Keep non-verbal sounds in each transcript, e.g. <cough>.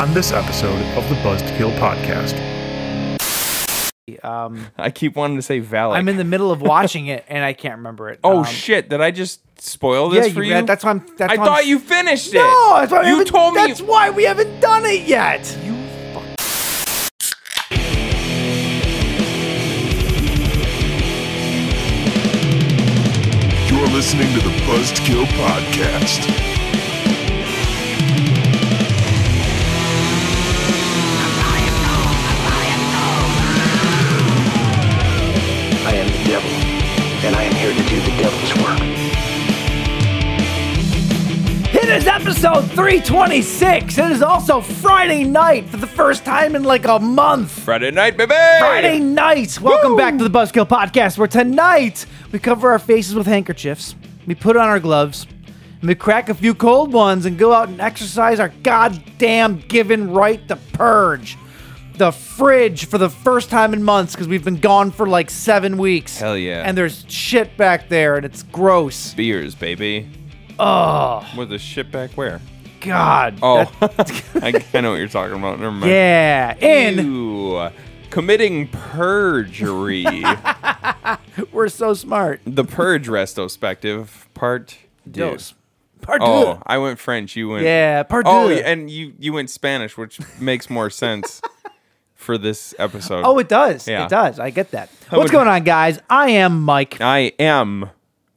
on this episode of the Buzzkill Podcast. <laughs> Um, I keep wanting to say Valak. I'm in the middle of watching it and I can't remember it. <laughs> oh Um, shit! Did I just spoil Yeah, this for you, you? that's why I'm. That's I why thought I'm, you finished it. No, that's why we you haven't- told me. That's why we haven't done it yet. You're listening to the Buzzkill Podcast. I am the devil, and I am here to do the devil's work. It is episode 326. It is also Friday night for the first time in like a month. Friday night, baby. Friday night. Welcome back to the Buzzkill Podcast, where tonight we cover our faces with handkerchiefs, we put on our gloves, and we crack a few cold ones and go out and exercise our goddamn given right to purge the fridge for the first time in months because we've been gone for like seven weeks. Hell yeah. And there's shit back there and it's gross. Beers, baby. Oh, Where the shit back where? God. <laughs> Oh, That- I, I know what you're talking about. Never mind. yeah. And. Ew. <laughs> Committing perjury. We're so smart. the purge retrospective part. two. Dose. Part Oh, two. I went French. You went. Yeah, part Oh, deux. yeah, and you you went Spanish, which makes more <laughs> sense for this episode. Oh, it does. Yeah. It does. I get that. I What's would- going on, guys? I am Mike. I am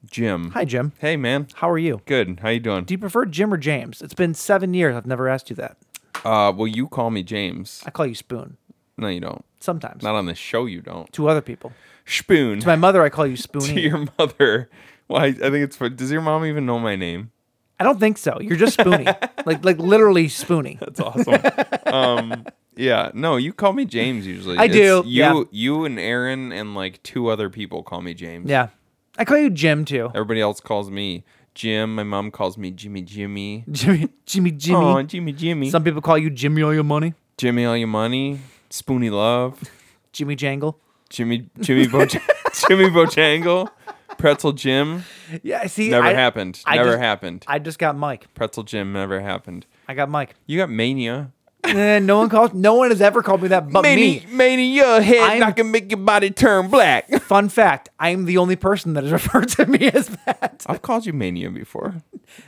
Jim. Hi, Jim. Hey, man. How are you? Good. How you doing? Do you prefer Jim or James? It's been seven years. I've never asked you that. Uh, well, you call me James. I call you Spoon No, you don't. sometimes. Not on the show. You don't. to other people. Spoon. To my mother, I call you <laughs> to Spoonie. your mother. Well, I, I think it's. fu- Does your mom even know my name? I don't think so. You're just <laughs> Spoonie. like, like literally Spoonie. <laughs> That's awesome. um, yeah. No, you call me James usually. I do, You, yeah. you and Aaron and like two other people call me James. Yeah. I call you Jim too. Everybody else calls me Jim. My mom calls me Jimmy Jimmy. Jimmy, Jimmy, Jimmy. Oh, Jimmy Jimmy. Some people call you Jimmy All Your Money, Jimmy All Your Money. Spoony Love. Jimmy Jangle. Jimmy <laughs> Jimmy Boch- Jimmy Bochangle. Pretzel Jim. Yeah, see, Never I, happened. I never just- happened. I just got Mike. Pretzel Jim never happened. I got Mike. You got mania. And no one calls. No one has ever called me that but me. Mania, mania, head I'm- knocking, make your body <laughs> turn black. Fun fact: I am the only person that has <laughs> referred to me as that. I've called you mania before.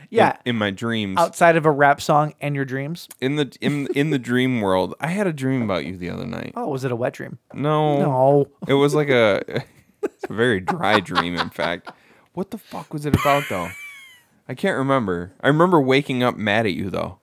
Yeah, in, in my dreams outside of a rap song and your dreams. in the in in the dream world i had a dream about you the other night Oh, was it a wet dream? no No, it was like a, <laughs> it's a very dry dream in fact what the fuck was it about though i can't remember i remember waking up mad at you though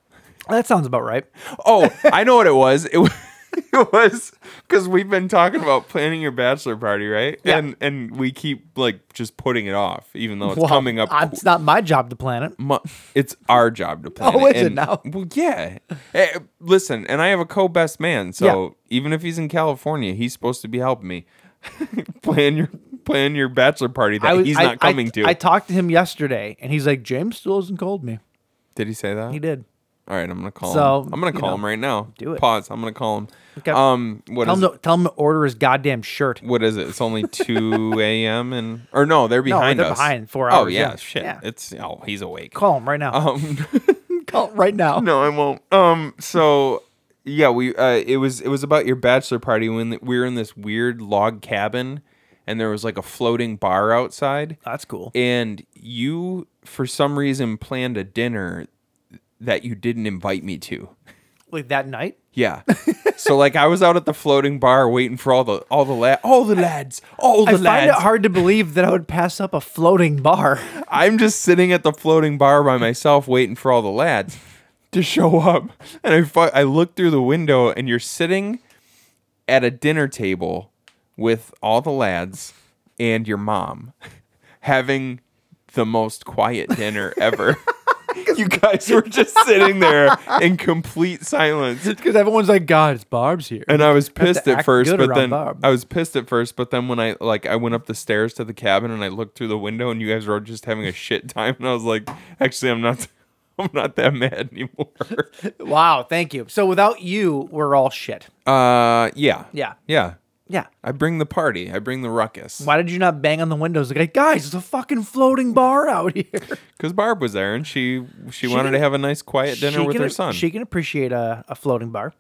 that sounds about right. oh i know what it was it was <laughs> it was because we've been talking about planning your bachelor party right Yeah. and and we keep like just putting it off even though it's Well, coming up I- It's not my job to plan it. mu- it's our job to plan. Oh, it. is it And- now? Well, yeah. Eh, listen, and I have a co-best man, so even if he's in California, he's supposed to be helping me <laughs> plan your plan your bachelor party that I was, he's I- not I- coming to. I talked to him yesterday, and he's like, "James still hasn't called me." did he say that? He did. All right, I'm gonna call So, him. I'm gonna you call know, him right now. do it. Pause. I'm gonna call him. Okay. Um, what Tell is him, to, tell him to order his goddamn shirt. what is it? It's only <laughs> two a.m. and or no, they're behind they're us. behind, four Oh hours, yeah, yeah. shit. Yeah. It's oh he's awake. Call him right now. <laughs> Um. Call him right now. No, I won't. Um. So yeah, we uh, it was it was about your bachelor party when th- we were in this weird log cabin, and there was like a floating bar outside, That's cool. and you for some reason planned a dinner that you didn't invite me to. Like that night. Yeah. so like I was out at the floating bar waiting for all the all the la- all the lads, all <laughs> the I find lads. it hard to believe that I would pass up a floating bar. <laughs> I'm just sitting at the floating bar by myself waiting for all the lads to show up. And I fu- I look through the window and you're sitting at a dinner table with all the lads and your mom having the most quiet dinner ever. you guys were just sitting there in complete silence. Because everyone's like, God, it's Barb's here. And I was pissed to at act first, good but around then Barb. I was pissed at first, but then when I like I went up the stairs to the cabin and I looked through the window and you guys were just having a shit time and I was like, actually I'm not <laughs> I'm not that mad <laughs> anymore. Wow, thank you. So without you, we're all shit. Uh yeah. Yeah. Yeah. Yeah. I bring the party. I bring the ruckus. Why did you not bang on the windows? Like, guys, it's a fucking floating bar out <laughs> here. Because Barb was there and she she, wanted can- to have a nice quiet dinner She with can- her son. She can appreciate a, a floating bar.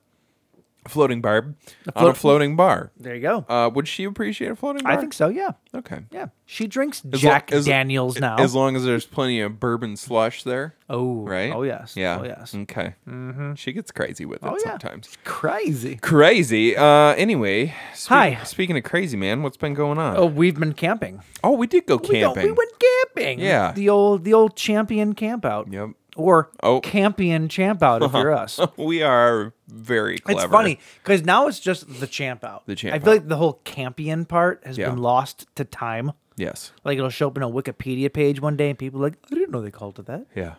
floating Barb on a float- floating bar. There you go. Uh, would she appreciate a floating bar? I think so. Yeah. Okay. Yeah. She drinks As lo- Jack as- Daniels now. As long as there's plenty of bourbon slush there. oh, Right? Oh yes. Yeah. Mm. Oh yes. Mm-hmm. Okay. She gets crazy with it Oh, yeah. sometimes. Crazy. Crazy. Uh anyway, spe- Hi. Speaking of crazy man, what's been going on? Oh, Oh, we've been camping. we did go We, go, camping. we went camping. Yeah. The old the old champion camp out. Yep. Or Oh. campion champ out <laughs> if you're us. We are very clever. It's funny because now it's just the champ out. The champ I feel out. like the whole campion part has Yeah. been lost to time. Yes. Like it'll show up in a Wikipedia page one day, and people are like, I didn't know they called it that. Yeah.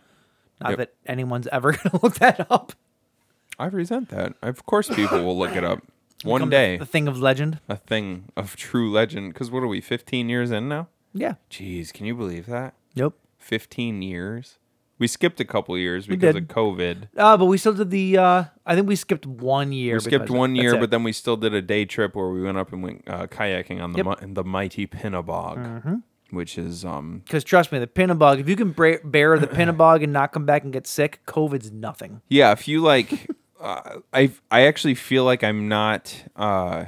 Not Yep. that anyone's ever <laughs> gonna look that up. I resent that. Of course people will <laughs> look it up. Become One the- day, the thing of legend. a thing of true legend. Because what are we, 15 years in now? Yeah. Jeez, can you believe that? Nope. 15 years? We skipped a couple years because did. of COVID. Uh, but we still did the. Uh, I think we skipped one year. We skipped one year, but then then we still did a day trip where we went up and went uh, kayaking on the Yep. Mm-hmm. mi- in the mighty Pinnabog, which is um because trust me, the Pinnabog. If you can bra- bear <clears throat> the Pinnabog and not come back and get sick, COVID's nothing. yeah. If you like, <laughs> uh, I I actually feel like I'm not. Uh,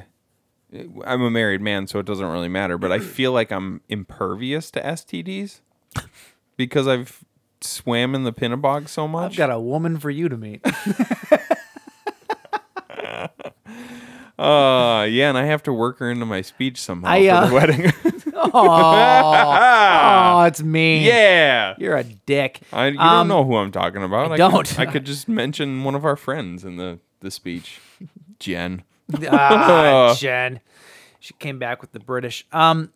I'm a married man, so it doesn't really <clears throat> matter. But I feel like I'm impervious to STDs because I've swam in the Pinnabog so much. I've got a woman for you to meet. Uh, yeah, and I have to work her into my speech somehow I, uh, for the <laughs> wedding. <laughs> oh, it's me. Ah. yeah. You're a dick. I, you Um, don't know who I'm talking about. I don't. Could, I could just mention one of our friends in the, the speech, Jen. <laughs> ah, <laughs> Jen. She came back with the British. Um,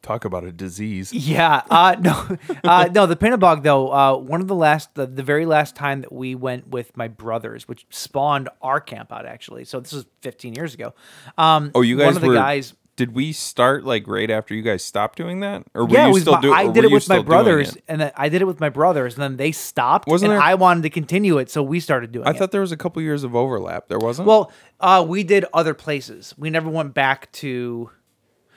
Talk about a disease. yeah. Uh, no, <laughs> uh, no. The Pinnabog, though. Uh, one of the last, the, the very last time that we went with my brothers, which spawned our camp out actually. So this was 15 years ago. Um, Oh, you guys One of the were. guys. Did we start like right after you guys stopped doing that, or were Yeah, it you was still my- doing? I did it with my brothers, and then I did it with my brothers, and then they stopped, Wasn't and there- I wanted to continue it, so we started doing I it. thought there was a couple years of overlap. There wasn't. Well, uh, we did other places. We never went back to.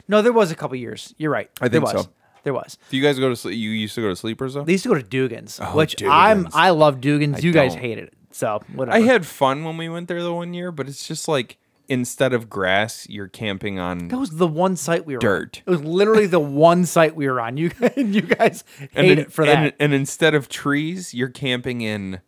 No, there was a couple years. You're right. I there think was. so. There was. do you guys go to sleep? You used to go to sleepers though. They used to go to Dugan's, which I'm Oh, Dugan's. I love Dugan's. you guys don't. hate it, so whatever. I had fun when we went there the one year, but it's just like instead of grass, you're camping on that was the one site we were Dirt. On. It was literally <laughs> the one site we were on. You guys, <laughs> you guys hate and in- it for and- that. and instead of trees, you're camping in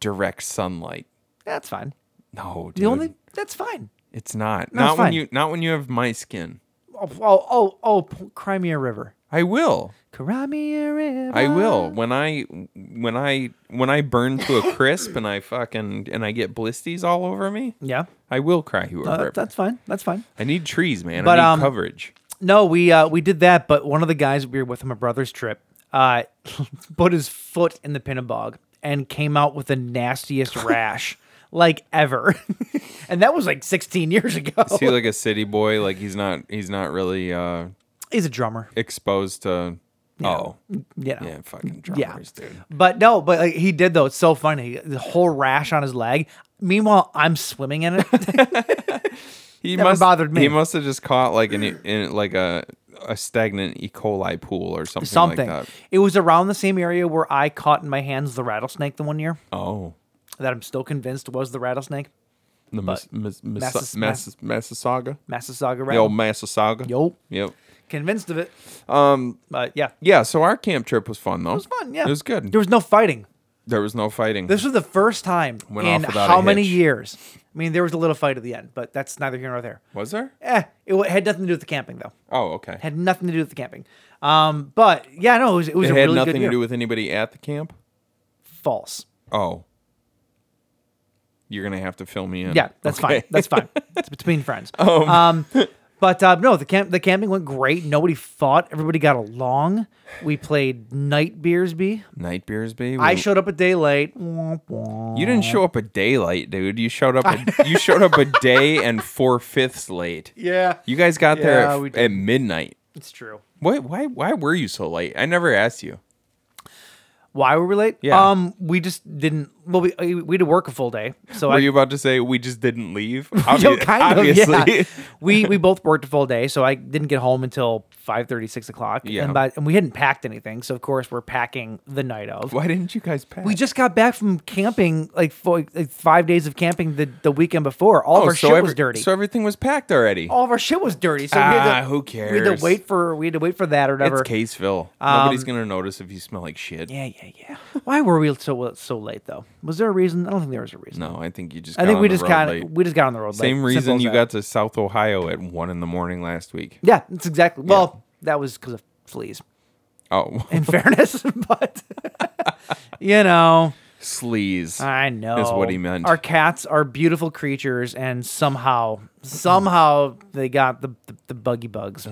direct sunlight. that's fine. No, The dude. only that's fine. It's not. No, it's not when fine. you not when you have my skin. Oh oh oh, oh P- Crimea River, I will. Crimea River. I Ah. will. When I when I when I burn <coughs> to a crisp and I fucking and I get blisties all over me, Yeah, I will cry you a Uh, river. that's fine. That's fine. I need trees, man. But, I need um, coverage. No, we uh, we did that, but one of the guys we were with on my brother's trip uh, <laughs> put his foot in the pinnabog and came out with the <laughs> nastiest rash like ever, <laughs> and that was like 16 years <laughs> ago. Is he like a city boy? Like he's not he's not really uh He's a drummer, exposed to oh you know. yeah, fucking drummers, dude. But no, but like, he did though. It's so funny. The whole rash on his leg. Meanwhile, I'm swimming <laughs> in it. He Never bothered me. He must have just caught like an in like a a stagnant E. coli pool or something, Something. like that. it was around the same area where I caught in my hands the rattlesnake the one year Oh. that I'm still convinced was the rattlesnake, The Mas- Mas- Mas- Massis- Mas- Massasauga? Massasauga The rattle. old Massasauga? Yo, Yep. convinced of it. Um, But yeah, yeah, so our camp trip was fun, though. was It fun. Yeah, It was good. There was no fighting. There was no fighting. This was the first time Went in off without how a many hitch. years? I mean, there was a little fight at the end, but that's neither here nor there. was there? Eh, it wa- had nothing to do with the camping though. Oh, okay. Had nothing to do with the camping. Um, but yeah, no, it was it was it a had really nothing good to year. do with anybody at the camp? false. Oh. You're going to have to fill me in. Yeah, that's Okay. <laughs> fine. That's fine. It's between friends. Um, but uh, no, the camp the camping went great. Nobody fought. Everybody got along. We played night beersby. Night beers, baby. I showed up a day late. Womp womp. You didn't show up a day late, dude. You showed up. A, <laughs> you <laughs> showed up a day and four fifths late. Yeah, You guys got there Yeah, at, we f- at midnight. it's true. Why? Why? Why were you so late? I never asked you. Why were we late? Yeah. Um, we just didn't well, we we had to work a full day, so Were I, you about to say we just didn't leave? <laughs> Yo, Obvi- kind obviously. <laughs> of, yeah. <laughs> we we both worked a full day, so I didn't get home until 5:30, 6 o'clock. Yeah. and, by, and we hadn't packed anything, so of course we're packing the night of. Why didn't you guys pack? We just got back from camping, like, four, like five days of camping the, the weekend before. All of our shit was every- dirty. Oh, So everything was packed already. all of our shit was dirty. So we had Ah, to, who We had cares? to wait for we had to wait for that or it's whatever. Caseville. Nobody's gonna notice if you smell like shit. Um, yeah, yeah, yeah. Why were we so so late though? Was there a reason? I don't think there was a reason. No, I think you just. I got think on we the just road kind late. of we just got on the road. Same late. Simple reason as you that. got to South Ohio at one in the morning <laughs> last week. Yeah, that's exactly. Well, that was because of fleas. Oh, <laughs> In <laughs> fairness, but you know, sleaze. I know Is what he meant. Our cats are beautiful creatures, and somehow, somehow they got the the, the buggy bugs.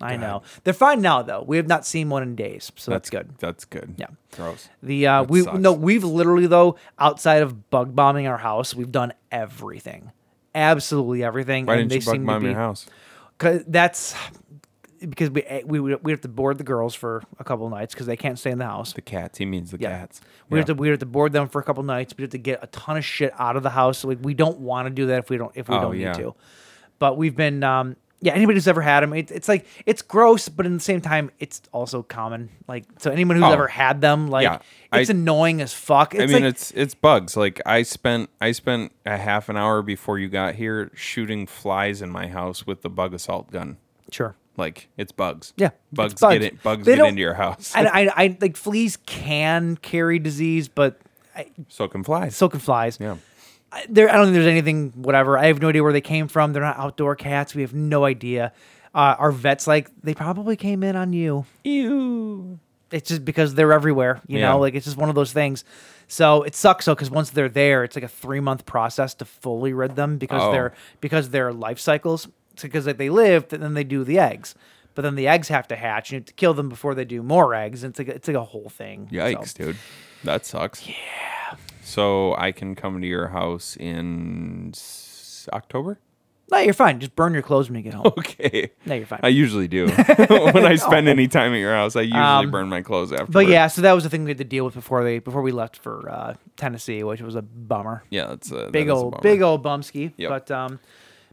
I know they're fine now though. We have not seen one in days, so that's, good. That's good. Yeah. Gross. The uh, That we sucks. no, we've literally though outside of bug bombing our house, we've done everything, absolutely everything. Why and didn't you seem to bug mom your be- house? Cause that's because we eh, we would- we have to board the girls for a couple nights because they can't stay in the house. The cats. He means the Yeah. cats. We Yeah. have to we have to board them for a couple nights. We have to get a ton of shit out of the house. So like we don't want to do that if we don't if we Oh, don't yeah. need to. But we've been um yeah anybody who's ever had them it, it's like it's gross but in the same time it's also common like so anyone who's Oh. ever had them like Yeah. it's I- annoying as fuck. It's I mean, like, it's it's bugs. Like I spent I spent a half an hour before you got here shooting flies in my house with the bug assault gun. sure. Like it's bugs. Yeah, it's bugs, bugs. get in, bugs They get don't- into your house. And I, I like fleas can carry disease, but I, so can flies. so can flies. yeah, I, there, I don't think there's anything, whatever. I have no idea where they came from. They're not outdoor cats. We have no idea. Uh, our vet's like, they probably came in on you. Ew. It's just because they're everywhere, you Yeah. know, like it's just one of those things. So it sucks though, because once they're there, it's like a three month process to fully rid them because Oh. they're because their life cycles. It's because like they live, but then they do the eggs, but then the eggs have to hatch, and you have to kill them before they do more eggs. And it's like it's like a whole thing. So- yikes, dude, that sucks. Yeah. So I can come to your house in s- October. <laughs> No, you're fine. Just burn your clothes when you get home. Okay. No, you're fine. I <laughs> usually do. when I spend any time at your house, I usually Um, burn my clothes after. But yeah, so that was the thing we had to deal with before they before we left for uh, Tennessee, which was a bummer. yeah, that's a big that is a old bummer. big old bumski. Yep. But um,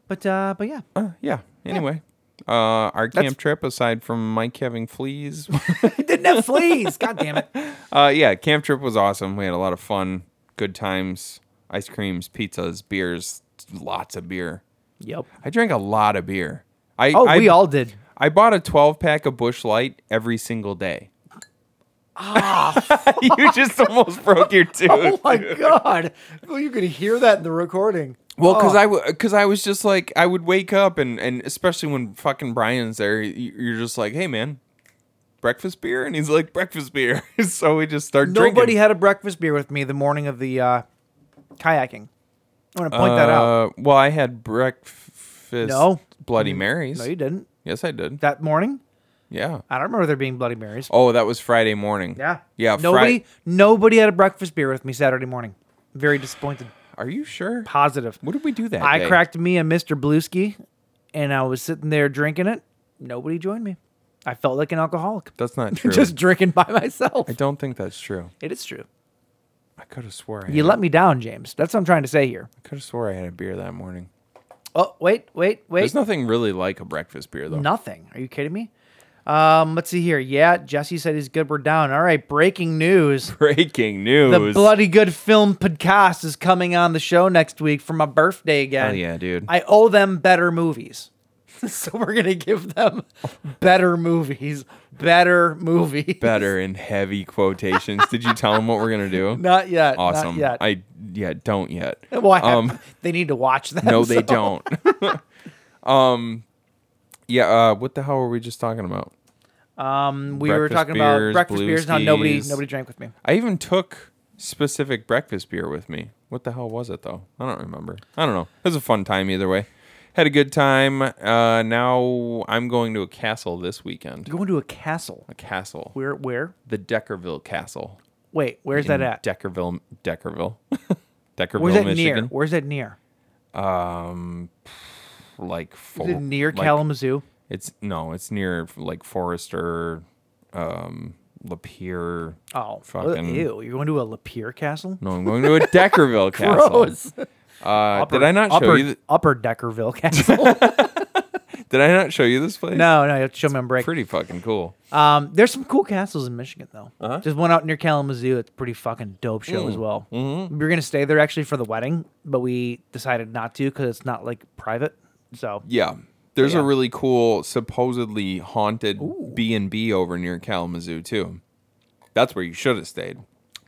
but uh, but yeah, <laughs> Uh, yeah. Anyway, uh, our camp trip, aside from Mike having fleas, <laughs> it didn't have fleas. God damn it! uh, yeah, camp trip was awesome. We had a lot of fun, good times, ice creams, pizzas, beers, lots of beer. Yep. I drank a lot of beer. I Oh, I, we all <laughs> did. I bought a 12 pack of Bush Light every single day. <laughs> you just almost broke your tooth. Ah. <laughs> Oh my god! Well, you could hear that in the recording. Well, because Oh. I because I was just like I would wake up and and especially when fucking Brian's there, you- you're just like, hey man, breakfast beer, and he's like breakfast beer. <laughs> so we just start nobody drinking. had a breakfast beer with me the morning of the uh, kayaking. I want to point that out. Uh, Well, I had breakfast. No. Mm-hmm. Bloody Marys. No, you didn't. Yes, I did. That morning, yeah. I don't remember there being Bloody Marys. Oh, that was Friday morning. Yeah. Yeah. Fri- Nobody. nobody had a breakfast beer with me Saturday morning. Very disappointed. Are you sure? Positive. What did we do that? I day? cracked me a Mr. Bluesky, and I was sitting there drinking it. Nobody joined me. I felt like an alcoholic. <laughs> That's not true. Just drinking by myself. I don't think that's true. It is true. I could have swore. I You let me down, James. That's what I'm trying to say here. could have swore I had a beer that morning. Oh, wait, wait, wait. There's nothing really like a breakfast beer though. Nothing. Are you kidding me? Um, let's see here. Yeah, Jesse said he's good. We're down. All right. Breaking news. Breaking The news. Bloody Good Film podcast is coming on the show next week for my birthday again. Hell yeah, dude. I owe them better movies. <laughs> so we're going to give them better movies. Better movies. better in heavy quotations. Did you tell them what we're <laughs> gonna <laughs> do? Not yet. Awesome. Not yet. <laughs> I yeah, don't yet. well, I have- um, <laughs> they need to watch that. no, <laughs> they so- don't. <laughs> um, yeah. Uh, what the hell were we just talking about? Um, we were Breakfast talking about beers, breakfast blue beers. Not nobody. skis. Nobody drank with me. I even took specific breakfast beer with me. What the hell was it though? I don't remember. I don't know. It was a fun time either way. Had a good time. Uh, now I'm going to a castle this weekend. Going to a castle. A castle. Where? Where? The Deckerville Castle. Wait. Where's that in at? Deckerville, Deckerville, <laughs> Deckerville, Where's that Michigan. near? Where's that near? Like for, Is it near Oh, like, Kalamazoo? It's no, it's near like Forrester, um, Lapeer. Oh, Fucking- ew! You're going to a Lapeer castle? No, I'm going to a <laughs> Deckerville castle. Gross. Uh, did I not upper, show you? Th- upper Deckerville <laughs> <laughs> castle? did I not show you this place? no, no, you have to show me on break. Pretty fucking cool. Um, there's some cool castles in Michigan though. Uh-huh. Just one out near Kalamazoo. It's a pretty fucking dope show Mm. as well. Mm-hmm. We were gonna stay there actually for the wedding, but we decided not to because it's not like private. So Yeah. There's Yeah. a really cool supposedly haunted B&B over near Kalamazoo too. That's where you should have stayed.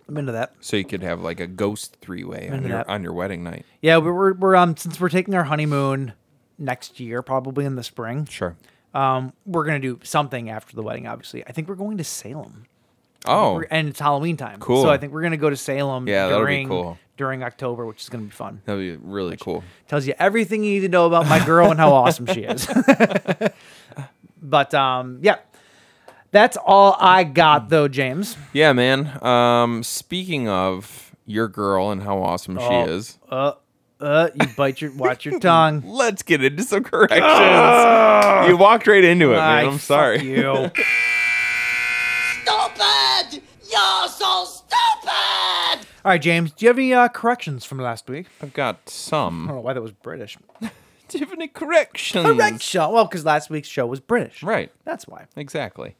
I'm into that. So you could have like a ghost three-way on Remember your, that. on your wedding night. Yeah, we- we're we're um since we're taking our honeymoon next year, probably in the spring. Sure. Um, we're gonna do something after the wedding. Obviously, I think we're going to Salem. Oh, We're- and it's Halloween time. Cool. So I think we're gonna go to Salem. Yeah, that'll be during, cool. During October, which is gonna be fun. that'd be really cool. tells you everything you need to know about my girl and how awesome she is. <laughs> but um, yeah, that's all I got though, James. Yeah, man. Um, speaking of your girl and how awesome Oh. she is, Uh, uh, you bite your watch your tongue. let's get into some corrections. you walked right into it, I man. I'm Ah! fuck sorry. you. Stupid! You're so stupid! All right, James. Do you have any uh, corrections from last week? I I've got some. don't know why that was British. Do you have any corrections? Correct show. Well, because last week's show was British. Right. That's why. Exactly.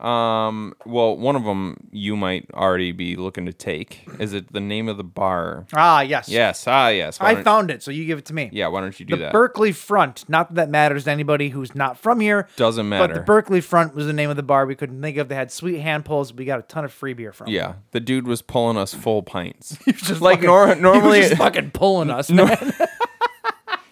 Um, well, one of them you might already be looking to take. Is it the name of the bar? Ah, yes. Yes. Ah, yes. Why I don't- found it, so you give it to me. Yeah. Why don't you do The that? Berkeley Front. Not that that matters to anybody who's not from here. Doesn't But matter. the Berkeley Front was the name of the bar we couldn't think of. They had sweet hand pulls. We got a ton of free beer from. yeah. The dude was pulling us <laughs> full pints. Just like fucking- nor- <laughs> he was normally, just fucking pulling us. man.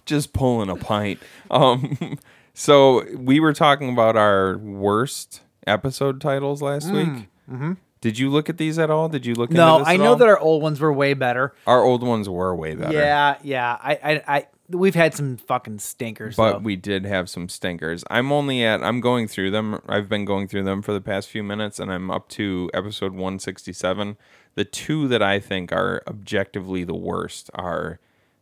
just pulling a pint. Um, <laughs> so we were talking about our worst episode titles last week. Mm-hmm. Did you look at these at all? Did you look? Mm, No, into this I at know all? that our old ones were way better. our old ones were way better. Yeah, yeah. I, I, I, we've had some fucking stinkers. but though. we did have some stinkers. I'm only at I'm going through them. I've been going through them for the past few minutes and I'm up to episode 167. The two that I think are objectively the worst are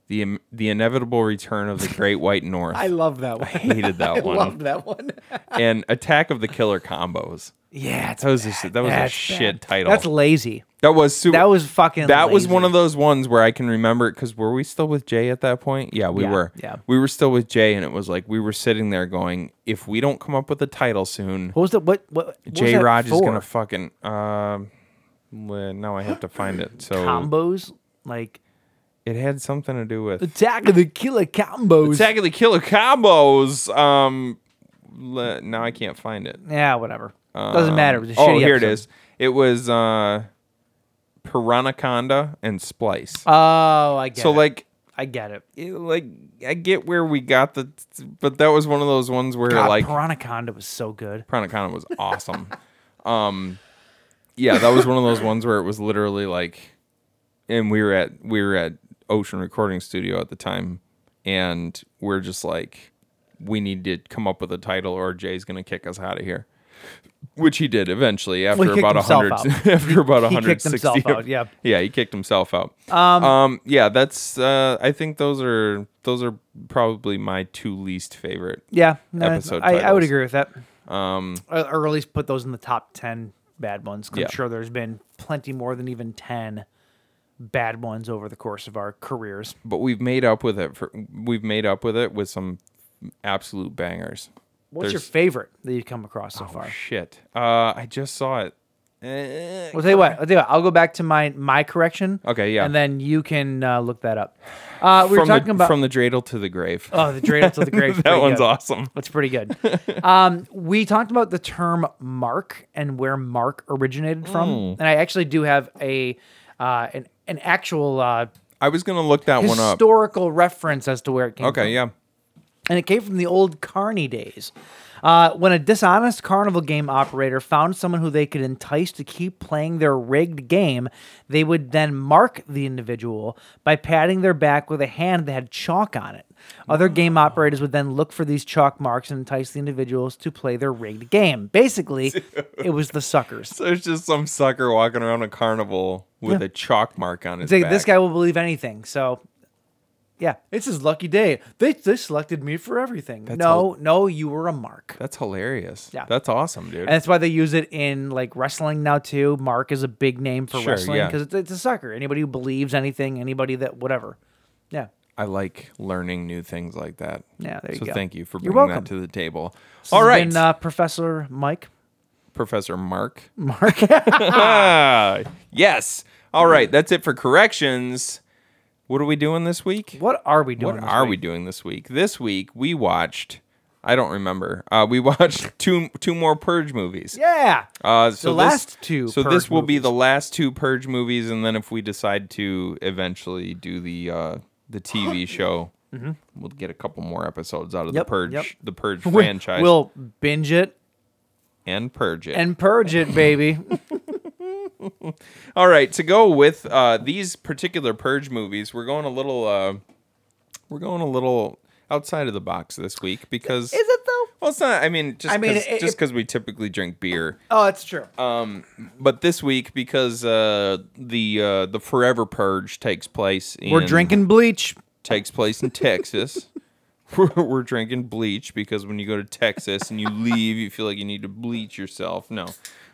the im- the inevitable <laughs> return of the great white north. I love that one. <laughs> I <laughs> hated that one. loved that <laughs> one. and attack of the killer combos. yeah, it's That was a, that was a That's bad. shit title. That's lazy. that was super That was fucking. that was one lazy. of those ones where I can remember it because were we still with Jay at that point? Yeah, we Yeah, were. yeah. we were still with Jay, and it was like we were sitting there going, "If we don't come up with a title soon, What was that? What? What? what was Jay that Rod is for? gonna fucking." Um, well, now I have to find it. So combos like it had something to do with attack of the killer combos. Attack of the Killer Combos. Um, le- now I can't find it. yeah, whatever. Doesn't matter. It was a oh, shitty here it episode. is. It was uh, Piranaconda and Splice. Oh, I get so it. like. I get it. it- like I get where we got the, but that was one of those ones where God, like Piranaconda was so good. Piranaconda was awesome. <laughs> um, yeah, that was one of those ones where it was literally like, and we were at we were at Ocean Recording Studio at the time, and we're just like, we need to come up with a title or Jay's gonna kick us out of here. Which he did eventually after kicked about a himself hundred out. <laughs> after about a He hundred kicked sixty. himself <laughs> out, yeah. yeah, he kicked himself out. Um, yeah, that's uh, I think those are those are probably my two least favorite. Yeah, no, Episode I, I would titles. agree with that. Um, or, or at least put those in the top ten bad ones. 'cause Yeah. I'm sure there's been plenty more than even ten bad ones over the course of our careers. but we've made up with it for we've made up with it with some absolute bangers. What's your There's- Oh, favorite that you've come across so far? Shit. Uh I just saw it. Eh, I'll tell you what. I'll tell you what. I'll go back to my my correction. Okay, yeah. And then you can uh, look that up. Uh, we were from talking the, about from the dreidel to the grave. <laughs> oh the dreidel to the grave. <laughs> that one's awesome. That's pretty good. <laughs> um, we talked about the term mark and where mark originated from, Hmm. and I actually do have a uh, an an actual uh, I was gonna look that one up. historical reference as to where it came. from. Okay, yeah. And it came from the old carny days. Uh, when a dishonest carnival game operator found someone who they could entice to keep playing their rigged game, they would then mark the individual by patting their back with a hand that had chalk on it. Other game operators would then look for these chalk marks and entice the individuals to play their rigged game. <laughs> Basically, it was the suckers. So it's just some sucker walking around a carnival with a chalk mark on his It's like, back. This guy will believe anything. So Yeah, it's his lucky day. They, they selected me for everything. That's no, no, you were a mark. That's hilarious. Yeah. That's awesome, dude. And that's why they use it in like wrestling now too. Mark is a big name for Sure, wrestling yeah. because it's, it's a sucker. Anybody who believes anything, anybody that whatever. Yeah. I like learning new things like that. Yeah, there you so go. thank you for You're bringing that welcome. to the table. This All has right, been, uh, Professor Mike. Professor Mark. Mark. <laughs> Ah, yes. All right, that's it for corrections. What are we doing this week? what are we doing? What this are week? we doing this week? This week we watched. I don't remember. Uh, we <laughs> watched two two more Purge movies. Yeah. Uh, so The this- last two So this Purge will be movies. the last two Purge movies, and then if we decide to eventually do the uh, <laughs> the TV show, we'll get a couple more episodes out of Mm-hmm. Yep, the yep. Purge <laughs> the Purge We- <laughs> franchise We'll binge it and Purge it. and purge it, <laughs> baby. All right, to go with uh, these particular Purge movies, we're going a little uh, we're going a little outside of the box this week because Is it though? Well, it's not. I mean, just I mean, cause, it- just it- because we typically drink beer, Oh, it's true. Um, but this week because uh, the uh, the Forever Purge takes place. In, We're drinking bleach. Takes place <laughs> in Texas. we're, we're drinking bleach because when you go to Texas and you leave, you feel like you need to bleach yourself. No,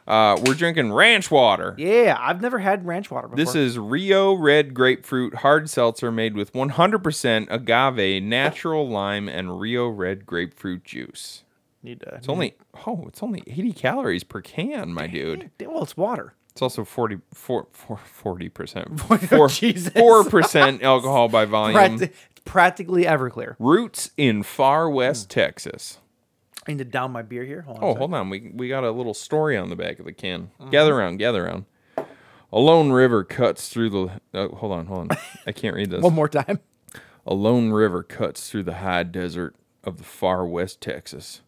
uh, we're drinking ranch water. Yeah, I've never had ranch water before. This is Rio Red Grapefruit Hard Seltzer made with 100% agave, natural lime, and Rio Red Grapefruit juice. need to. It's only oh, it's only 80 calories per can, my dude. Well, it's water. It's also 40 40 percent Jesus. four percent alcohol by volume. Practi- it's practically Everclear. Roots in far west Texas. I need to down my beer here. Hold on. a Oh, sec. hold on. We we got a little story on the back of the can. Gather around, gather around. A lone river cuts through the. Oh, hold on, hold on. I can't read this. One more time. <laughs> A lone river cuts through the high desert of the far west Texas.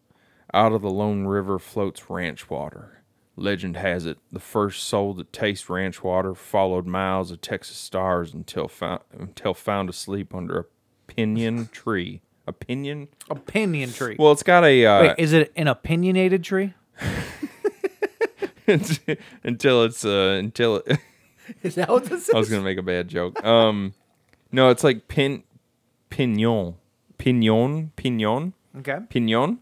Out of the lone river floats ranch water. Legend has it the first soul to taste ranch water followed miles of Texas stars until found, until found asleep under a pinion tree. A pinion? A pinion tree. Well, it's got a uh, Wait, is it an opinionated tree? <laughs> until it's uh, until it, <laughs> <laughs> Is that what this is? I was gonna make a bad joke. Um, no, it's like pin pinion pinion pinion. Okay. Pinon.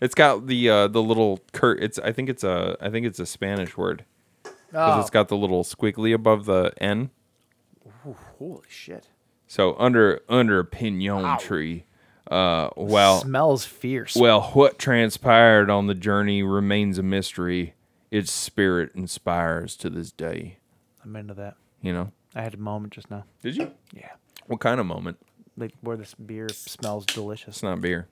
It's got the uh, the little cur. It's I think it's a I think it's a Spanish word because Oh, it's got the little squiggly above the n. holy shit. So under under a pinon tree. Uh, well, Smells fierce. well, what transpired on the journey remains a mystery. Its spirit inspires to this day. I'm into that. You know? I had a moment just now. Did you? Yeah. What kind of moment? Like where this beer smells delicious. It's not beer.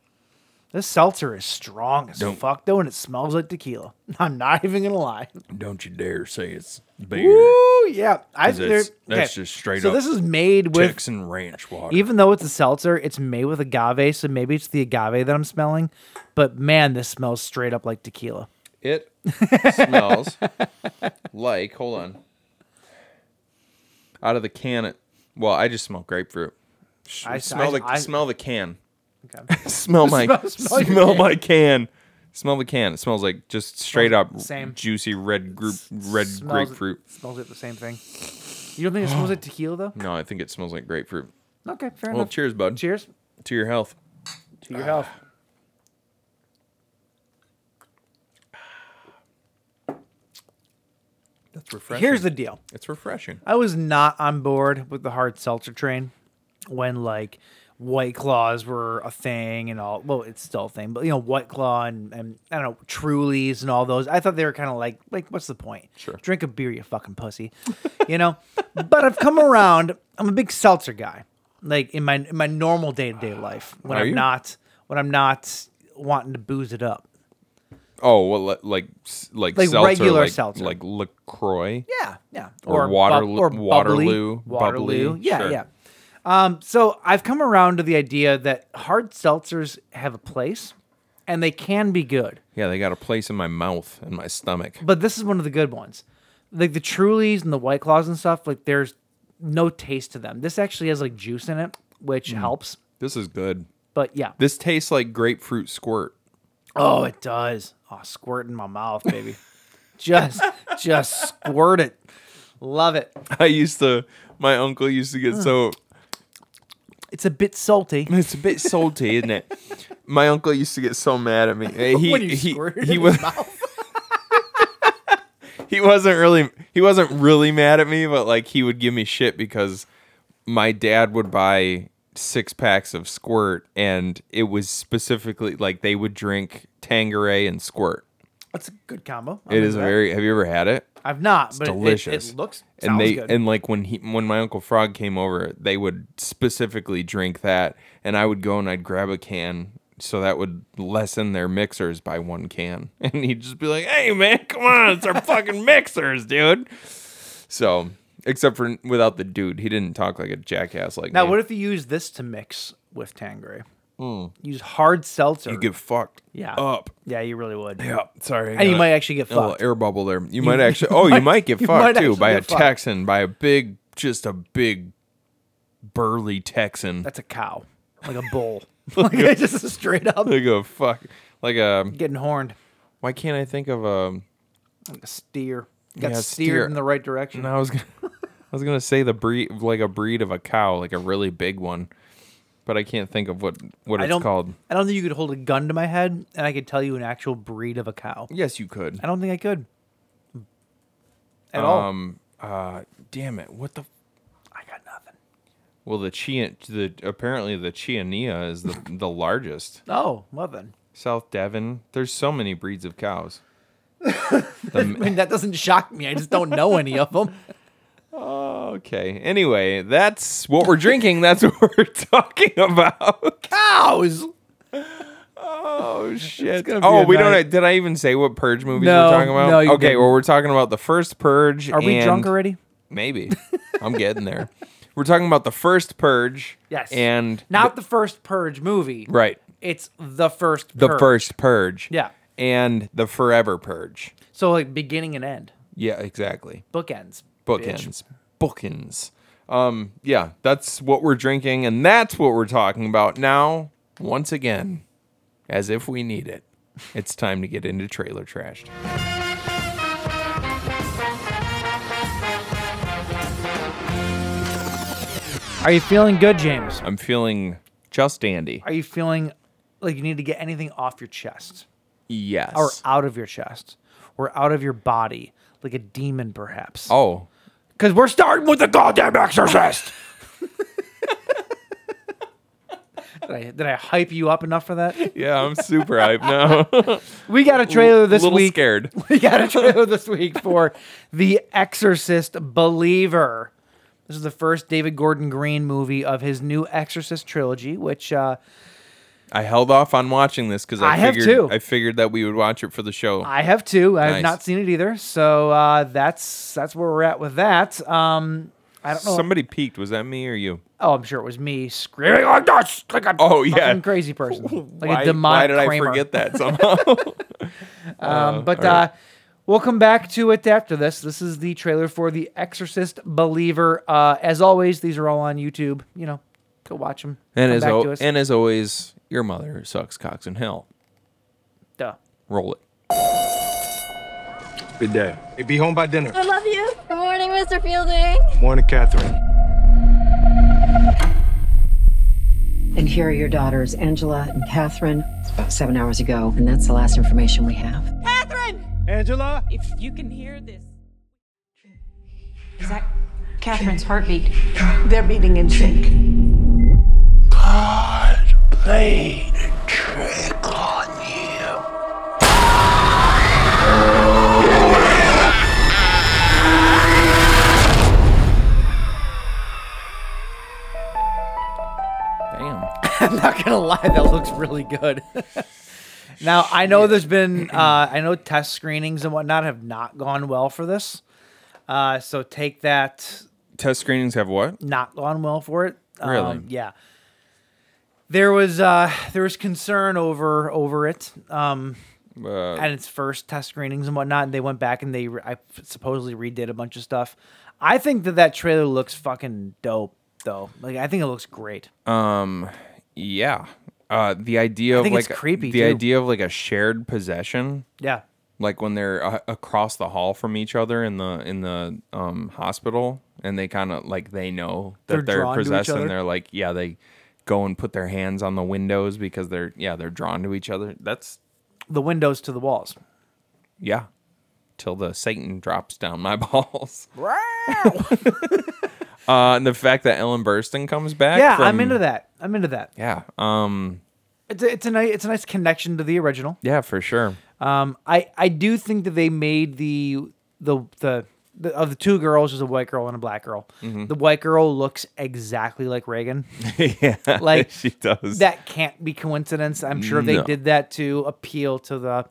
This seltzer is strong as Don't- fuck though, and it smells like tequila. <laughs> I'm not even gonna lie. Don't you dare say it's beer. Ooh, yeah. I, Is it's- there- that's just straight so up this is made with Texan ranch water. Even though it's a seltzer, it's made with agave, so maybe it's the agave that I'm smelling. But man, this smells straight up like tequila. <laughs> It smells like. Hold on. Out of the can, it. Well, I just smell grapefruit. Sh- I- smell I- the I- smell the can. Okay. smell my Smell- smell, smell your can. my can. Smell the can. It smells like just straight up same. juicy red group red Smells- grapefruit. smells like the same thing. You don't think it <gasps> smells like tequila though? No, I think it smells like grapefruit. Okay, fair Well, enough. cheers, bud. Cheers to your health. to your health. That's refreshing. Here's the deal. It's refreshing. I was not on board with the hard seltzer train when like White Claws were a thing and all. Well, it's still a thing, but you know White Claw and, and I don't know Trulies and all those. I thought they were kind of like like what's the point? Sure. drink a beer, you fucking pussy, <laughs> you know. but I've come around. I'm a big seltzer guy. Like in my in my normal day to day life when Are I'm you? not when I'm not wanting to booze it up. Oh, well, li- like s- like Like seltzer, regular like, seltzer. like Lacroix. Yeah, yeah. Or bub- Waterloo- or bubbly, Waterloo, Waterloo. bubbly, Yeah, sure. yeah. Um, so I've come around to the idea that hard seltzers have a place, and they can be good. Yeah, they got a place in my mouth and my stomach. But this is one of the good ones, like the Trulies and the White Claws and stuff. Like there's no taste to them. This actually has like juice in it, which helps. This is good. But yeah. Hmm. This tastes like grapefruit squirt. <laughs> oh, it does. Oh, squirt in my mouth, baby. <laughs> just, just squirt it. Love it. <laughs> I used to, my uncle used to get so It's a bit salty. It's a bit salty, isn't it? <laughs> My uncle used to get so <laughs> mad at me. Uh, He When you he squirt it he in was his mouth. <laughs> he wasn't really he wasn't really mad at me, but like he would give me shit because my dad would buy six packs of squirt, and it was specifically like they would drink Tangeray and squirt. That's a good combo. I'll It do is a that. very. Have you ever had it? I've not, but it- it- delicious. It, looks sounds and they good. and like when he when my uncle Frog came over, they would specifically drink that, and I would go and I'd grab a can, so that would lessen their mixers by one can, <laughs> and he'd just be like, "Hey man, come on, it's our fucking mixers, dude." So except for without the dude, he didn't talk like a jackass like now, me. what if you use this to mix with Tangeray? Use hard seltzer. Hmm. you get fucked? yeah. up. Yeah, you really would. Yeah, sorry. And you might actually get a little fucked. air bubble there. <laughs> You, might actually. Oh, you might get you fucked might too by actually a get fucked. Texan, by a big, just a big, burly Texan. That's a cow, like a <laughs> bull, <laughs> like just straight up like a fuck. Like a. getting horned, Why can't I think of um, a? like a steer. Got Yeah, steered steer. in the right direction. No, <laughs> I was gonna. I was gonna say the breed, like a breed of a cow, like a really big one, but I can't think of what what I it's don't. called. I don't think you could hold a gun to my head and I could tell you an actual breed of a cow. Yes, you could. I don't think I could. At all. Um. Uh. Damn it! What the. I got nothing. Well, the Chia, the apparently the Chiania is the the largest. Oh, well then. South Devon. There's so many breeds of cows. The, I mean, that doesn't shock me. I just don't know any of them. okay. Anyway, that's what we're drinking. That's <laughs> what we're talking about. Cows. <laughs> Oh shit. gonna be Oh, a we night. don't. Did I even say what purge movies No, we're talking about? no, you okay. didn't. Well, we're talking about the first purge. Are we and- drunk already? <laughs> Maybe. I'm getting there. We're talking about the first purge. Yes. And not the, first Purge movie. right. It's the first. The Purge. first purge. Yeah. And the forever purge. So like beginning and end, Yeah. Exactly. bookends. bitch. bookends bookends um yeah that's what we're drinking and that's what we're talking about now once again as if we need it it's time to get into trailer trashed Are you feeling good, James? i'm feeling just dandy Are you feeling like you need to get anything off your chest yes or out of your chest or out of your body, like a demon, perhaps? oh Because we're starting with the goddamn <laughs> Exorcist. did, I, did I hype you up enough for that? yeah i'm super hyped now We got a <laughs> trailer this little week. scared <laughs> we got a trailer this week for The Exorcist Believer. This is the first David Gordon Green movie of his new Exorcist trilogy, which uh, i held off on watching this because I, I have figured too. i figured that we would watch it for the show I have too. I have Nice. not seen it either. So uh, that's that's where we're at with that. Um, I don't know. somebody peeked was that me or you oh, I'm sure it was me screaming like this, like a Oh, yeah. fucking crazy <laughs> person, like why, a why demonic did Kramer. i <laughs> forget that somehow Um, but all right. uh, we'll come back to it after this. This is the trailer for The Exorcist Believer. Uh, as always, these are all on YouTube. You know, go watch them. and come as, back al- to us. and as always your mother sucks cocks in hell Duh. roll it Good day. Hey, be home by dinner. I love you. Good morning, Mr. Fielding. Morning, Catherine. And here are your daughters, Angela and Catherine. It's about seven hours ago, and that's the last information we have. Catherine! Angela? If you can hear this. Is that Catherine's heartbeat? They're beating in sync. Played a trick on you. damn <laughs> I'm not gonna lie, that looks really good. <laughs> now I know there's been uh, I know test screenings and whatnot have not gone well for this. Uh, so take that test screenings have what? not gone well for it. Um, Really? yeah. There was uh, there was concern over over it. Um, Uh, at its first test screenings and whatnot, and they went back and they re- I supposedly redid a bunch of stuff. I think that that trailer looks fucking dope, though. Like I think it looks great. yeah. Uh, the idea of think like it's creepy, the too. idea of like a shared possession, yeah, like when they're uh, across the hall from each other in the in the um, hospital, and they kind of like they know that They're they're, drawn to each possessed, other? and they're like, yeah, they go and put their hands on the windows because they're yeah they're drawn to each other. That's the windows to the walls. yeah, till the Satan drops down my <laughs> balls. Uh, and the fact that Ellen Burstyn comes back. yeah, I'm from- into that. I'm into that. Yeah, um, It's a, it's a nice, it's a nice connection to the original. yeah, <laughs> for sure. Um, I I do think that they made the the the. The, of the two girls, there's a white girl and a black girl. Mm-hmm. The white girl looks exactly like <laughs> Reagan. yeah, Like she does. That can't be coincidence. I'm sure they No. did that to appeal to the,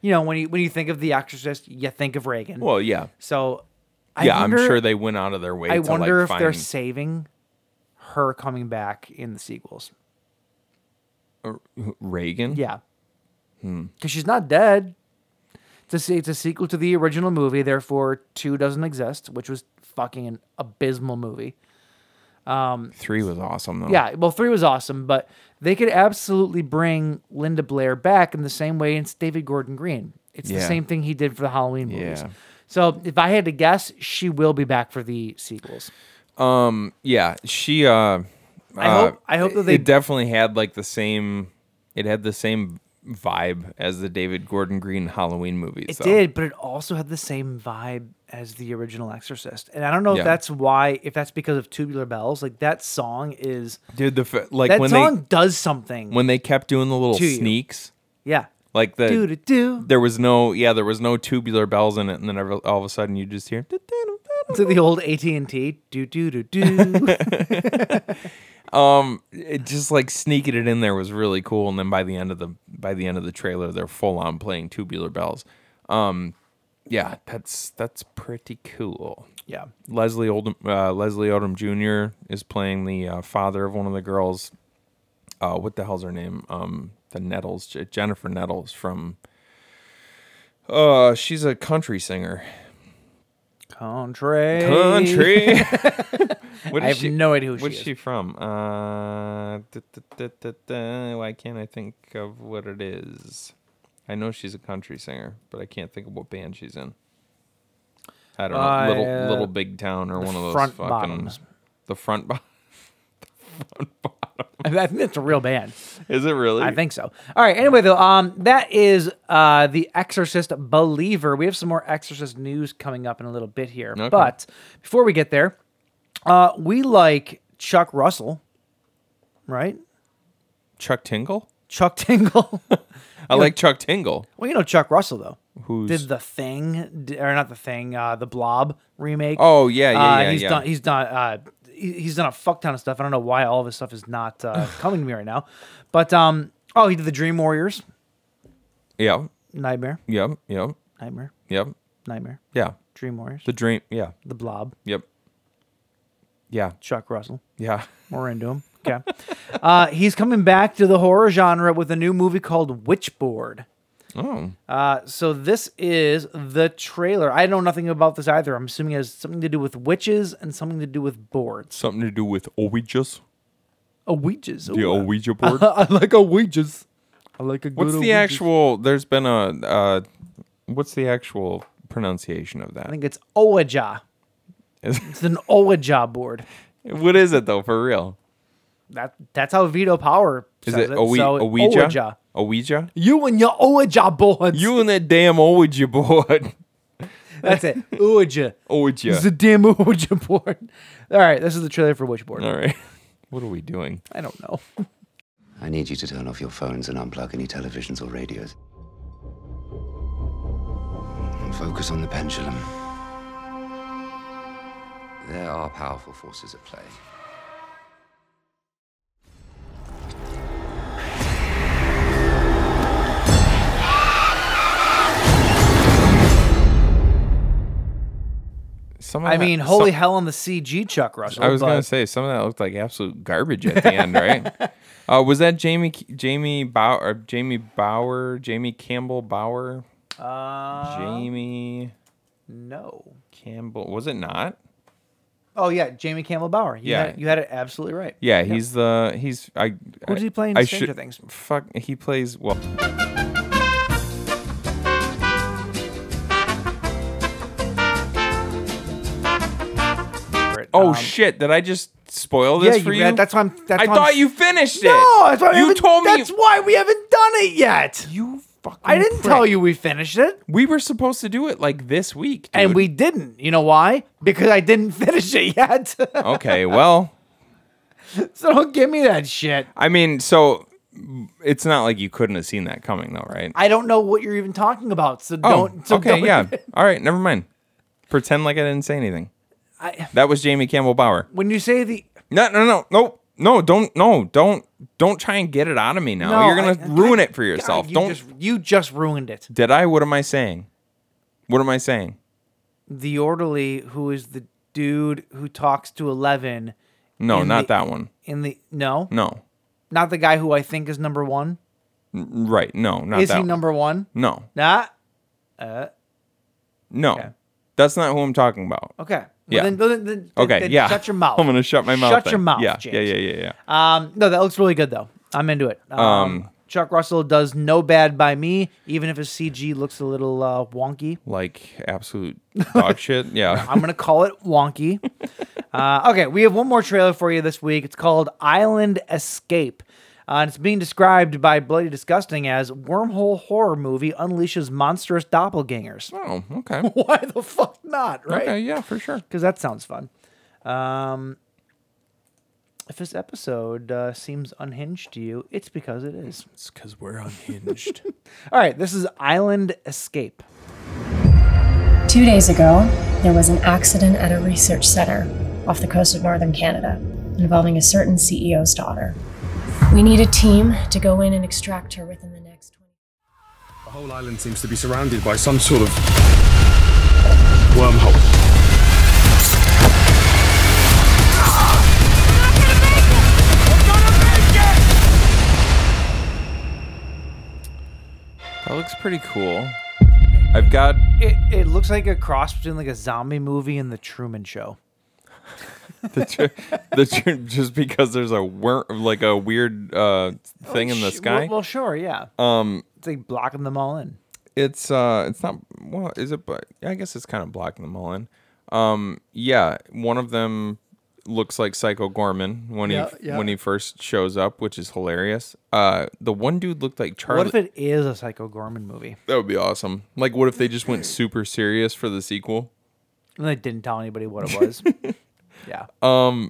you know, when you when you think of The Exorcist, you think of Reagan. well, yeah, so I yeah. wonder, I'm sure they went out of their way. I to, wonder like, if find... they're saving her coming back in the sequels. Reagan. Yeah. Hmm. Because she's not dead. It's a, se- it's a sequel to the original movie, therefore, two doesn't exist, which was fucking an abysmal movie. three was awesome though. Yeah, well, three was awesome, but they could absolutely bring Linda Blair back in the same way it's David Gordon Green. It's the Yeah. same thing he did for the Halloween movies. Yeah. So if I had to guess, she will be back for the sequels. Um. Yeah. She. Uh. I uh, hope- I hope that they- It definitely had like the same. It had the same vibe as the David Gordon Green Halloween movies. It though. did, but it also had the same vibe as the original Exorcist. And I don't know Yeah. if that's why, if that's because of Tubular Bells. Like that song is Dude, the f- like that when song they does something. when they kept doing the little To you. sneaks, yeah. like the Do do <laughs> do there was no yeah there was no tubular bells in it, and then ever, all of a sudden you just hear. to the old AT and T. Do do do <laughs> do. It just like sneaking it in there was really cool, and then by the end of the by the end of the trailer, they're full on playing tubular bells. Um, yeah, that's that's pretty cool. Yeah. Leslie Odom, uh, Leslie Odom Jr. is playing the uh, father of one of the girls. Uh, what the hell's her name? Um, the Nettles, J- Jennifer Nettles from. Uh, she's a country singer. Country. Country. what I have no idea who she What's is. she from? Uh, da, da, da, da, da. why can't I think of what it is? I know she's a country singer, but I can't think of what band she's in. I don't know. Uh, little Little Big Town or one of those Front fucking Bottoms. the front bottom. I think that's a real band. <laughs> Is it really? I think so. All right. Anyway, though, um, that is uh, the Exorcist believer. We have some more Exorcist news coming up in a little bit here, Okay. but before we get there, uh, we like Chuck Russell, right? Chuck Tingle. Chuck Tingle. <laughs> I like Chuck Tingle. well, you know Chuck Russell though. Who's did the thing d- or not the thing? Uh, the Blob remake. Oh, yeah, yeah, uh, yeah, He's yeah. done. He's done. Uh, he- he's done a fuck ton of stuff. I don't know why all of his stuff is not <laughs> uh, coming to me right now, but um, oh, he did the Dream Warriors, Yeah. Nightmare, Yep. Yep. Nightmare, Yep. Nightmare. Yeah. Dream Warriors, The dream. Yeah. The Blob, Yep. Yeah. Chuck Russell. Yeah. <laughs> We're into him. Okay. uh, he's coming back to the horror genre with a new movie called Witchboard. Oh. Uh, so this is the trailer. I know nothing about this either. I'm assuming it has something to do with witches and something to do with boards. Something to do with Ouija's? A witches. The ooh. Ouija <laughs> board? I like a witches. I like a good what's a the Ouija's. actual? There's been a. Uh, what's the actual pronunciation of that? I think it's Oaja. It's an Oaja board. what is it though, for real? That that's how Vito Power Is says it, Owi- So, Ouija? Ouija. Ouija? You and your Ouija boards. You and that damn Ouija board. <laughs> That's it. Ouija. Ouija. It's a damn Ouija board. All right, this is the trailer for Ouija board. All right. What are we doing? I don't know. I need you to turn off your phones and unplug any televisions or radios. And focus on the pendulum. There are powerful forces at play. Some. Of I that- mean, holy some- hell on the CG, Chuck Russell. I was gonna but say some of that looked like absolute garbage at <laughs> the end, right? Uh, was that Jamie Jamie Bauer or Jamie Bauer Jamie Campbell Bauer Uh, Jamie no. Campbell was it not? Oh yeah, Jamie Campbell Bauer. You Yeah. had, you had it absolutely right. Yeah, he's the he's I. Who I- does he play in I Stranger should- Things? Um, Fuck, he plays well. Right. Oh Um, shit! Did I just spoil Yeah, this you for you? read- that's why I'm- that's I why I'm thought s- you finished it. No, that's why we you haven't- told me. That's why we haven't done it yet. you fucking. I didn't prick. tell you we finished it, We were supposed to do it like this week, dude. and we didn't. You know why? Because I didn't <laughs> finish it yet. <laughs> okay, well, so don't give me that shit. I mean, so it's not like you couldn't have seen that coming, though, right? I don't know what you're even talking about. So oh, don't. So okay, don't- yeah. All right, never mind. Pretend like I didn't say anything. I- that was Jamie Campbell Bauer. <laughs> When you say the No, no, no, no, no. Don't, no, don't, don't try and get it out of me now. No, You're gonna I- ruin God- it for yourself. God, you don't. Just, you just ruined it. Did I? What am I saying? What am I saying? The orderly, who is the dude who talks to Eleven, No, In not the- that one. in the no, No, not the guy who I think is number one. right? No, not is that. he one. number one? No, Nah. no. That's not who I'm talking about. Okay. Well, Yeah. Then, then, then, Okay, then yeah. Shut your mouth. <laughs> I'm gonna shut my mouth. Shut then. your mouth. Yeah, James. yeah, yeah, yeah, yeah. Um, no, that looks really good though. I'm into it. Um, Chuck Russell does no bad by me, even if his CG looks a little uh, wonky. Like <laughs> absolute dog shit. Yeah. I'm gonna call it wonky. Uh, okay, we have one more trailer for you this week. It's called Island Escape. Uh, and it's being described by Bloody Disgusting as wormhole horror movie unleashes monstrous doppelgangers. oh, okay. <laughs> Why the fuck not, right? Okay, yeah, for sure. because that sounds fun. Um, if this episode uh, seems unhinged to you, it's because it is. It's because we're unhinged. <laughs> All right, this is Island Escape. Two days ago, there was an accident at a research center off the coast of northern Canada involving a certain CEO's daughter. We need a team to go in and extract her within the next. The whole island seems to be surrounded by some sort of wormhole. that looks pretty cool. I've got. It, it looks like a cross between like a zombie movie and the Truman Show. the, tr- the tr- just because there's a wor- like a weird uh, thing in the Sh- sky. Oh, Well, well, sure, yeah. um, It's like blocking them all in. it's uh, it's not. Well, is it? But I guess it's kind of blocking them all in. Um, yeah, one of them looks like Psycho Gorman when Yeah, he yeah. when he first shows up, which is hilarious. Uh, the one dude looked like Charlie. What if it is a Psycho Gorman movie that would be awesome. Like, what if they just went super serious for the sequel? and they didn't tell anybody what it <laughs> was? yeah. Uh,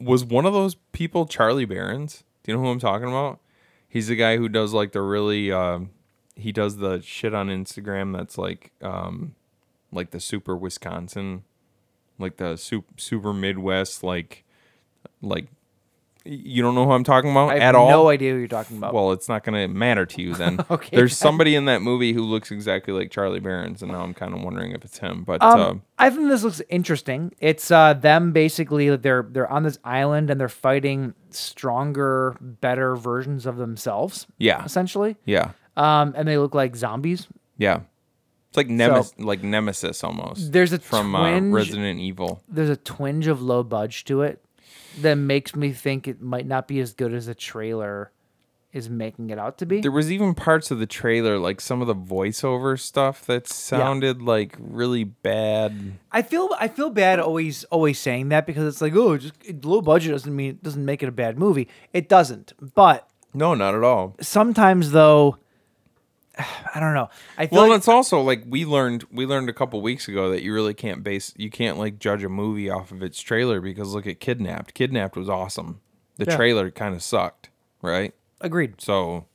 was one of those people Charlie Barons? Do you know who I'm talking about? He's the guy who does like the really um, he does the shit on Instagram that's like um like the super Wisconsin, like the super, super Midwest, like like y- you don't know who I'm talking about I have at no all. idea who you're talking about. Well, it's not gonna matter to you then. <laughs> Okay, There's then. somebody in that movie who looks exactly like Charlie Barons, and now I'm kind of wondering if it's him. But Um, um, I think this looks interesting. It's uh, them basically they're they're on this island and they're fighting stronger, better versions of themselves. Yeah. essentially. yeah, Um, and they look like zombies. Yeah. It's like Nemesis, like Nemesis almost. There's a from twinge- uh, Resident Evil. There's a twinge of low budge to it that makes me think it might not be as good as the trailer is making it out to be. There was even parts of the trailer, like some of the voiceover stuff that sounded like really bad. I feel I feel bad always always saying that because it's like oh just low budget doesn't mean doesn't make it a bad movie. It doesn't, but No, not at all. sometimes though. <sighs> I don't know. I feel Well, like- it's also like we learned we learned a couple weeks ago that you really can't base you can't like judge a movie off of its trailer because look at Kidnapped. Kidnapped was awesome. The Yeah. trailer kind of sucked, right? Agreed. So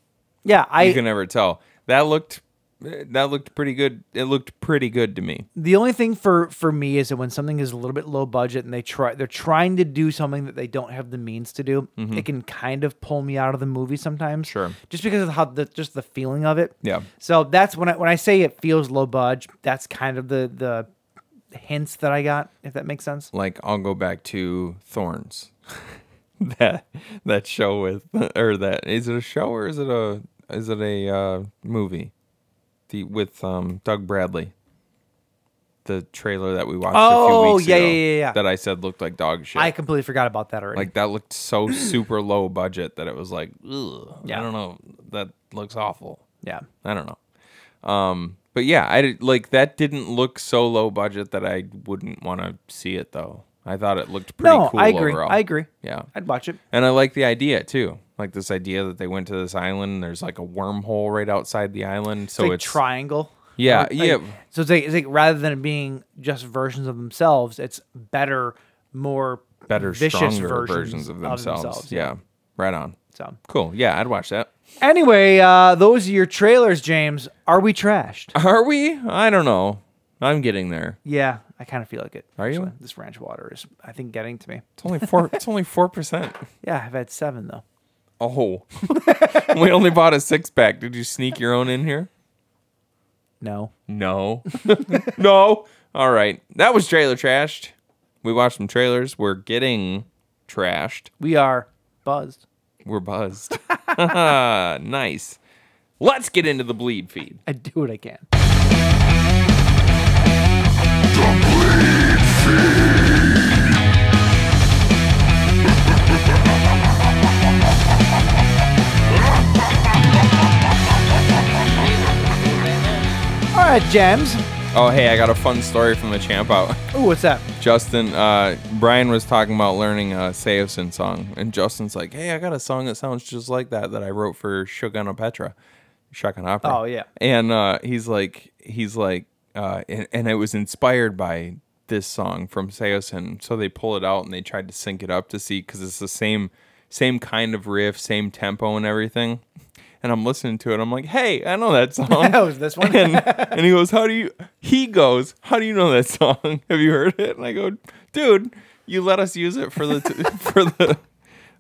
Yeah, I you can never tell. That looked eh, that looked pretty good. It looked pretty good to me. the only thing for for me is that when something is a little bit low budget and they try they're trying to do something that they don't have the means to do, it can kind of pull me out of the movie sometimes. Mm-hmm. Sure. Just because of how the just the feeling of it. Yeah. So that's when I when I say it feels low budge, that's kind of the the hints that I got, if that makes sense. like I'll go back to Thorns. <laughs> that that show with or that is it a show or is it a is it a uh, movie? The with um Doug Bradley. The trailer that we watched a few Oh, weeks yeah, ago yeah, yeah, yeah. that I said looked like dog shit. I completely forgot about that already. like that looked so <clears throat> super low budget that it was like, Ugh, Yeah. I don't know, that looks awful. yeah. I don't know. Um, but yeah, I did, like that didn't look so low budget that I wouldn't want to see it though. I thought it looked pretty No, cool I agree. overall. I agree. Yeah. I'd watch it. And I like the idea too. Like this idea that they went to this island and there's like a wormhole right outside the island. So like it's triangle. Yeah, Like- yeah. like- so it's like, it's like rather than it being just versions of themselves, it's better, more better, vicious stronger versions, of themselves. yeah. Right on. So cool. Yeah, I'd watch that. <laughs> Anyway, uh, those are your trailers, James. Are we <laughs> trashed? Are we? I don't know. I'm getting there. Yeah, I kind of feel like it. Are you? actually. This ranch water is, I think, getting to me. It's only four. it's only four percent. <laughs> Yeah, I've had seven though. Oh, <laughs> we only bought a six pack. Did you sneak your own in here? No. No. <laughs> no. All right. That was trailer trashed. We watched some trailers. We're getting trashed. We are buzzed. We're buzzed. <laughs> nice. Let's get into the bleed feed. I do what I can. All right, James. Oh, hey, I got a fun story from the champ out. Ooh, what's that? Justin, uh, Brian was talking about learning a Seosin song, and Justin's like, "Hey, I got a song that sounds just like that that I wrote for Shogun Petra, Shogun Opera." Oh, yeah. And uh, he's like, he's like, uh, and, and it was inspired by this song from Seosin. So they pull it out and they tried to sync it up to see because it's the same, same kind of riff, same tempo and everything. And I'm listening to it. I'm like, hey, I know that song. <laughs> That was <laughs> this one. And, and he goes, how do you? He goes, how do you know that song? <laughs> Have you heard it? And I go, dude, you let us use it for the t- <laughs> for the.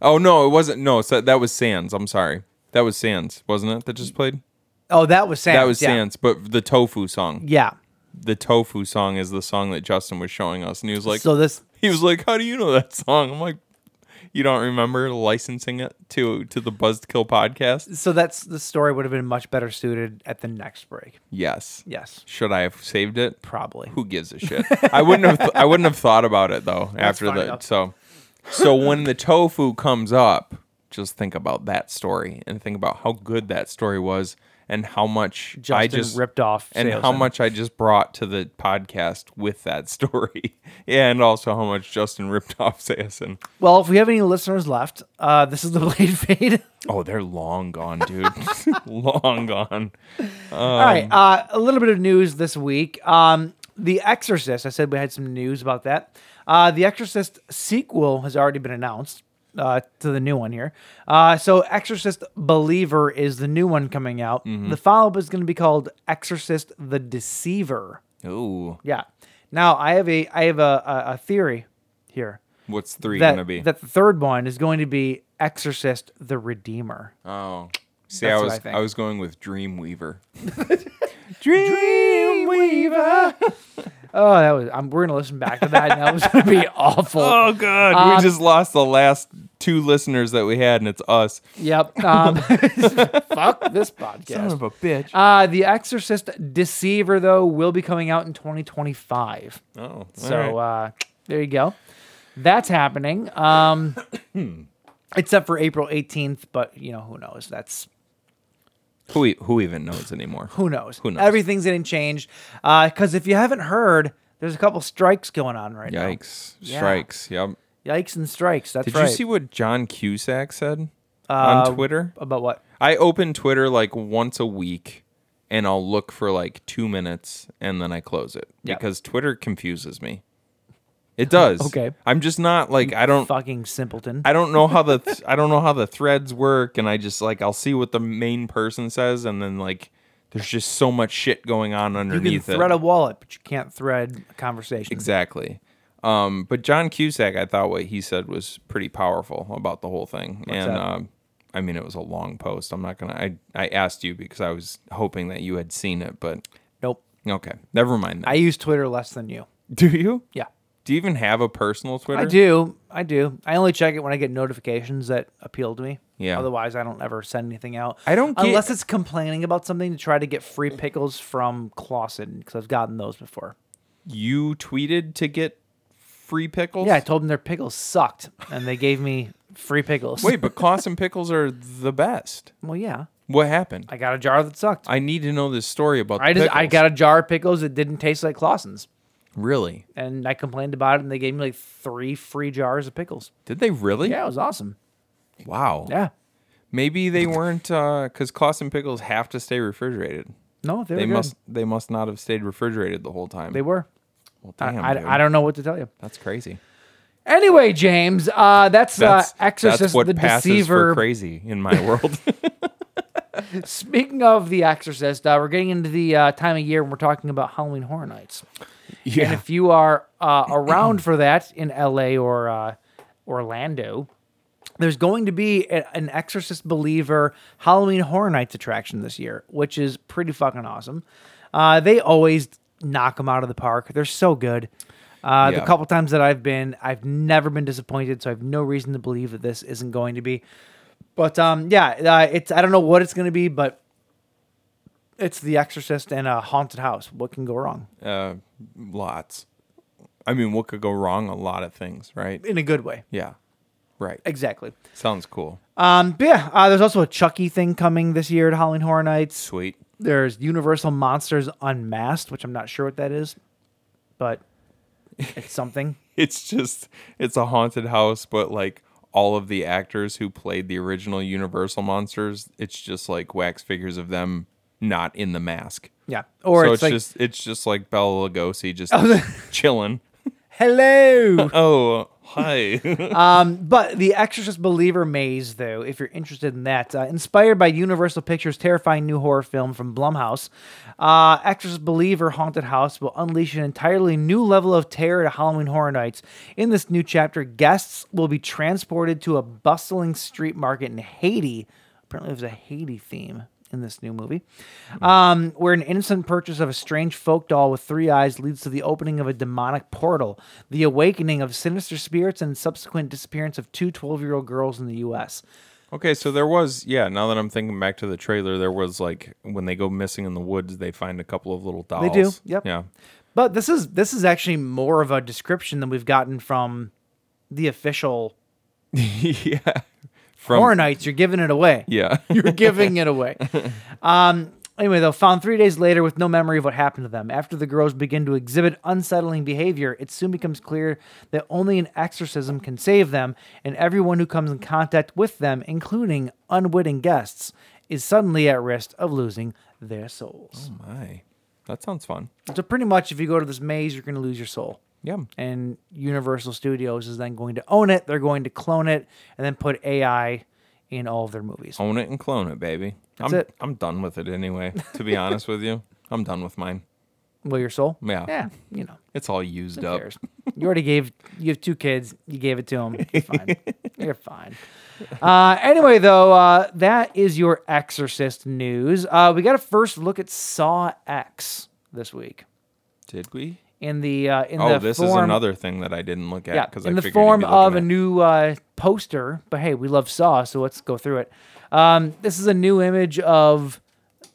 Oh no, it wasn't. No, so that was Sands. I'm sorry. That was Sands, wasn't it? That just played. Oh, that was Sam. That was yeah. Sands, but the tofu song. Yeah. The tofu song is the song that Justin was showing us, and he was like, So this- He was like, "How do you know that song?" I'm like, "You don't remember licensing it to to the Buzzkill podcast?" So that's the story would have been much better suited at the next break. Yes. Yes. Should I have saved it? Probably. Who gives a shit? I wouldn't have. Th- I wouldn't have thought about it though. after fine, that, though. so, so when the tofu comes up, just think about that story and think about how good that story was and how much I Justin just ripped off and how Seosin. much I just brought to the podcast with that <laughs> story. yeah, and also how much Justin ripped <laughs> off Samson. Well, if we have any listeners left, uh, this is the <laughs> Blade Fade. Oh, they're long gone, <laughs> dude. long gone. Um, All right, uh, a little bit of news this week. Um, the Exorcist. I said we had some news about that. Uh, the Exorcist sequel has already been announced uh, to the new one here. Uh, so, Exorcist Believer is the new one coming out. Mm-hmm. The follow up is going to be called Exorcist the Deceiver. Ooh, Yeah. Now, I have a I have a a, a theory here what's three that gonna be? that the third one is going to be Exorcist the Redeemer. Oh, see, That's I what was I I, think. was going with Dreamweaver. <laughs> Dreamweaver. oh, that was. I'm, we're gonna listen back to that. And that was gonna <laughs> be awful. Oh God, we just lost the last two listeners that we had, and it's us. Yep. Um, <laughs> fuck this podcast. Son of a bitch. Uh, the Exorcist Deceiver though will be coming out in 2025. Oh, So uh, there you go. That's happening. <coughs> Um, Hmm. except for April 18th, but you know who knows. That's who e- who even knows anymore? Who knows? Who knows? Everything's getting changed. Because if you haven't heard, there's a couple strikes going on right Yikes! Yeah. Strikes. Yep. now. Yikes and strikes. That's Did right. you see what John Cusack said Uh, on Twitter? about what? I open Twitter like once a week, and I'll look for like two minutes, and then I close it Yep. because Twitter confuses me. It does. <laughs> Okay. I'm just not like I don't Fucking simpleton. I don't know how the th- I don't know how the threads work, and I just like I'll see what the main person says, and then like there's just so much shit going on you can underneath thread it. a wallet, but you can't thread a conversation. exactly. Um, but John Cusack, I thought what he said was pretty powerful about the whole thing, and that? um, I mean it was a long post. I'm not gonna. I I asked you because I was hoping that you had seen it, but Nope. okay, never mind. That. I use Twitter less than you. do you? Yeah. Do you even have a personal Twitter? I do. I do. I only check it when I get notifications that appeal to me. Yeah. Otherwise, I don't ever send anything out. I don't get- unless it's complaining about something to try to get free pickles from Clausen because I've gotten those before. You tweeted to get free pickles. Yeah, I told them their pickles sucked, and they gave me free pickles. Wait, but Clausen <laughs> pickles are the best. well, yeah, What happened? I got a jar that sucked. I need to know this story about. I the just I pickles. got a jar of pickles that didn't taste like Clausen's. Really? And I complained about it, and they gave me like three free jars of pickles. Did they really? Yeah, it was awesome. Wow. Yeah. Maybe they weren't because Klaus and pickles have to stay refrigerated. No, they were good. must. They must not have stayed refrigerated the whole time. They were. Well, I- damn, I, dude. I, don't Uh, know what to tell you. That's crazy. Anyway, James, uh, that's, That's uh, Exorcist That's what the passes Deceiver. for crazy in my world. <laughs> Speaking of The Exorcist, uh, we're getting into the uh, time of year when we're talking about Halloween Horror Nights. And if you are uh, around for that in LA or uh, Orlando, there's going to be a- an Exorcist Believer Halloween Horror Nights attraction this year, which is pretty fucking awesome. Uh, they always knock them out of the park. They're so good. Uh, Yeah. The couple times that I've been, I've never been disappointed, so I have no reason to believe that this isn't going to be. But um, yeah, uh, it's I don't know what it's going to be, but it's The Exorcist and a haunted house. What can go wrong? uh, lots. I mean, what could go wrong? A lot of things, right? In a good way. Yeah. Right. Exactly. Sounds cool. Um, but yeah, uh, there's also a Chucky thing coming this year at Halloween Horror Nights. Sweet. <laughs> There's Universal Monsters Unmasked, which I'm not sure what that is, but it's something. <laughs> It's just it's a haunted house, but like all of the actors who played the original Universal monsters, it's just like wax figures of them not in the mask. Yeah. Or so it's it's, like- just it's just like Bella Lugosi just <laughs> Oh. chilling. Hello. oh, hi. <laughs> um, but the Exorcist Believer Maze, though, if you're interested in that, uh, inspired by Universal Pictures' terrifying new horror film from Blumhouse, uh, Exorcist Believer Haunted House will unleash an entirely new level of terror to Halloween Horror Nights. In this new chapter, guests will be transported to a bustling street market in Haiti. Apparently, there's a Haiti theme in this new movie, um, where an innocent purchase of a strange folk doll with three eyes leads to the opening of a demonic portal, the awakening of sinister spirits, and subsequent disappearance of two 12 year old girls in the U.S. Okay, so there was yeah. Now that I'm thinking back to the trailer, there was like when they go missing in the woods, they find a couple of little dolls. They do, yep. Yeah. But this is this is actually more of a description than we've gotten from the official <laughs> yeah. From Horror Nights. You're giving it away. <laughs> Yeah. <laughs> You're giving it away. Um, anyway, though, found three days later with no memory of what happened to them. After the girls begin to exhibit unsettling behavior, it soon becomes clear that only an exorcism can save them, and everyone who comes in contact with them, including unwitting guests, is suddenly at risk of losing their souls. my, that sounds fun. So, pretty much, if you go to this maze, you're going to lose your soul. Yeah. And Universal Studios is then going to own it. They're going to clone it and then put AI in all of their movies. Own it and clone it, baby. That's I'm it. I'm done with <laughs> it anyway. To be honest with you, I'm done with mine. Well, your soul? Yeah. Yeah. You know. It's all used up. cares? You already gave. You have two kids. You gave it to them. You're fine. <laughs> You're fine. Uh, anyway, though, uh, that is your Exorcist news. Uh, we got a first look at Saw X this week Did we? in the uh, in oh, the this is form, another thing that I didn't look yeah at because in I the figured form you'd be looking of a at- new uh, poster. But hey, we love Saw, so let's go through it. Um, this is a new image of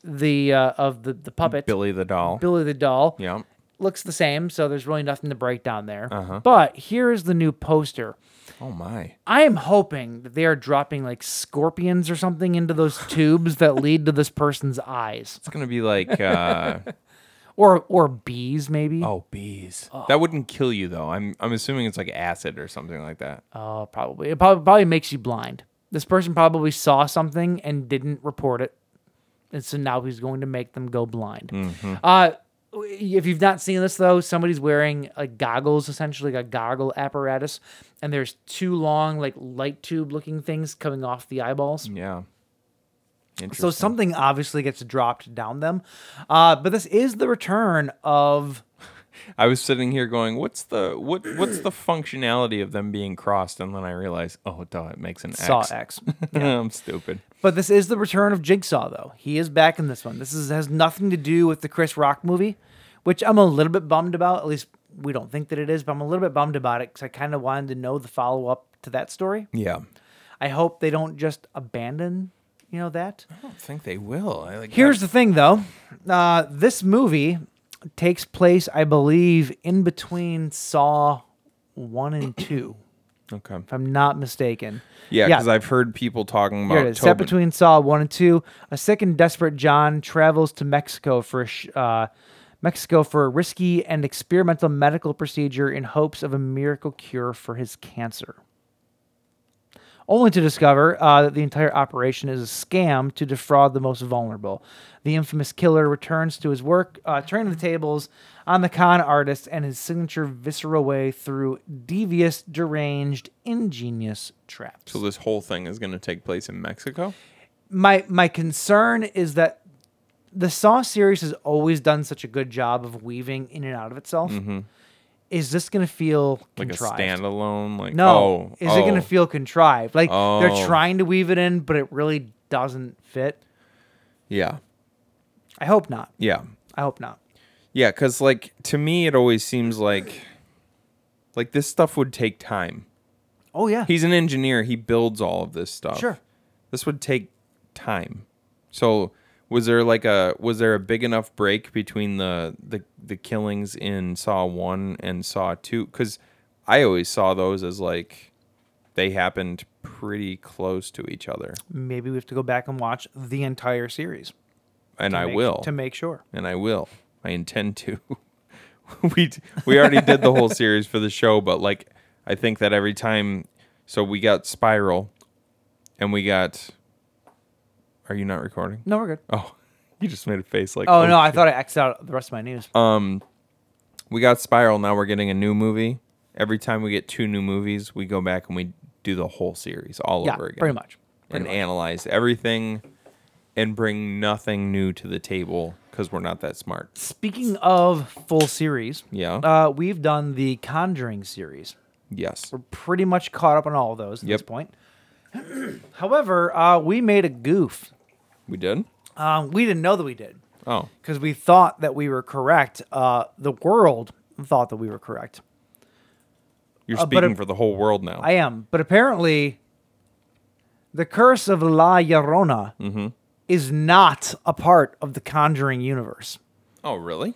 the uh, of the the puppet Billy the doll. Billy the doll Yeah. looks the same, so there's really nothing to break down there. Uh-huh. But here is the new poster. Oh my. I am hoping that they are dropping like scorpions or something into those <laughs> tubes that lead to this person's eyes, It's gonna be like. <laughs> uh or or bees maybe. Oh, bees. That wouldn't kill you though. I'm I'm assuming it's like acid or something like that. Oh, probably it prob- probably makes you blind. This person probably saw something and didn't report it, and so now he's going to make them go blind. Uh, if you've not seen this though, somebody's wearing like goggles, essentially like a goggle apparatus, and there's two long like light tube looking things coming off the eyeballs. Yeah. So something obviously gets dropped down them. Uh, but this is the return of I was sitting here going, "What's the what? What's the functionality of them being crossed?" And then I realized, "Oh, duh, it makes an Saw X." <laughs> X. I'm stupid. But this is the return of Jigsaw, though. He is back in this one. This is, has nothing to do with the Chris Rock movie, which I'm a little bit bummed about. At least we don't think that it is, but I'm a little bit bummed about it because I kind of wanted to know the follow up to that story. Yeah, I hope they don't just abandon, you know, that. I don't think they will. I, like, Here's the thing, though. Uh, this movie takes place, I believe, in between Saw one and two, okay. if I'm not mistaken. Yeah, because I've heard people talking Here it about is. Set Tobin. between Saw 1 and 2. A sick and desperate John travels to Mexico for a sh- uh, Mexico for a risky and experimental medical procedure in hopes of a miracle cure for his cancer. Only to discover uh, that the entire operation is a scam to defraud the most vulnerable. The infamous killer returns to his work, uh, turning the tables on the con artist and his signature visceral way through devious, deranged, ingenious traps. So this whole thing is going to take place in Mexico. my my concern is that the Saw series has always done such a good job of weaving in and out of itself. Mhm. Is this going to feel Like contrived? a standalone. Like no, Oh, is it going oh. to feel contrived? Like Oh. they're trying to weave it in, but it really doesn't fit. Yeah. I hope not. Yeah. I hope not. Yeah, because like to me, it always seems like like this stuff would take time. Oh yeah, He's an engineer. He builds all of this stuff. Sure. This would take time. So was there like a was there a big enough break between the the, the killings in Saw One and Saw Two? Because I always saw those as like they happened pretty close to each other, maybe we have to go back and watch the entire series. and to I make- will to make sure. and I will. I intend to. <laughs> we we already did the whole series for the show, but like I think that every time, so we got Spiral, and we got. Are you not recording? No, we're good. Oh, you just made a face like. oh, no, I shit. thought I X'd out the rest of my news. Um, we got Spiral. Now we're getting a new movie. Every time we get two new movies, we go back and we do the whole series all Yeah, over again. pretty much. and analyze everything and bring nothing new to the table because we're not that smart. Speaking of full series, Yeah. uh, we've done the Conjuring series. Yes. We're pretty much caught up on all of those at this Yep. point. <clears throat> However, uh, we made a goof. We did? Um, we didn't know that we did Oh. because we thought that we were correct. Uh, the world thought that we were correct. You're Uh, but speaking it- for the whole world now. I am, but apparently, the curse of La Llorona Mhm. is not a part of the Conjuring universe. oh, really?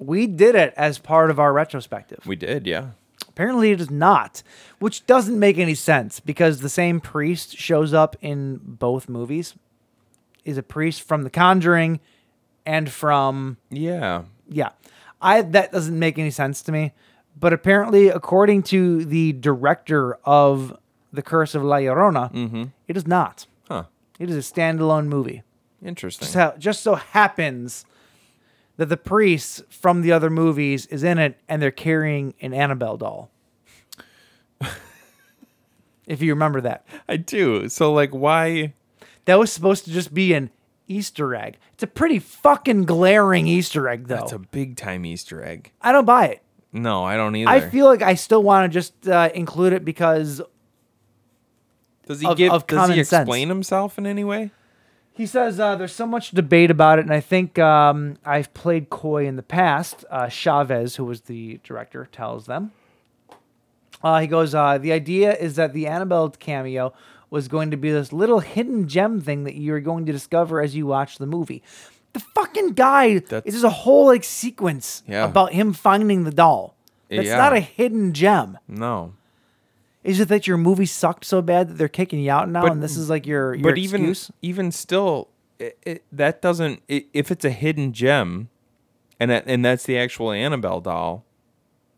We did it as part of our retrospective. We did, yeah. Apparently, it is not, which doesn't make any sense because the same priest shows up in both movies. Is a priest from The Conjuring and from Yeah. yeah, I that doesn't make any sense to me. But apparently, according to the director of The Curse of La Llorona, it is not. Huh. It is a standalone movie. Interesting. Just, how, just so happens that the priest from the other movies is in it, and they're carrying an Annabelle <laughs> doll. if you remember that, I do. So, like, why? that was supposed to just be an Easter egg. It's a pretty fucking glaring Easter egg, though. That's a big time Easter egg. I don't buy it. No, I don't either. I feel like I still want to just uh, include it because does he of- give? of does he common sense. explain himself in any way? he says uh, there's so much debate about it, and I think um, I've played coy in the past. Uh, Chavez, who was the director, tells them. Uh, he goes, uh, the idea is that the Annabelle cameo was going to be this little hidden gem thing that you're going to discover as you watch the movie. The fucking guy That's- is just a whole like sequence Yeah. about him finding the doll. That's Yeah. not a hidden gem. No. Is it that your movie sucked so bad that they're kicking you out now, But- and this is like your, your but even excuse? even still, it, it, that doesn't. i if it's a hidden gem, and that, and that's the actual Annabelle doll,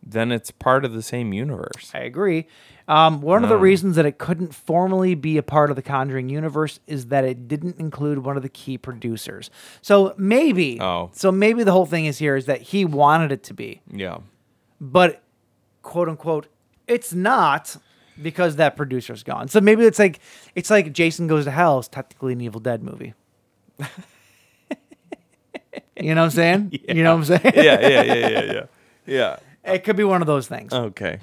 then it's part of the same universe. I agree. Um, one of the No. reasons that it couldn't formally be a part of the Conjuring universe is that it didn't include one of the key producers. So maybe, Oh. so maybe the whole thing is here is that he wanted it to be, Yeah. but quote unquote, it's not because that producer's gone. So maybe it's like it's like Jason Goes to Hell is technically an Evil Dead movie. you know what I'm saying? You know what I'm saying? <laughs> Yeah. Yeah. Yeah. Yeah. Yeah. yeah. It could be one of those things. Okay.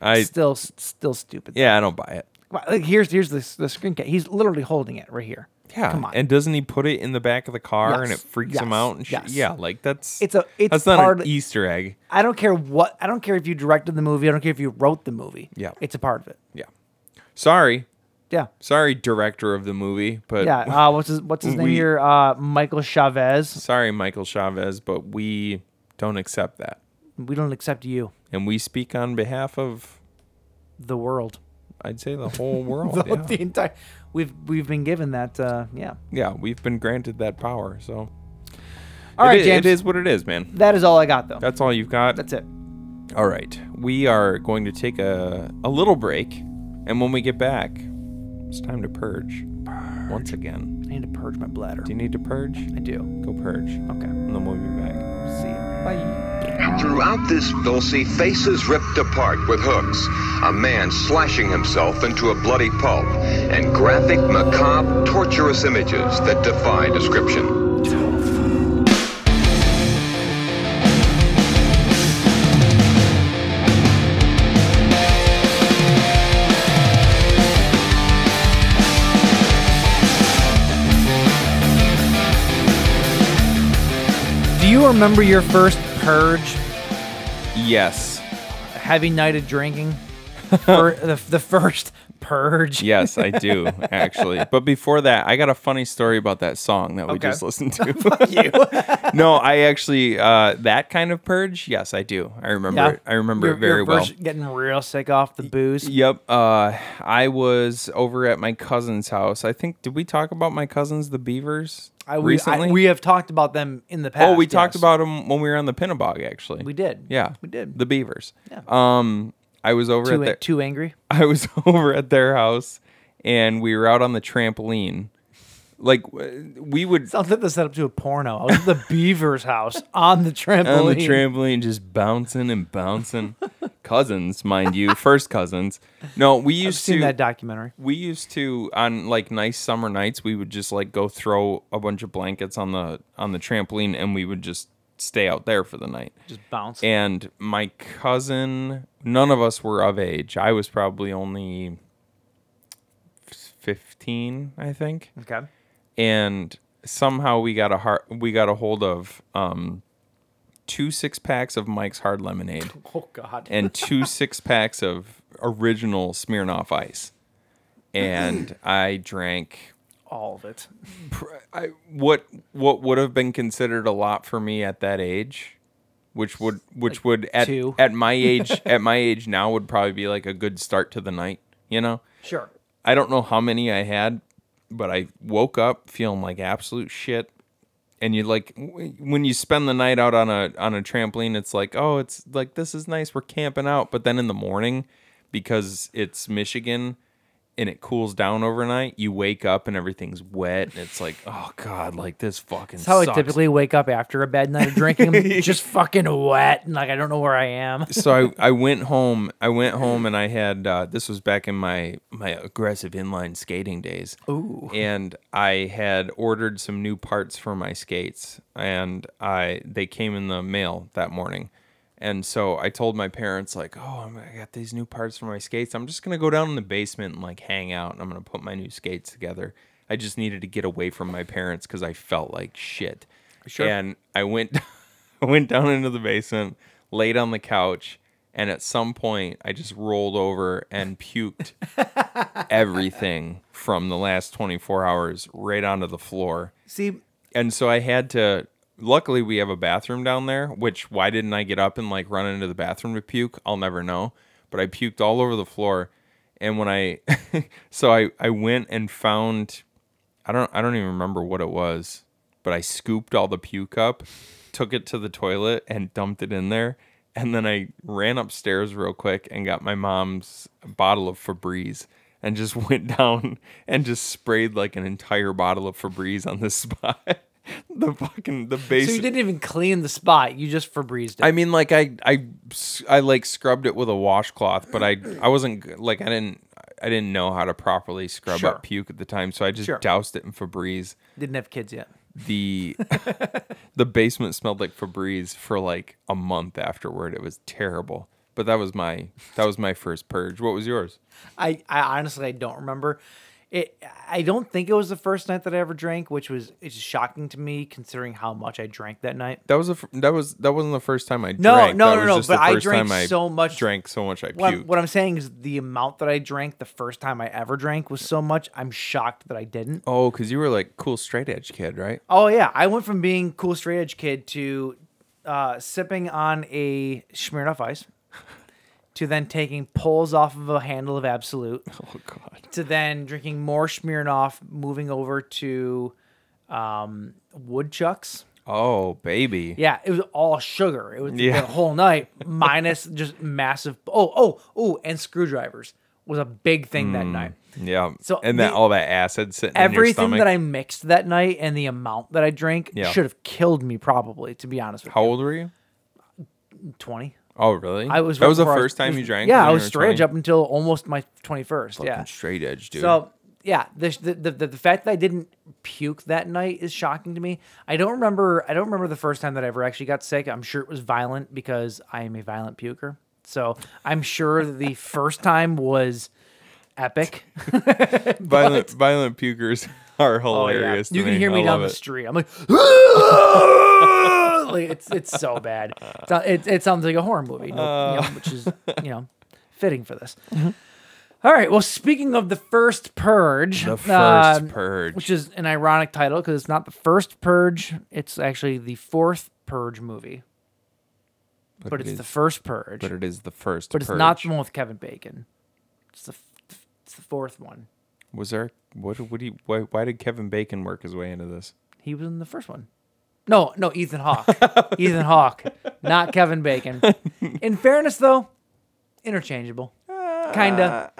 I still, s- still stupid. yeah. I don't buy it. Come on, like, here's here's the s- the screen cap. He's literally holding it right here. Yeah, Come on. and doesn't he put it in the back of the car and it Yes, freaks him yes, out and shit? yes. Yeah, like that's It's a- it's that's not part an of- Easter egg. I don't care what. I don't care if you directed the movie. I don't care if you wrote the movie. Yeah. it's a part of it. Yeah, sorry, Yeah, sorry, director of the movie, but yeah. Uh, what's his What's his name We- here? Uh, Michael Chavez. <laughs> sorry, Michael Chavez, but we don't accept that, We don't accept you. and we speak on behalf of The world. I'd say the whole <laughs> world. The, <laughs> yeah. the entire. We've we've been given that. Uh, yeah. yeah, we've been granted that power, so All It right, i- James. It is what it is, man. That is all I got, though. That's all you've got. That's it. All right. We are going to take a, a little break. And when we get back, it's time to purge. Once again. I need to purge my bladder. Do you need to purge? I do. Go purge. Okay. And then we'll be back. See ya. Throughout this, they'll see faces ripped apart with hooks, a man slashing himself into a bloody pulp, and graphic, macabre, torturous images that defy description. Do you remember your first purge? Yes. Heavy night of <laughs> drinking. Fir- the, the first purge. Yes, I <laughs> do, actually. But before that, I got a funny story about that song that we Okay. just <laughs> listened to. <laughs> no, I actually uh, that kind of purge, yes, I do. I remember it. I remember Your- it very your well. first Getting real sick off the booze. Yep. Uh, I was over at my cousin's house. I think did we talk about my cousins, the Beavers, I, we, recently? I, we have talked about them in the past. oh, we yes. talked about them when we were on the Pinnabog, actually. We did. Yeah, We did. The Beavers. Yeah. Um, I was over Too at a- their, too angry? <laughs> I was over at their house, and we were out on the trampoline. Like w- we would Sounds like the setup to a porno. I was at the Beaver's house on the trampoline. <laughs> on the trampoline, just bouncing and <laughs> bouncing. cousins, mind you, first cousins. No, we used seen to that documentary. We used to on like nice summer nights, we would just like go throw a bunch of blankets on the on the trampoline, and we would just stay out there for the night. Just bounce. And my cousin, none of us were of age. I was probably only fifteen, I think Okay. and somehow we got a hard, we got a hold of um two six packs of Mike's hard lemonade Oh God. and two six packs of original Smirnoff ice. And I drank all of it. I, what what would have been considered a lot for me at that age, which would which would at two. at my age at my age now would probably be like a good start to the night, you know? Sure. I don't know how many I had, but I woke up feeling like absolute shit. And you like w- when you spend the night out on a on a trampoline, it's like, oh, it's like this is nice, we're camping out. But then in the morning, because it's Michigan and it cools down overnight, you wake up and everything's wet, and it's like, oh god, like this fucking. That's how I sucks. typically wake up after a bad night of drinking. <laughs> I'm just fucking wet and like I don't know where I am. so I, I went home. I went home and I had uh, this was back in my my aggressive inline skating days. Ooh. And I had ordered some new parts for my skates, and I they came in the mail that morning. And so I told my parents like, "Oh, I'm- I got these new parts for my skates. I'm just gonna go down in the basement and like hang out, and I'm gonna put my new skates together." I just needed to get away from my parents because I felt like shit. Sure. And I went, <laughs> I went down into the basement, laid on the couch, and at some point I just rolled over and puked everything from the last 24 hours right onto the floor. See- and so I had to. Luckily, we have a bathroom down there. Which why didn't I get up and like run into the bathroom to puke? I'll never know. But I puked all over the floor, and when I, <laughs> so I I went and found, I don't I don't even remember what it was, but I scooped all the puke up, took it to the toilet and dumped it in there. And then I ran upstairs real quick and got my mom's bottle of Febreze and just <laughs> went down and just sprayed like an entire bottle of Febreze on the <laughs> spot. the fucking the base. So you didn't even clean the spot. You just Febrezed it. I mean, like I, I, s- I like scrubbed it with a washcloth, but I, I wasn't g- like I didn't, I didn't know how to properly scrub Sure. up puke at the time, so I just Sure. doused it in Febreze. Didn't have kids yet. <laughs> The, the basement smelled like Febreze for like a month afterward. It was terrible. But that was my, that was my first purge. What was yours? I, I honestly I don't remember. It I don't think it was the first night that I ever drank, which was it's shocking to me considering how much I drank that night. That was a, fir- that was that wasn't the first time I drank. No, That no, no, was no, just but the I first drank time I so much- Drank so much I What I'm, puked. what I'm saying is the amount that I drank the first time I ever drank was so much I'm shocked that I didn't. Oh, because you were like cool straight edge kid, right? Oh yeah, I went from being cool straight edge kid to uh, sipping on a Smirnoff <laughs> Ice, to then taking pulls off of a handle of Absolute. <laughs> Oh god. To then drinking more Smirnoff, moving over to um, woodchucks. Oh, baby. Yeah, it was all sugar. It was Yeah. the whole night minus just massive. Oh, oh, oh, and screwdrivers was a big thing that Mm, night. Yeah. So and that the- all that acid sitting in your Everything stomach. that I mixed that night and the amount that I drank Yeah. should have killed me, probably. To be honest with How old were you? you, twenty. Oh, really? I was. That right was the before I first time you drank. Yeah, when I you was were straight 20? edge up until almost my twenty first. Yeah, Fucking straight edge, dude. So yeah, the, the the the the fact that I didn't puke that night is shocking to me. I don't remember. I don't remember the first time that I ever actually got sick. I'm sure it was violent because I am a violent puker. So I'm sure that the first time was epic. violent violent pukers <laughs> are Oh, yeah. hilarious. to You can hear me I down love the it. street. I'm like, <laughs> like it's it's so <laughs> bad. It's- It, it sounds like a horror movie, you know, you know, which Uh. is you know fitting for this. Mm-hmm. All right. Well, speaking of the first purge, uh, The first purge. which is an ironic title because it's not the first purge; it's actually the fourth purge movie. But, it it's is- the first purge. But it is the first. But it's purge. not the one with Kevin Bacon. It's the f- it's the fourth one. Was there? What? What? Do you, why, why did Kevin Bacon work his way into this? He was in the first one. No, no, Ethan <laughs> Hawke. Ethan Hawke, not Kevin Bacon. In fairness, though, interchangeable. Kinda,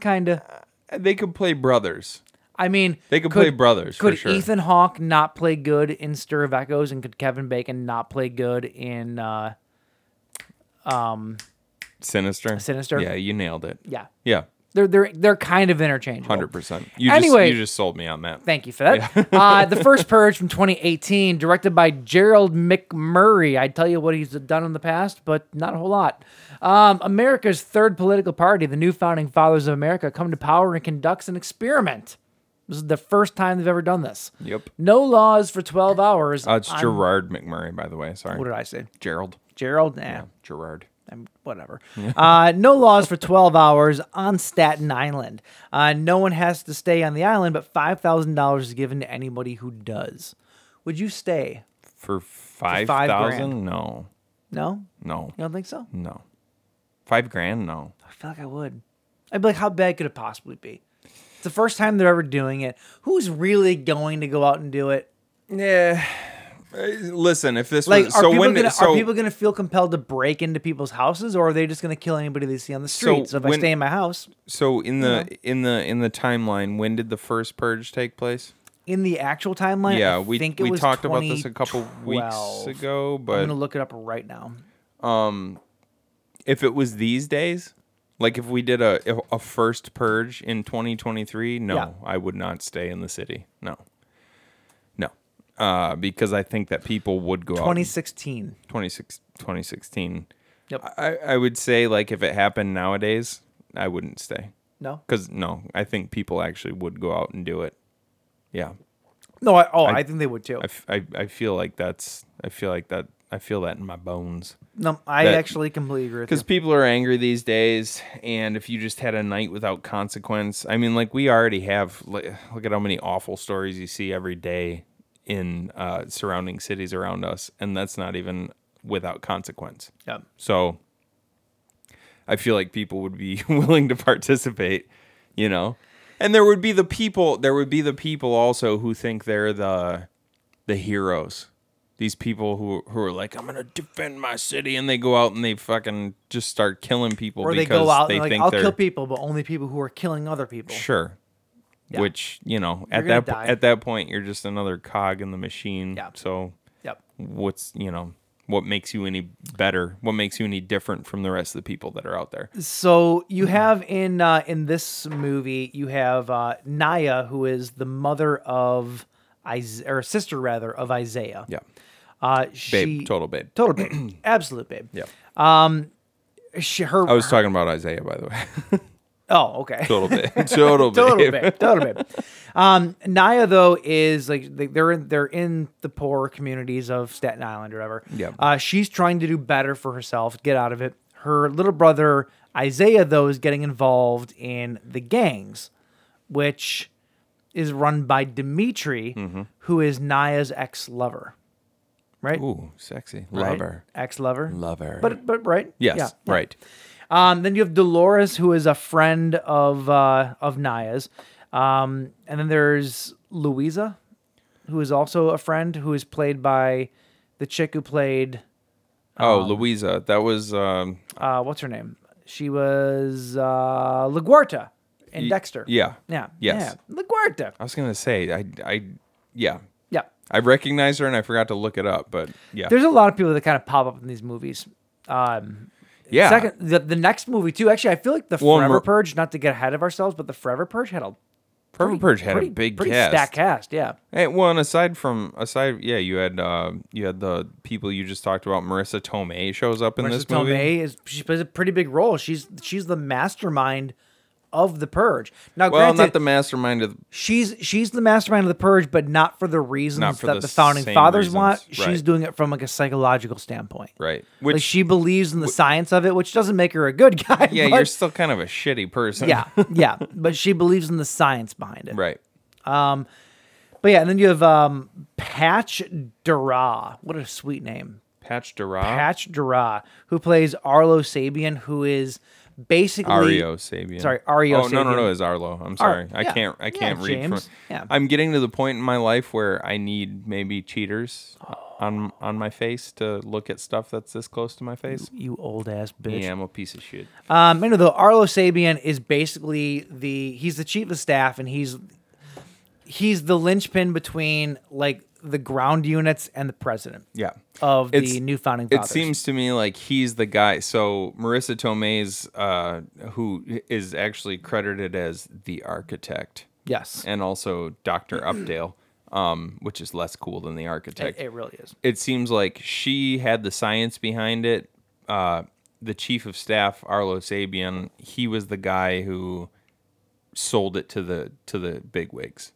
kinda. They could play brothers. I mean, They could play brothers, for Could sure. Ethan Hawke not play good in Stir of Echoes, and could Kevin Bacon not play good in? Uh, um, Sinister. Sinister. Yeah, you nailed it. Yeah. Yeah. they're they're they're kind of interchangeable. Hundred percent. You Anyway- just, you just sold me on that. Thank you for that. <laughs> uh, the First Purge from 2018, directed by Gerald McMurray. I tell you what he's done in the past, but not a whole lot. Um, America's third political party, the new founding fathers of America, come to power and conducts an experiment. This is the first time they've ever done this. Yep. No laws for 12 hours. Uh, it's on- Gerard McMurray, by the way. Sorry. What did I say? Gerald. Gerald, nah. Gerard. I'm- whatever. uh, no laws for 12 hours on Staten Island. Uh, no one has to stay on the island, but $5,000 is given to anybody who does. Would you stay? For five grand. thousand? No. No? No. You don't think so? No. Five grand? No. I feel like I would. I'd be like, how bad could it possibly be? It's the first time they're ever doing it. Who's really going to go out and do it? Yeah. Uh, Listen, if this Like, was are, so people when gonna, so are people going to feel compelled to break into people's houses, or are they just going to kill anybody they see on the So street? So, if I when- stay in my house, so in the in the in the timeline, when did the first purge take place? in the actual timeline, yeah, I we think it we was talked about this a couple weeks 2012. ago, I'm gonna but look it up right now. um, if it was these days, like if we did a if- a first purge in 2023, no, Yeah. I would not stay in the city. No, no, uh, because I think that people would go out. and- 2016. 26 2016. Yep. I, I would say like if it happened nowadays, I wouldn't stay. No? Because no, I think people actually would go out and do it. Yeah. No, I, oh, I, think they would too. I, f- I, I feel like that's I feel like that I feel that in my bones. No, I actually completely agree with you. Because people are angry these days, and if you just had a night without consequence, I mean, like we already have. li- Look at how many awful stories you see every day in uh, surrounding cities around us, and that's not even without consequence. Yep. So I feel like people would be <laughs> willing to participate, you know. And there would be the people there would be the people also who think they're the the heroes. These people who who are like I'm going to defend my city and they go out and they fucking just start killing people or they because go out they and like, think I'll they're kill people, but only people who are killing other people. sure. Yeah. Which, you know, You're at gonna that po- die. at that point you're just another cog in the machine. Yeah. So Yep. what's, you know, what makes you any better? What makes you any different from the rest of the people that are out there? So you Hmm. have in uh, in this movie, you have uh, Naya, who is the mother of Is or sister rather of Isaiah. Yeah. Uh, she, total babe. total <clears throat> babe, absolute babe. Yeah. Um, she her. I was talking about Isaiah, by the way. Oh, okay. <laughs> Total babe. <laughs> Total total babe. babe. Total babe. Um, Naya though is like they- they're in, they're in the poor communities of Staten Island or whatever. Yeah. Uh, she's trying to do better for herself, get out of it. Her little brother Isaiah though is getting involved in the gangs, which is run by Dimitri, Mm-hmm. who is Naya's ex lover. Right. Ooh, sexy. Right? Lover. Ex-lover. Lover. But but right. Yes, Yeah, yeah. right. Um, then you have Dolores, who is a friend of uh, of Naya's, um, and then there's Louisa, who is also a friend, who is played by the chick who played Um, Oh, Louisa. That was um, uh, what's her name? She was uh, LaGuarta in Y- Dexter. yeah. Yeah. Yes. Yeah. LaGuarta. I was gonna say I I yeah. Yeah. I recognize her and I forgot to look it up, but yeah. There's a lot of people that kind of pop up in these movies. Um, Yeah. Second, the, the next movie too. Actually, I feel like the Well, Forever Mer- Purge. Not to get ahead of ourselves, but the Forever Purge had a Forever Purge had a pretty- big pretty cast. stacked cast. Yeah. Hey, well, and aside from aside, yeah, you had uh, you had the people you just talked about. Marissa Tomei shows up in Marissa this movie. Tomei is she plays a pretty big role. She's she's the mastermind of the Purge. Now, well, granted, not the <laughs> mastermind of she's she's the mastermind of the purge, but not for the reasons Not for that the the, founding same fathers reasons, want. right. She's doing it from like a psychological standpoint. right. Which Which she believes in the science of it, which doesn't make her a good <laughs> guy. yeah, but- you're still kind of a shitty person. yeah, yeah, but she believes in the science behind it. right. Um, but yeah, and then you have um Patch Dura. What a sweet name. Patch Dura. Patch Dura, who plays Arlo Sabian, who is basically Ario Sabian. Sorry, Ario. Oh no no no, Sabian. it's Arlo. I'm Ar- sorry. I yeah. can't I Yeah, can't read James. from. Yeah. I'm getting to the point in my life where I need maybe cheaters Oh. on on my face to look at stuff that's this close to my face. You old ass bitch. Yeah, I'm a piece of shit. Um, anyway, though, Arlo Sabian is basically the he's the chief of staff, and he's he's the linchpin between like the ground units and the president. Yeah. of the It's- new founding It fathers. seems to me like he's the guy. So Marissa Tomei's, uh, who is actually credited as the architect. Yes. And also Dr. Updale, um, which is less cool than the it, architect. it really is. It seems like she had the science behind it. Uh, the chief of staff, Arlo Sabian, he was the guy who sold it to the to the bigwigs.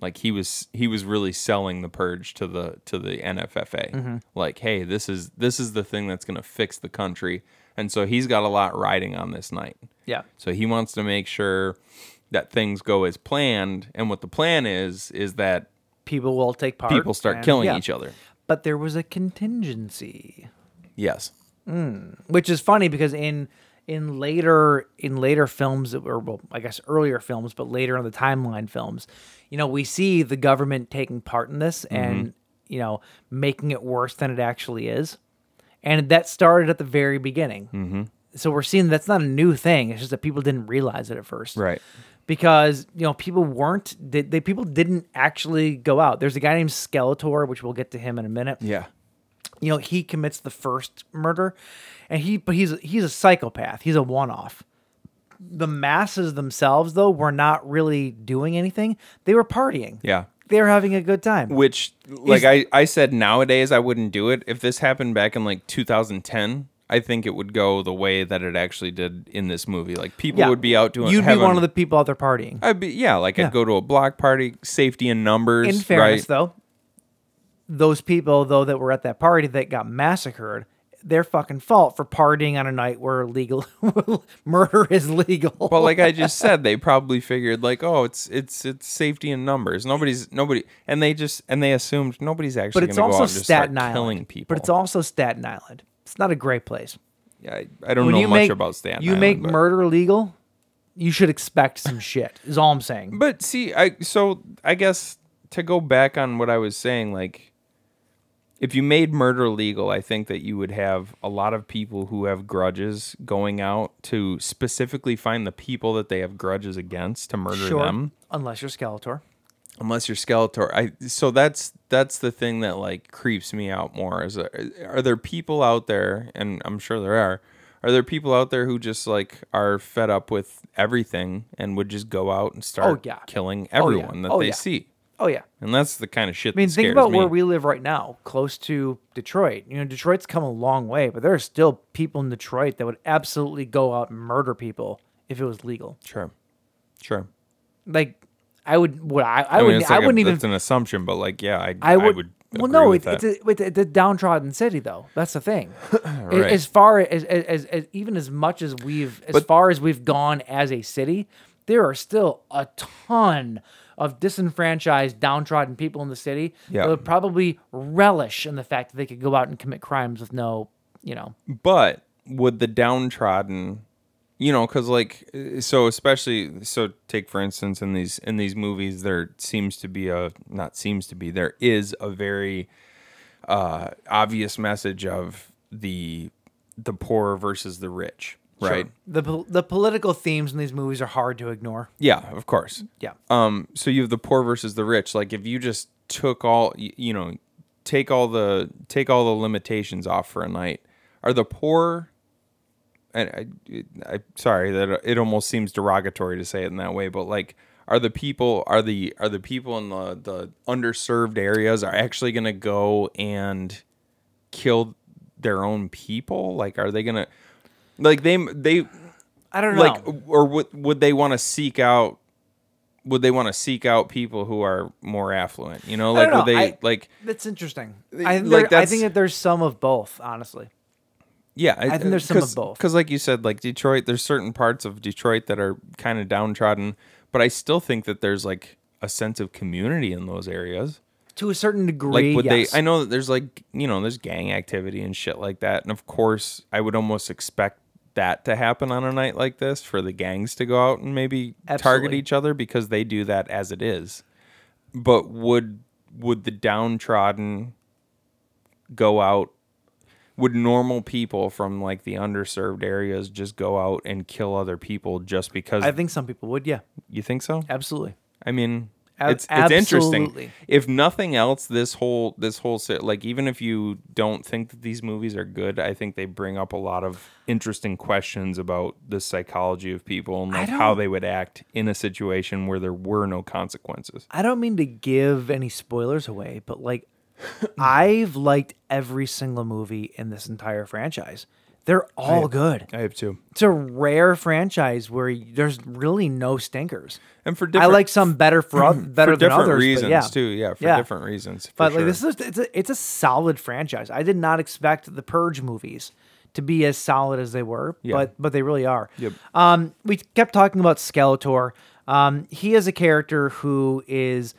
Like he was he was really selling the purge to the to the NFFA. Mhm. Like, hey, this is this is the thing that's going to fix the country. And so he's got a lot riding on this night. Yeah. So he wants to make sure that things go as planned and what the plan is is that People will take part. people start and- killing yeah. each other. But there was a contingency. Yes. Mm. Which is funny because in in later in later films that were well, I guess earlier films, but later on the timeline films, you know, we see the government taking part in this Mm-hmm. and you know making it worse than it actually is, and that started at the very beginning. Mm-hmm. So we're seeing that's not a new thing. It's just that people didn't realize it at first, Right. Because you know people weren't they, they people didn't actually go out. There's a guy named Skeletor, which we'll get to him in a minute Yeah. you know he commits the first murder and he but he's he's a psychopath he's a one-off the masses themselves though were not really doing anything they were partying Yeah. they were having a good time Which like I I said nowadays I wouldn't do it. If this happened back in like 2010, I think it would go the way that it actually did in this movie. Like people Yeah. would be out doing you'd having- be one of the people out there partying I'd be yeah, like Yeah. I'd go to a block party, safety in numbers, in fairness right? though those people though that were at that party that got massacred their fucking fault for partying on a night where legal <laughs> murder is legal But like I just said, they probably figured like, oh, it's it's it's safety in numbers. Nobody's nobody, and they just and they assumed nobody's actually. but it's gonna go out also and just start Staten Island. killing people. But it's also Staten Island. It's not a great place. Yeah, I, I don't When know you much make- about Staten You Island, make but- murder legal, you should expect some shit. Is all I'm saying. But see, I so I guess to go back on what I was saying, like if you made murder legal, I think that you would have a lot of people who have grudges going out to specifically find the people that they have grudges against to murder sure, them. unless you're Skeletor. Unless you're Skeletor, I so that's that's the thing that like creeps me out more is uh, are there people out there, and I'm sure there are, are there people out there who just like are fed up with everything and would just go out and start yeah. killing Oh, yeah. everyone that Oh, they yeah. see? Oh yeah. And that's the kind of shit. I mean, that think scares about me. where we live right now, close to Detroit. You know, Detroit's come a long way, but there are still people in Detroit that would absolutely go out and murder people if it was legal. Sure, sure. Like, I would. Would I? I mean, wouldn't. it's like I wouldn't a, even It's an assumption, but like, yeah, I, I would. well, agree no, with it, it's that. a, it's a- it's a downtrodden city, though. That's the thing. <clears throat> A- Right. As far as, as, as, as even as much as we've as far as we've gone as a city, there are still a ton of disenfranchised, downtrodden people in the city Yeah. that would probably relish in the fact that they could go out and commit crimes with no, you know, But would the downtrodden you know because like uh, so especially so take for instance in these in these movies there seems to be a not seems to be there is a very uh obvious message of the the poor versus the rich Sure. right The pol- the political themes in these movies are hard to ignore. yeah of course Yeah. um so you have the poor versus the rich like if you just took all y- you know take all the take all the limitations off for a night are the poor and I, it- I sorry that it almost seems derogatory to say it in that way, but like, are the people are the are the people in the the underserved areas are actually gonna go and kill their own people? Like, are they gonna like they they I don't like or would would they want to seek out would they want to seek out people who are more affluent? You know, I like don't know, would they I- like That's interesting. Th- I, think like, there- I that's- think that there's some of both, honestly. Yeah, I think there's some of both. Because, like you said, like Detroit, there's certain parts of Detroit that are kind of downtrodden, but I still think that there's like a sense of community in those areas. To a certain degree, Like, would yes. they? I know that there's like you know there's gang activity and shit like that, and of course, I would almost expect that to happen on a night like this for the gangs to go out and maybe target Absolutely. each other because they do that as it is. But would would the downtrodden go out would normal people from like the underserved areas just go out and kill other people just because I think some people would, yeah. you think so absolutely i mean Ab- it's it's interesting absolutely. if nothing else this whole this whole set like even if you don't think that these movies are good i think they bring up a lot of interesting questions about the psychology of people and I like how don't- they would act in a situation where there were no consequences I don't mean to give any spoilers away, but like I've liked every single movie in this entire franchise. They're all good. i have too It's a rare franchise where y- there's really no stinkers. And for I different- like some better for oth- better <clears throat> for than different others, but reasons yeah. too yeah for different reasons for But like sure. this is it's a, it's a solid franchise. I did not expect the Purge movies to be as solid as they were, Yeah. but but they really are. Yep. Um, we kept talking about Skeletor. Um, he is a character who is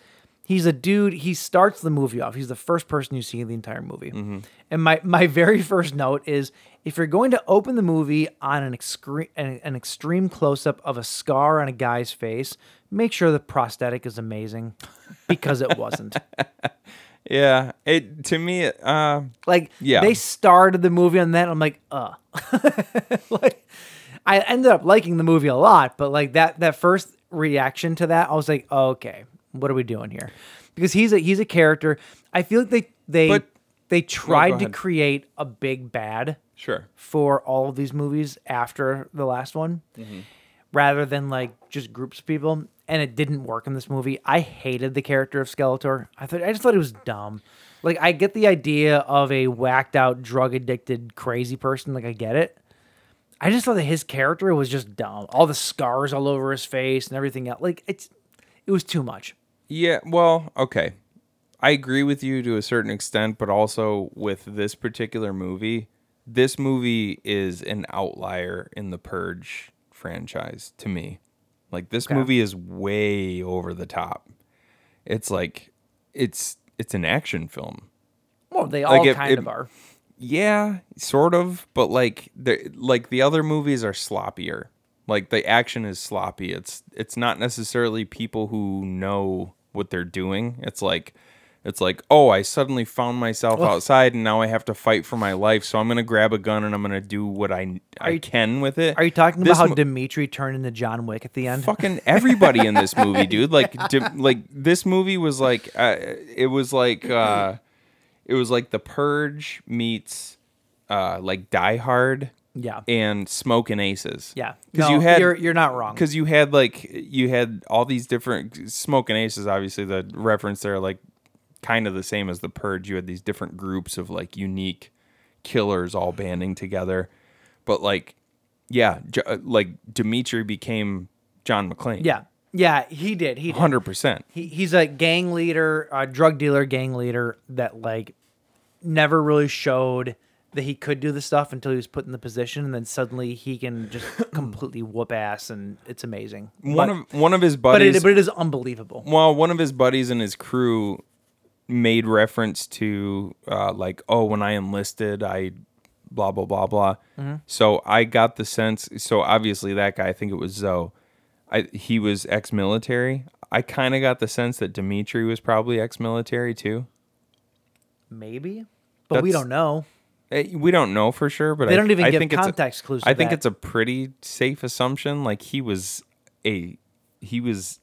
he's a dude. He starts the movie off. He's the first person you see in the entire movie. Mm-hmm. And my my very first note is if you're going to open the movie on an excre- an, an extreme close up of a scar on a guy's face, make sure the prosthetic is amazing because it <laughs> wasn't. yeah it to me it, uh Like yeah they started the movie on that. I'm like, uh. <laughs> like I ended up liking the movie a lot, but like that that first reaction to that, I was like, okay, what are we doing here? Because he's a he's a character. I feel like they they But- they tried to ahead. create a big bad sure for all of these movies after the last one Mm-hmm. rather than like just groups of people. And it didn't work in this movie. I hated the character of Skeletor. I thought I just thought it was dumb. Like I get the idea of a whacked out, drug addicted, crazy person. Like I get it. I just thought that his character was just dumb. All the scars all over his face and everything else. Like it's it was too much. Yeah, well, okay. I agree with you to a certain extent, but also with this particular movie, this movie is an outlier in the Purge franchise to me. Like this Okay. movie is way over the top. It's like it's it's an action film. Well, they Like, all it- kind it- of are. Yeah, sort of, but like the like the other movies are sloppier. Like the action is sloppy. It's it's not necessarily people who know what they're doing. It's like it's like, "Oh, I suddenly found myself Ugh. outside and now I have to fight for my life, so I'm going to grab a gun and I'm going to do what I I Are you- can with it." Are you talking about This how mo- Dimitri turned into John Wick at the end? fucking everybody in this movie, dude. Like, di- like this movie was like, uh, it was like, uh, it was like The Purge meets, uh, like Die Hard, Yeah. and Smoke and Aces, Yeah. Because No, you had, you're- you're not wrong. Because you had like, you had all these different Smoke and Aces. Obviously, the reference there, like, kind of the same as The Purge. You had these different groups of like unique killers all banding together, but like. Yeah, J- uh, like Dimitri became John McClane. Yeah. Yeah, he did. He did. hundred percent. He, he's a gang leader, a drug dealer, gang leader that like never really showed that he could do the stuff until he was put in the position, and then suddenly he can <clears throat> just completely whoop ass, and it's amazing. One But- of one of his but buddies. it, but it is unbelievable. well, one of his buddies and his crew made reference to uh, like, oh, when I enlisted, I blah blah blah blah. Mm-hmm. Mhm. So I got the sense. So obviously that guy, I think it was Zoe. I he was ex-military. I kind of got the sense that Dimitri was probably ex-military too. Maybe, but we That's- don't know. Eh, We don't know for sure, but They I, don't even I give think it's a- context clues to I think that. it's a pretty safe assumption. Like he was a he was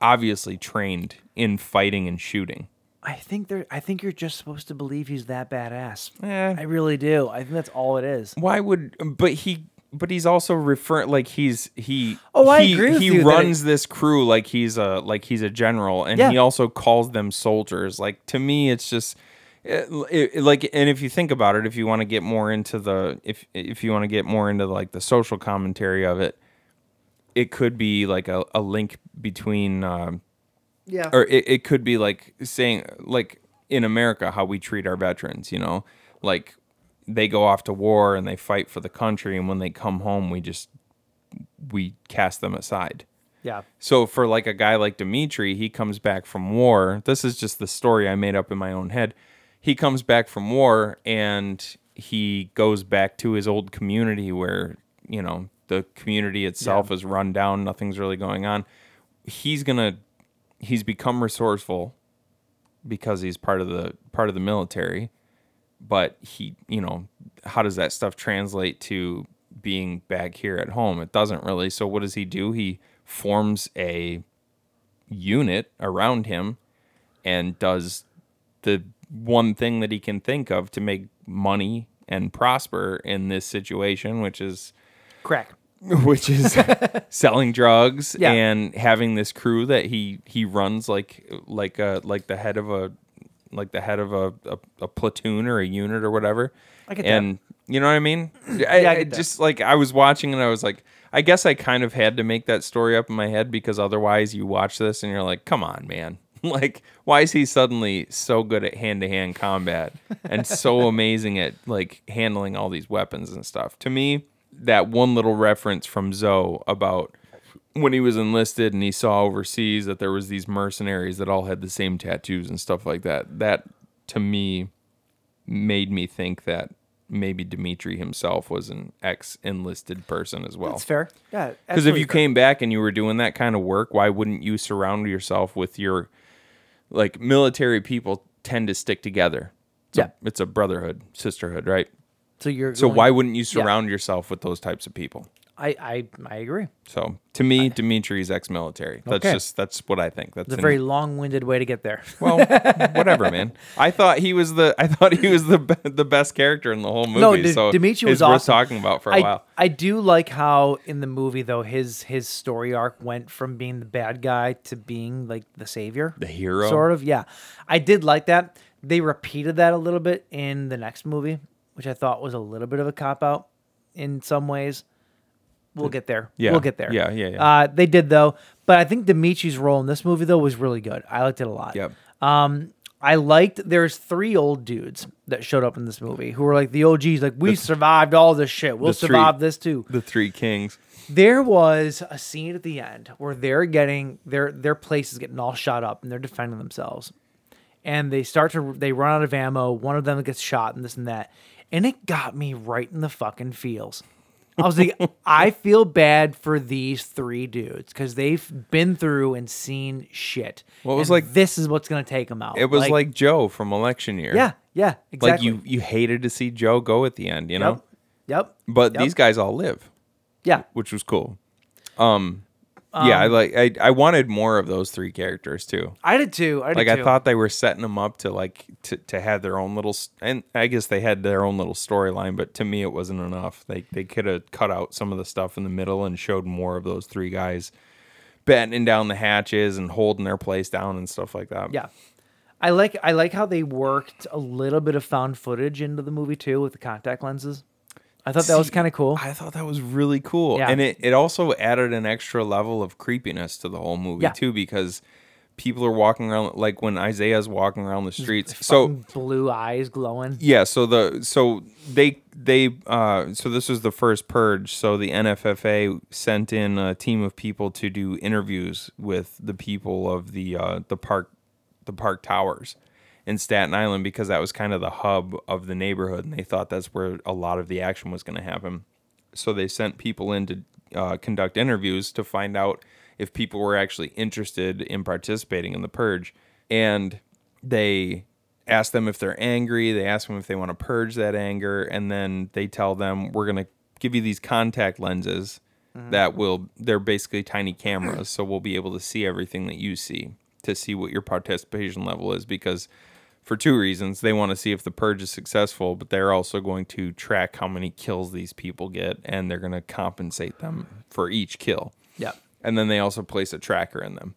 obviously trained in fighting and shooting. I think they're. I think you're just supposed to believe he's that badass. Eh, I really do. I think that's all it is. Why would? But he. But he's also referring like he's he. Oh, I he, agree with He you that runs this crew like he's a like he's a general, and Yeah. he also calls them soldiers. Like to me, it's just it, it- like and if you think about it, if you want to get more into the if if you want to get more into like the social commentary of it, it could be like a, a link between um, Yeah. or it, it could be like saying like in america how we treat our veterans you know like they go off to war and they fight for the country and when they come home we just we cast them aside Yeah. so for like a guy like Dimitri, he comes back from war. This is just the story I made up in my own head. He comes back from war and he goes back to his old community where, you know, the community itself is run down, nothing's really going on. He's going to he's become resourceful because he's part of the part of the military. But he, you know, how does that stuff translate to being back here at home? It doesn't really. So what does he do? He forms a unit around him and does the one thing that he can think of to make money and prosper in this situation, which is Crack. which is selling drugs Yeah. and having this crew that he he runs like like a like the head of a like the head of a, a, a platoon or a unit or whatever. I get that. and you know what I <clears throat> mean? I, Yeah, I I get that. just like I was watching and I was like, I guess I kind of had to make that story up in my head because otherwise you watch this and you're like, come on, man. <laughs> Like, why is he suddenly so good at hand to hand combat <laughs> and so amazing at like handling all these weapons and stuff? To me, that one little reference from Zoe about when he was enlisted and he saw overseas that there was these mercenaries that all had the same tattoos and stuff like that. That to me made me think that maybe Dimitri himself was an ex enlisted person as well. That's fair. Yeah, Because if absolutely you fair. came back and you were doing that kind of work, why wouldn't you surround yourself with your like military people tend to stick together? It's Yeah. A, it's a brotherhood, sisterhood, right? So you're So going- why wouldn't you Yeah. surround yourself with those types of people? I I I agree. So to me, Dimitri's ex-military. That's Okay. just that's what I think. That's It's a an- very long-winded way to get there. <laughs> well, whatever, man. I thought he was the I thought he was the be- the best character in the whole movie. No, D- so Dimitri it's was awesome. worth talking about for a I- while. I do like how in the movie though his his story arc went from being the bad guy to being like the savior, the hero. sort of. Yeah, I did like that. They repeated that a little bit in the next movie, which I thought was a little bit of a cop out in some ways. We'll get there. Yeah. we'll get there. Yeah, yeah, yeah. Uh, they did though, but I think Dimitri's role in this movie though was really good. I liked it a lot. Yep. Um, I liked there's three old dudes that showed up in this movie who were like the OGs, like we The- survived all this shit. We'll The three- survive this too. The Three Kings. There was a scene at the end where they're getting their their place is getting all shot up and they're defending themselves. And they start to they run out of ammo, one of them gets shot and this and that. And it got me right in the fucking feels. I was <laughs> like, I feel bad for these three dudes because they've been through and seen shit. Well, it was And like- this is what's gonna take them out. It was like, Joe from election year. Yeah, yeah, exactly. Like you you hated to see Joe go at the end, you know? Yep. But yep. these guys all live. Yeah. Which was cool. Um, yeah, I Um, like I, I wanted more of those three characters too. I did too. I did like too. I thought they were setting them up to like to, to have their own little s- and I guess they had their own little storyline, but to me it wasn't enough. They they could have cut out some of the stuff in the middle and showed more of those three guys battening down the hatches and holding their place down and stuff like that. Yeah. I like I like how they worked a little bit of found footage into the movie too with the contact lenses. I thought that was See, kind of cool. I thought that was really cool. Yeah. And it, it also added an extra level of creepiness to the whole movie Yeah. too, because people are walking around like when Isaiah's walking around the streets. So so blue eyes glowing. yeah, so the so they they uh so this was the first purge. So the NFFA sent in a team of people to do interviews with the people of the uh the park the park towers. in Staten Island because that was kind of the hub of the neighborhood, and they thought that's where a lot of the action was going to happen. So they sent people in to uh, conduct interviews to find out if people were actually interested in participating in the purge, and they ask them if they're angry. They ask them if they want to purge that anger, and then they tell them we're going to give you these contact lenses Mhm. that will. They're basically tiny cameras, so we'll be able to see everything that you see to see what your participation level is. Because for two reasons, they want to see if the purge is successful, but they're also going to track how many kills these people get, and they're going to compensate them for each kill Yep. and then they also place a tracker in them.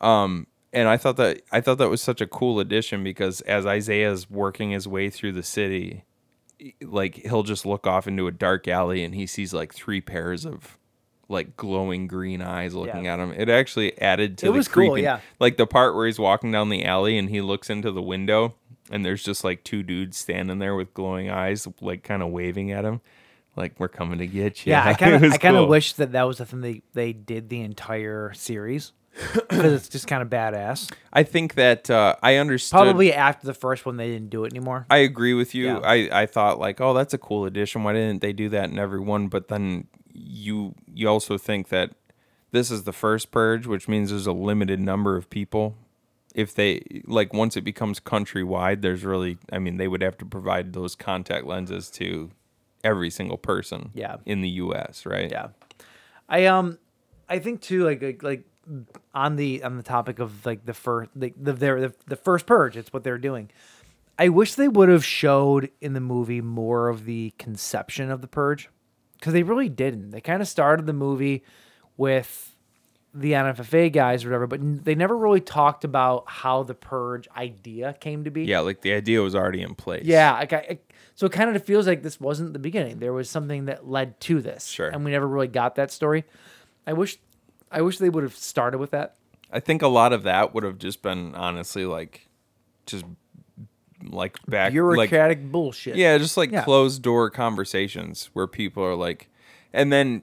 Um, and I thought that I thought that was such a cool addition because as Isaiah's working his way through the city, e- like he'll just look off into a dark alley and he sees like three pairs of like glowing green eyes looking Yeah. at him. It actually added to It the was cool, creepy, yeah. like the part where he's walking down the alley and he looks into the window and there's just like two dudes standing there with glowing eyes, like kind of waving at him, like we're coming to get you. Yeah, I <laughs> It kind of was I kind of cool. wish that that was the thing they they did the entire series because it's just kind of badass. I think that uh, I understood. Probably after the first one, they didn't do it anymore. I agree with you. Yeah. I, I thought like, oh, that's a cool addition. Why didn't they do that in every one? But then you you also think that this is the first purge, which means there's a limited number of people. If they like once it becomes countrywide, there's really I mean, they would have to provide those contact lenses to every single person Yeah. in the US, right? Yeah. I um, I think too, like like, like on the on the topic of like the first like the their the, the first purge. It's what they're doing. I wish they would have showed in the movie more of the conception of the purge because they really didn't. They kind of started the movie with the NFFA guys or whatever, but n- they never really talked about how the purge idea came to be. Yeah, like the idea was already in place. Yeah, like I, I, so it kind of feels like this wasn't the beginning. There was something that led to this, sure, and we never really got that story. I wish, I wish they would have started with that. I think a lot of that would have just been honestly like just like back Bureaucratic like, bullshit. Yeah, just like Yeah. closed door conversations where people are like and then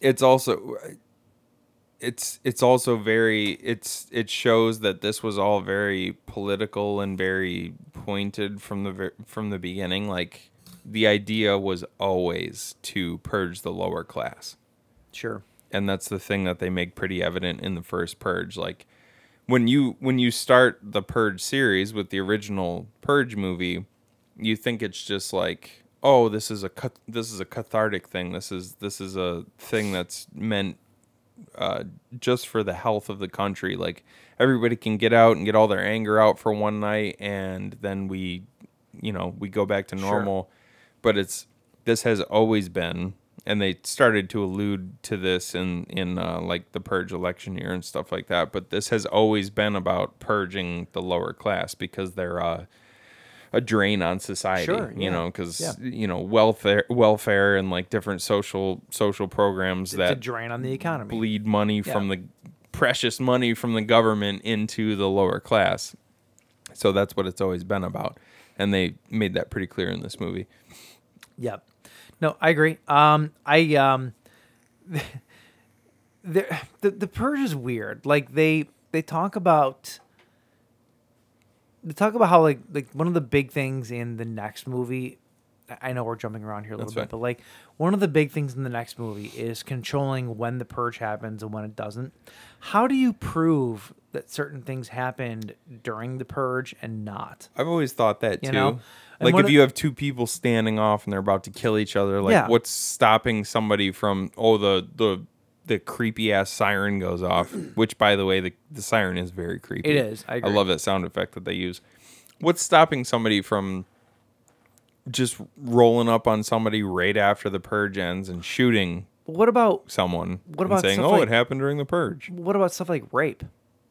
it's also it's it's also very it's it shows that this was all very political and very pointed from the ver- from the beginning like the idea was always to purge the lower class Sure. and that's the thing that they make pretty evident in the first purge like when you when you start the purge series with the original purge movie you think it's just like oh this is a cut this is a cathartic thing this is this is a thing that's meant uh, just for the health of the country like everybody can get out and get all their anger out for one night and then we you know we go back to Sure. normal but it's this has always been and they started to allude to this in in uh, like the purge election year and stuff like that but this has always been about purging the lower class because they're uh, a drain on society Sure, you yeah. know because Yeah. you know welfare welfare and like different social social programs It's a that drain on the economy. bleed money Yeah. from the precious money from the government into the lower class. So that's what it's always been about. And they made that pretty clear in this movie. Yep. No, I agree. Um, I um, <laughs> there the the purge is weird. Like they they talk about they talk about how like like one of the big things in the next movie. I- I know we're jumping around here a little That's bit, but like one of the big things in the next movie is controlling when the purge happens and when it doesn't. How do you prove that certain things happened during the purge and not? I've always thought that You too. know? And Like one if of- you have two people standing off and they're about to kill each other, like Yeah. what's stopping somebody from oh the the the creepy ass siren goes off, which by the way the, the siren is very creepy. It is, I agree. love that sound effect that they use. What's stopping somebody from just rolling up on somebody right after the purge ends and shooting What about someone what and about saying, stuff "Oh, like- it happened during the purge." What about stuff like rape?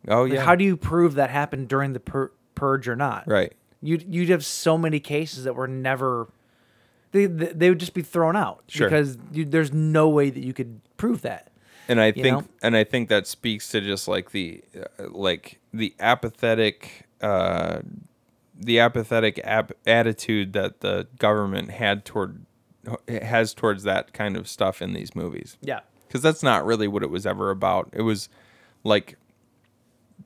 Oh Like, yeah. how do you prove that happened during the pur- purge or not? Right. You'd you'd have so many cases that were never. They they, they would just be thrown out Sure. because you, there's no way that you could prove that. and I you think know? and I think that speaks to just like the uh, like the apathetic uh the apathetic ap- attitude that the government had toward has towards that kind of stuff in these movies. Yeah. Cuz that's not really what it was ever about. It was like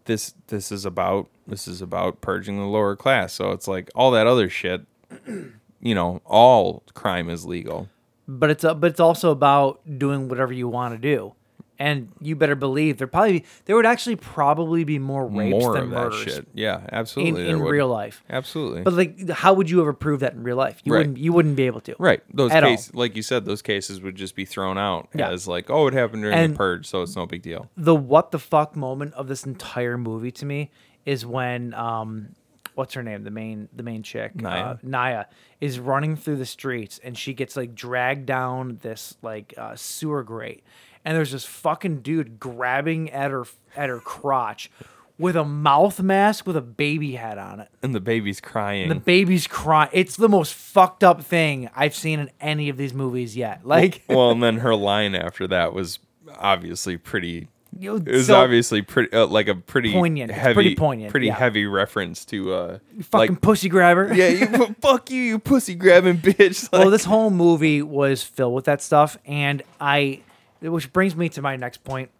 this this is about this is about purging the lower class. So it's like all that other shit. <clears throat> You know, all crime is legal. but it's uh, but it's also about doing whatever you want to do. And you better believe there probably there would actually probably be more rapes More than of that murders. shit. Yeah, absolutely. In, there in would. real life, Absolutely. But like, how would you ever prove that in real life? You Right. wouldn't. You wouldn't be able to. Right. Those at all. cases, like you said, those cases would just be thrown out Yeah. as like, oh, it happened during And- the purge, so it's no big deal. the what the fuck moment of this entire movie to me is when um what's her name the main the main chick Naya? uh, Naya is running through the streets and she gets like dragged down this like uh, sewer grate and there's this fucking dude grabbing at her at her crotch with a mouth mask with a baby hat on it And the baby's crying. <laughs> the <laughs> baby's crying it's the most fucked up thing i've seen in any of these movies yet like well, and then her line after that was obviously pretty. It You- was so- obviously pretty, uh, like a pretty Poignant. It's heavy, pretty poignant, pretty yeah. heavy reference to uh, fucking <laughs> like pussy grabber. Yeah, you fu- fuck you, you pussy grabbing bitch. <laughs> well, this whole movie was filled with that stuff, and I, which brings me to my next point.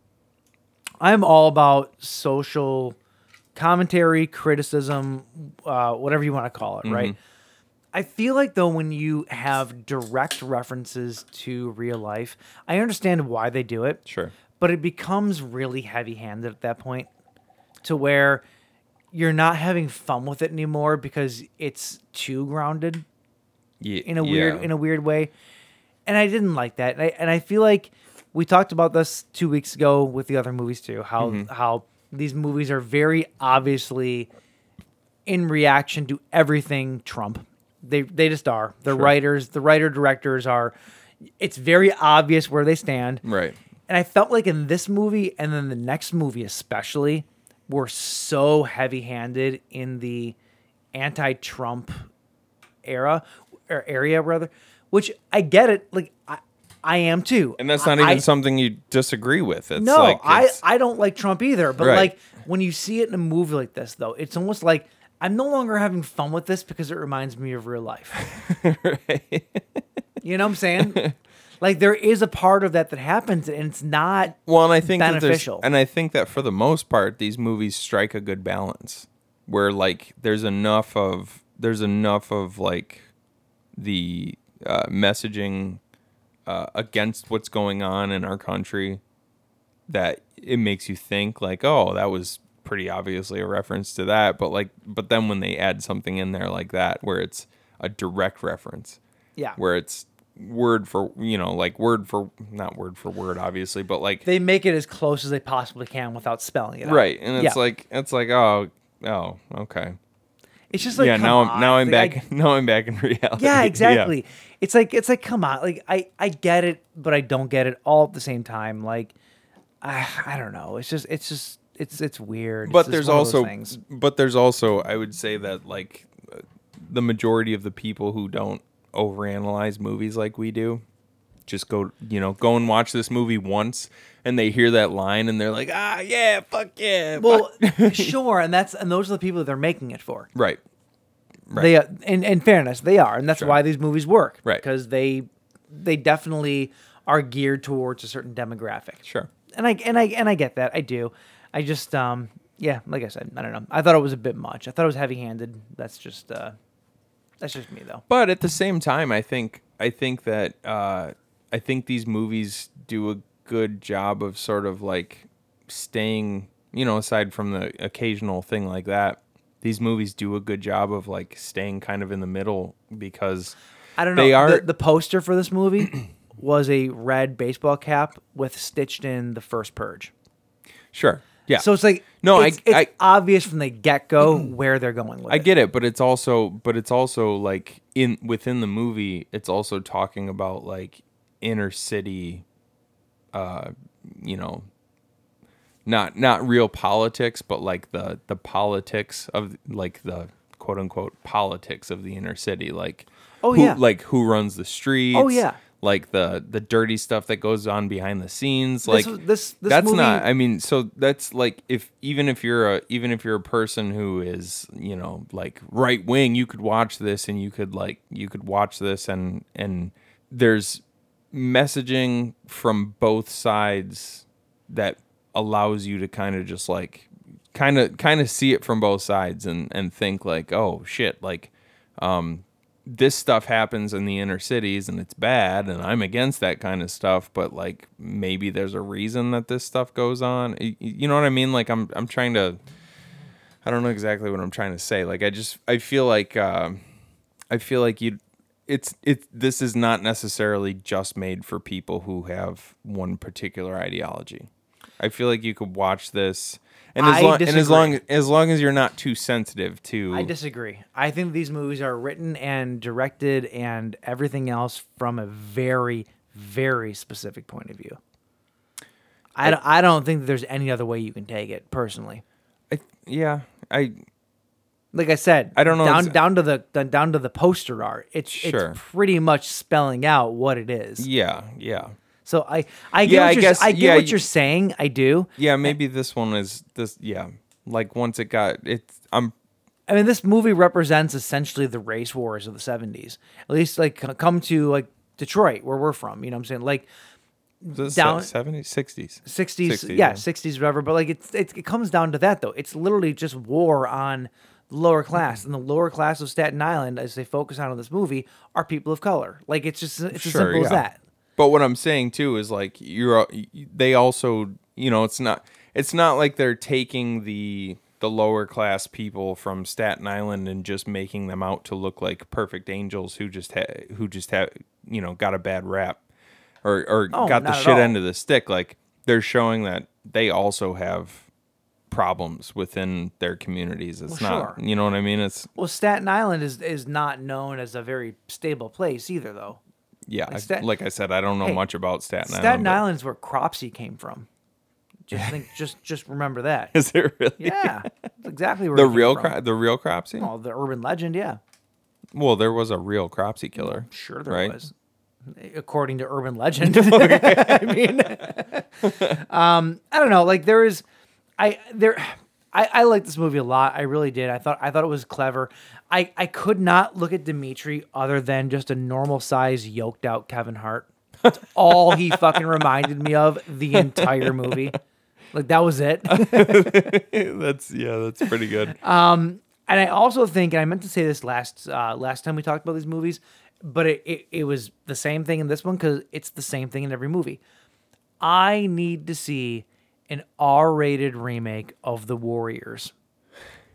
I'm all about social commentary, criticism, uh, whatever you want to call it, right? Mhm. I feel like though when you have direct references to real life, I understand why they do it. Sure. But it becomes really heavy-handed at that point to where you're not having fun with it anymore because it's too grounded yeah, in a weird in a weird way. And I didn't like that. And I, and I feel like we talked about this two weeks ago with the other movies too. How Mhm. how these movies are very obviously in reaction to everything Trump. They they just are. The Sure. writers, the writer directors are. It's very obvious where they stand. right. And I felt like in this movie and then the next movie especially were so heavy-handed in the anti-Trump era or area rather, which I get it. Like I, I am too. And that's not even I- something you disagree with. It's no, like I, it's- I don't like Trump either. But Right. like when you see it in a movie like this, though, it's almost like I'm no longer having fun with this because it reminds me of real life. <laughs> You know what I'm saying? like there is a part of that that happens, and it's not well, and I think that there's- beneficial. and I think that for the most part, these movies strike a good balance where like there's enough of there's enough of like the uh, messaging uh, against what's going on in our country that it makes you think like, oh, that was pretty obviously a reference to that, but like, but then when they add something in there like that, where it's a direct reference, Yeah. where it's word for you know like word for not word for word obviously but like they make it as close as they possibly can without spelling it out. right and it's Yeah. like it's like oh oh okay It's just like, yeah come now i'm on. now i'm Like, back <laughs> now i'm back in reality <laughs> yeah exactly it's like it's like come on like i i get it but i don't get it all at the same time like i i don't know it's just it's just it's it's weird It's but just there's one of those also <laughs> things but there's also i would say that like uh, the majority of the people who don't overanalyze movies like we do just go you know go and watch this movie once and they hear that line and they're like ah yeah fuck yeah well sure and that's and those are the people that they're making it for right They are, in, in fairness, they are, and that's Sure. why these movies work, Right. Because they they definitely are geared towards a certain demographic. Sure. And I and I and I get that. I do. I just um yeah, like I said, I don't know. I thought it was a bit much. I thought it was heavy handed. That's just uh that's just me though. But at the same time, I think I think that uh, I think these movies do a good job of sort of like staying, you know, aside from the occasional thing like that. These movies do a good job of like staying kind of in the middle because I don't know. They are the, the poster for this movie <clears throat> was a red baseball cap with stitched in the first purge. sure, yeah. So it's like no, it's, I, it's I obvious from the get <clears throat> go where they're going with I it. get it, but it's also but it's also like in within the movie, it's also talking about like inner city uh you know not not real politics, but like the the politics of like the quote unquote politics of the inner city like Oh, who, yeah. Oh, like who runs the streets yeah. like the the dirty stuff that goes on behind the scenes This like was- this- this that's movie- not I mean, so that's like if even if you're a even if you're a person who is you know like right wing, you could watch this and you could like you could watch this and and there's messaging from both sides that allows you to kind of just like kind of kind of see it from both sides and and think like, oh shit, like um, this stuff happens in the inner cities and it's bad, and I'm against that kind of stuff. But like maybe there's a reason that this stuff goes on. Y- y- You know what I mean? Like I'm I'm trying to. I don't know exactly what I'm trying to say. Like I just I feel like um I feel like you it's it this is not necessarily just made for people who have one particular ideology. I feel like you could watch this and as I long and as disagree. long as long as you're not too sensitive to I disagree. I think these movies are written and directed and everything else from a very, very specific point of view. I, don't, I don't think that there's any other way you can take it personally. I, yeah, I like I said, I don't know down exa- down to the down- down to the poster art. It's Sure. it's pretty much spelling out what it is. Yeah, yeah. So I I get Yeah, what I you're, guess- I get yeah, what you- you're saying. I do. Yeah, maybe this one is this yeah. Like once it got it's I'm I mean, this movie represents essentially the race wars of the 70s. At least, like, c- come to, like, Detroit, where we're from. You know what I'm saying? Like, this down, 70s 60s 60s, yeah, 60s, whatever. But, like, it's, it's, it comes down to that, though. It's literally just war on the lower class. And the lower class of Staten Island, as they focus on in this movie, are people of color. Like, it's just, it's as simple as yeah. that. But what I'm saying too is like you're they also you know it's not it's not like they're taking the the lower class people from Staten Island and just making them out to look like perfect angels who just ha- who just have you know got a bad rap or or Oh, got the not at shit all. end of the stick like they're showing that they also have problems within their communities it's Well, not you know what I mean it's Well, Staten Island is, is not known as a very stable place either, though. yeah Like I- Stat- like I said I don't know Hey, much about Staten, Staten Island Island, but- is where Cropsy came from. Just think, just just remember that. <laughs> Is it really? Yeah, that's <laughs> exactly where the it came real from. cro- the real Cropsy. Well, the urban legend, yeah, Well, there was a real Cropsy killer. sure there right? was, according to urban legend. <laughs> I mean, <laughs> um, I don't know. Like there is, I there, I I like this movie a lot. I really did. I thought I thought it was clever. I I could not look at Dimitri other than just a normal size yoked out Kevin Hart. That's all he fucking reminded me of the entire movie. Like that was it. that's yeah, that's pretty good. Um, and I also think, and I meant to say this last uh, last time we talked about these movies, but it, it, it was the same thing in this one because it's the same thing in every movie. I need to see an R rated remake of The Warriors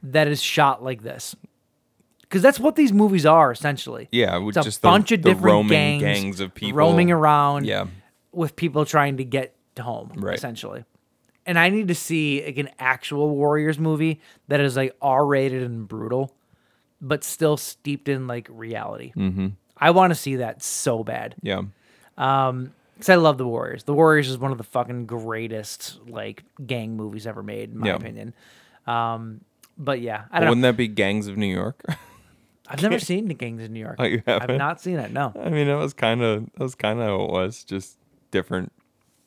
that is shot like this. Because that's what these movies are essentially. Yeah, with it's a just the- bunch of the different roaming gangs, gangs of people. roaming around. <laughs> Yeah. with people trying to get to home, Right. essentially. And I need to see like an actual Warriors movie that is like R rated and brutal, but still steeped in like reality. Mhm. I want to see that so bad. Yeah. Um, because I love the Warriors. The Warriors is one of the fucking greatest like gang movies ever made, in my Yeah. opinion. Um, but yeah, I don't. Wouldn't know. that be Gangs of New York? <laughs> I've never seen the gangs in New York. Oh, you I've haven't? not seen it. No. I mean, that was kind of that was kind of what it was just different,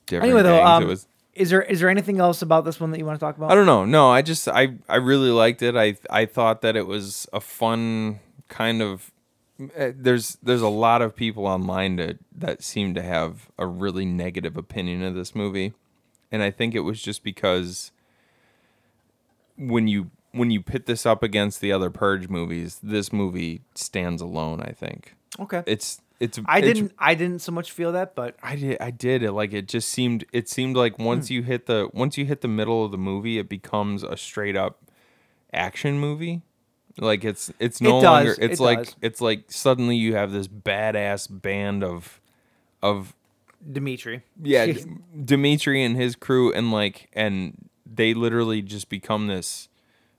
different Anyway, though, gangs. um, it was. is there is there anything else about this one that you want to talk about? I don't know. No, I just I I really liked it. I I thought that it was a fun kind of. eh, There's there's a lot of people online to, that seem to have a really negative opinion of this movie, and I think it was just because when you when you pit this up against the other Purge movies, this movie stands alone. I think. Okay. It's it's. I it's- didn't I didn't so much feel that, but I did. I did. It like it just seemed. It seemed like Hmm. once you hit the once you hit the middle of the movie, it becomes a straight up action movie. Like it's it's no It does, longer. it It's like does. it's like suddenly you have this badass band of of Dimitri. yeah D- Dimitri and his crew and like and they literally just become this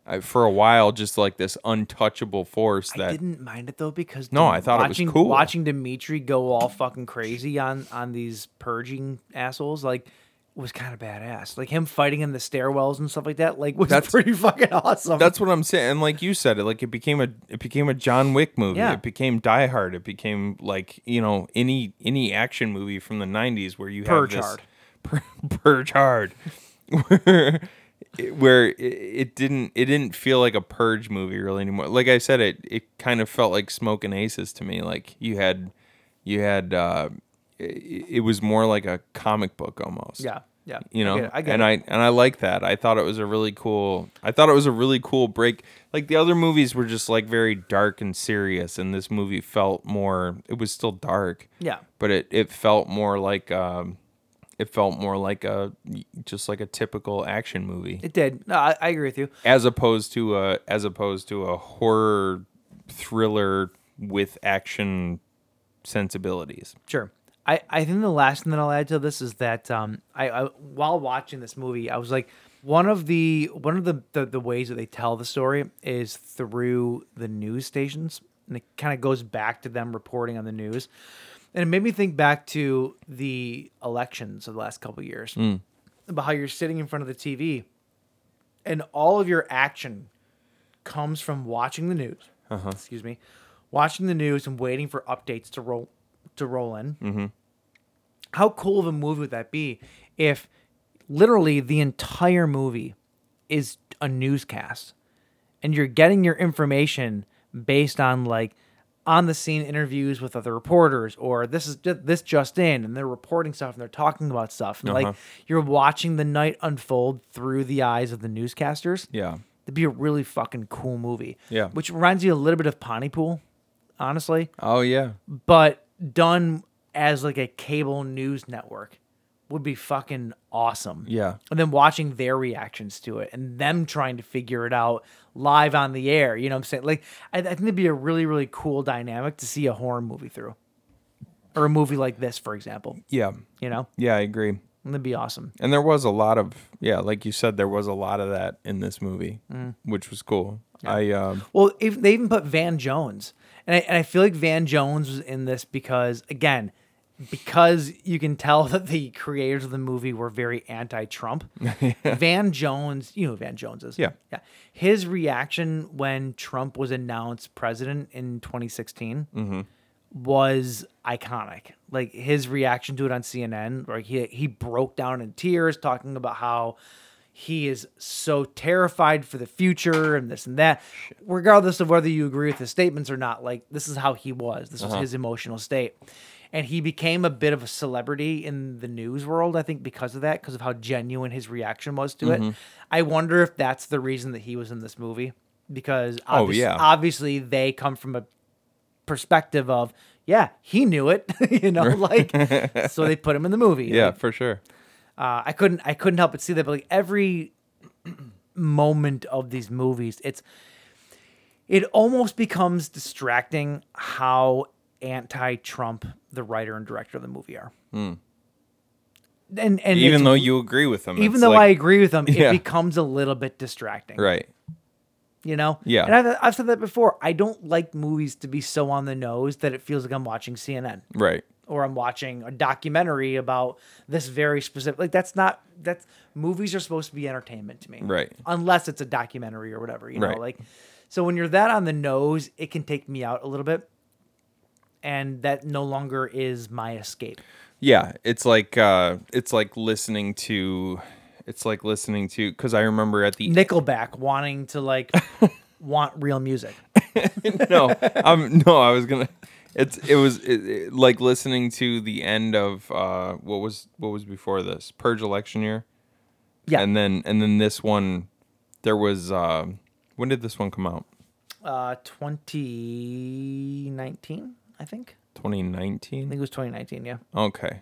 uh, for a while just like this untouchable force that I didn't mind it though because No, Dim- I thought it was watching, cool. Watching Dimitri go all fucking crazy on on these purging assholes like was kind of badass. Like him fighting in the stairwells and stuff like that. Like was pretty <laughs> fucking awesome. That's what I'm saying. And like you said, it like it became a it became a John Wick movie. Yeah. It became Die Hard. It became like you know any any action movie from the '90s where you Purge have this, hard. <laughs> Pur- purge hard, <laughs> where it, where it, it didn't it didn't feel like a purge movie really anymore. Like I said, it it kind of felt like Smoke and Aces to me. Like you had you had uh, it, it was more like a comic book almost. Yeah. Yeah, you I know, get it, I get and it. I and I like that. I thought it was a really cool. I thought it was a really cool break. Like the other movies were just like very dark and serious, and this movie felt more. It was still dark. Yeah. but it it felt more like um, it felt more like a just like a typical action movie It did. No, I, I agree with you. as opposed to a as opposed to a horror thriller with action sensibilities. Sure. I, I think the last thing that I'll add to this is that um, I, I while watching this movie, I was like one of the one of the, the the ways that they tell the story is through the news stations, and it kind of goes back to them reporting on the news, and it made me think back to the elections of the last couple of years Mm. about how you're sitting in front of the TV, and all of your action comes from watching the news. Uh-huh. Excuse me, watching the news and waiting for updates to roll to roll in Mm-hmm. how cool of a movie would that be if literally the entire movie is a newscast and you're getting your information based on like on the scene interviews with other reporters or this is ju- this just in and they're reporting stuff and they're talking about stuff and like Uh-huh. you're watching the night unfold through the eyes of the newscasters Yeah. it'd be a really fucking cool movie Yeah. which reminds you a little bit of Pontypool honestly Oh yeah. but done as like a cable news network would be fucking awesome. Yeah. And then watching their reactions to it and them trying to figure it out live on the air. You know what I'm saying? Like, I, I think it'd be a really, really cool dynamic to see a horror movie through or a movie like this, for example. Yeah. You know? Yeah, I agree. That'd be awesome. And there was a lot of yeah, like you said, there was a lot of that in this movie, Mm. which was cool. I um Well, if they even put Van Jones, and I, and I feel like Van Jones was in this because again, because you can tell <laughs> that the creators of the movie were very anti-Trump. Van Jones, you know who Van Jones is. Yeah. yeah. His reaction when Trump was announced president in 2016 Mhm. was iconic. Like his reaction to it on CNN, like he he broke down in tears talking about how he is so terrified for the future and this and that. Regardless of whether you agree with his statements or not, like this is how he was. This was Uh-huh. his emotional state. And he became a bit of a celebrity in the news world, I think, because of that, because of how genuine his reaction was to it. Mm-hmm. Mhm. I wonder if that's the reason that he was in this movie, because Oh, obvious- yeah. obviously they come from a perspective of yeah he knew it <laughs> you know like <laughs> so they put him in the movie yeah, Like, for sure. uh, i couldn't i couldn't help but see that but like every moment of these movies it's it almost becomes distracting how anti-trump the writer and director of the movie are Mm. and and even it's- though you agree with them, even it's though like- i agree with them Yeah. it becomes a little bit distracting right. you know? Yeah. And I've, I've said that before. I don't like movies to be so on the nose that it feels like I'm watching CNN Right. or I'm watching a documentary about this very specific. Like, that's not, that's, movies are supposed to be entertainment to me. Right. Unless it's a documentary or whatever, you know? Right. Like, so when you're that on the nose, it can take me out a little bit. And that no longer is my escape. Yeah, it's like uh it's like listening to it's like listening to cuz I remember at the Nickelback wanting to, like, <laughs> want real music. <laughs> no, I'm no. I was gonna. It's it was it, it- like listening to the end of uh, what was what was before this purge election year. Yeah. and then and then this one, there was uh, when did this one come out? Uh, 2019, I think. Twenty I think it nineteen. was 2019, yeah. Okay.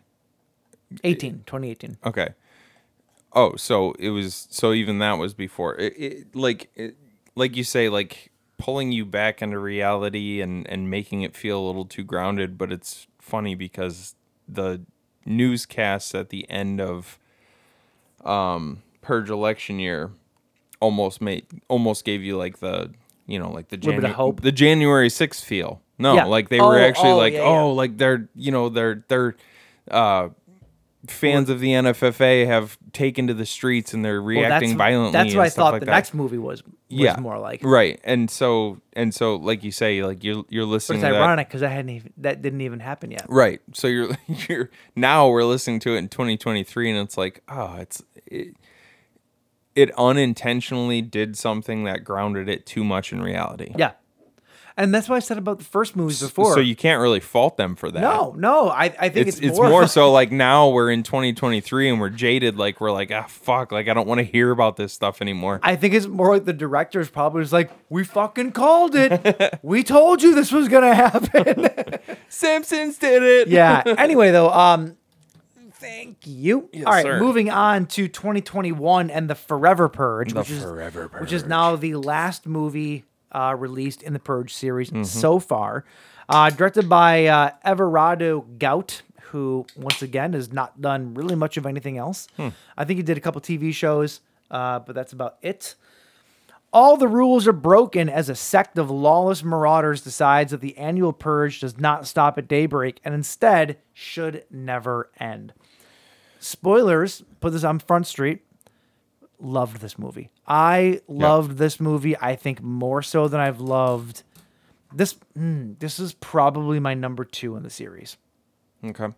18, 2018. Okay. Oh, so it was so even that was before. It, it like it, like you say like pulling you back into reality and and making it feel a little too grounded, but it's funny because the newscasts at the end of um purge election year almost made almost gave you like the you know like the Little bit of Janu- hope. the January 6th feel. No, Yeah. like they Oh, were actually oh, like, yeah, yeah. "Oh, like they're, you know, they're they're uh fans of the NFFA have taken to the streets and they're Well, reacting that's- violently. That's what and I stuff thought like the that. next movie was. was yeah, more like. right. And so and so, like you say, like you're you're But listening. it's to that- ironic because that hadn't even that didn't even happen yet. Right. So you're <laughs> you're now we're listening to it in 2023 and it's like, oh, it's it, it unintentionally did something that grounded it too much in reality. Yeah, And that's what I said about the first movies before. So you can't really fault them for that. No, no. I, I think It's, it's, it's, more, so like now we're in 2023 and we're jaded. Like we're like, ah, fuck. Like I don't want to hear about this stuff anymore. I think it's more like the director's probably was like, "We fucking called <laughs> it. we told you this was gonna happen." Simpsons did <laughs> it. yeah. Anyway, though, um, thank you. Yes, All right, sir. moving on to 2021 and the Forever Purge, The which is Forever which is now the last movie uh, released in the Purge series Mhm. so far, uh, directed by uh, Everardo Gout. Who once again has not done really much of anything else. Hmm. I think he did a couple TV shows, uh, but that's about it. All the rules are broken as a sect of lawless marauders decides that the annual purge does not stop at daybreak and instead should never end. Spoilers, put this on Front Street. Loved this movie. I loved this movie, I think, more so than I've loved this. mm, this is probably my number two in the series, Okay.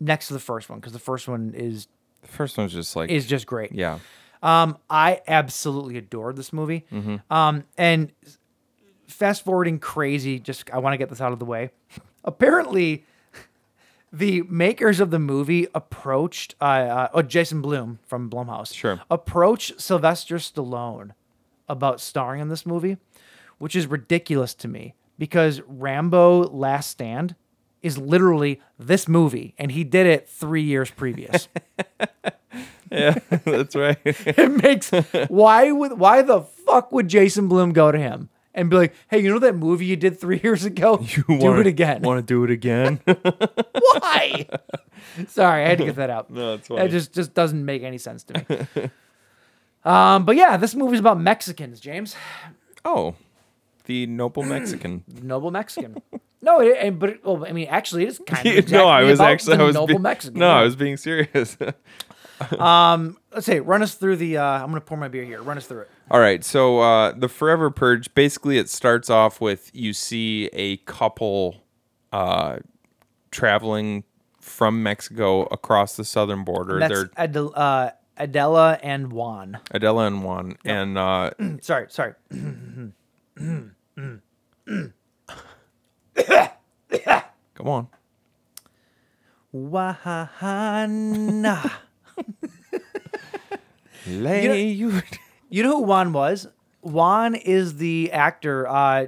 next to the first one, because the first one is The first one's just like Is just great. Yeah. <laughs> Um, I absolutely adored this movie. Mhm. Um, and fast forwarding crazy, just I want to get this out of the way. <laughs> Apparently, <laughs> the makers of the movie approached uh, uh oh, Jason Bloom from Blumhouse. Sure. Approached Sylvester Stallone about starring in this movie, which is ridiculous to me because Rambo Last Stand is literally this movie, and he did it three years previous. Yeah, that's right. <laughs> it makes why would why the fuck would Jason Bloom go to him and be like, hey, you know that movie you did three <laughs> years <laughs> ago? You do wanna- it again. Want to do it again? <laughs> Why? Sorry, I had to get that out. <laughs> No, it's That fine. just just doesn't make any sense to me. <laughs> um, but yeah, this movie's about Mexicans, James. oh, the <clears throat> noble Mexican. Noble <laughs> Mexican. No, it, and- but it, well, I mean, actually, it is kind of exactly no, I was about actually the I was <laughs> noble be- Mexican. No, yeah. I was being serious. <laughs> Um, let's say run us through the. Uh, I'm gonna pour my beer here. Run us through it. All right, so uh, the Forever Purge basically it starts off with you see a couple uh, traveling from Mexico across the southern border. That's They're Adel- uh, Adela and Juan. Adela and Juan, and uh, <clears throat> sorry, sorry. come on, Wahana. lay you, know, you know who Juan was? Juan is the actor uh,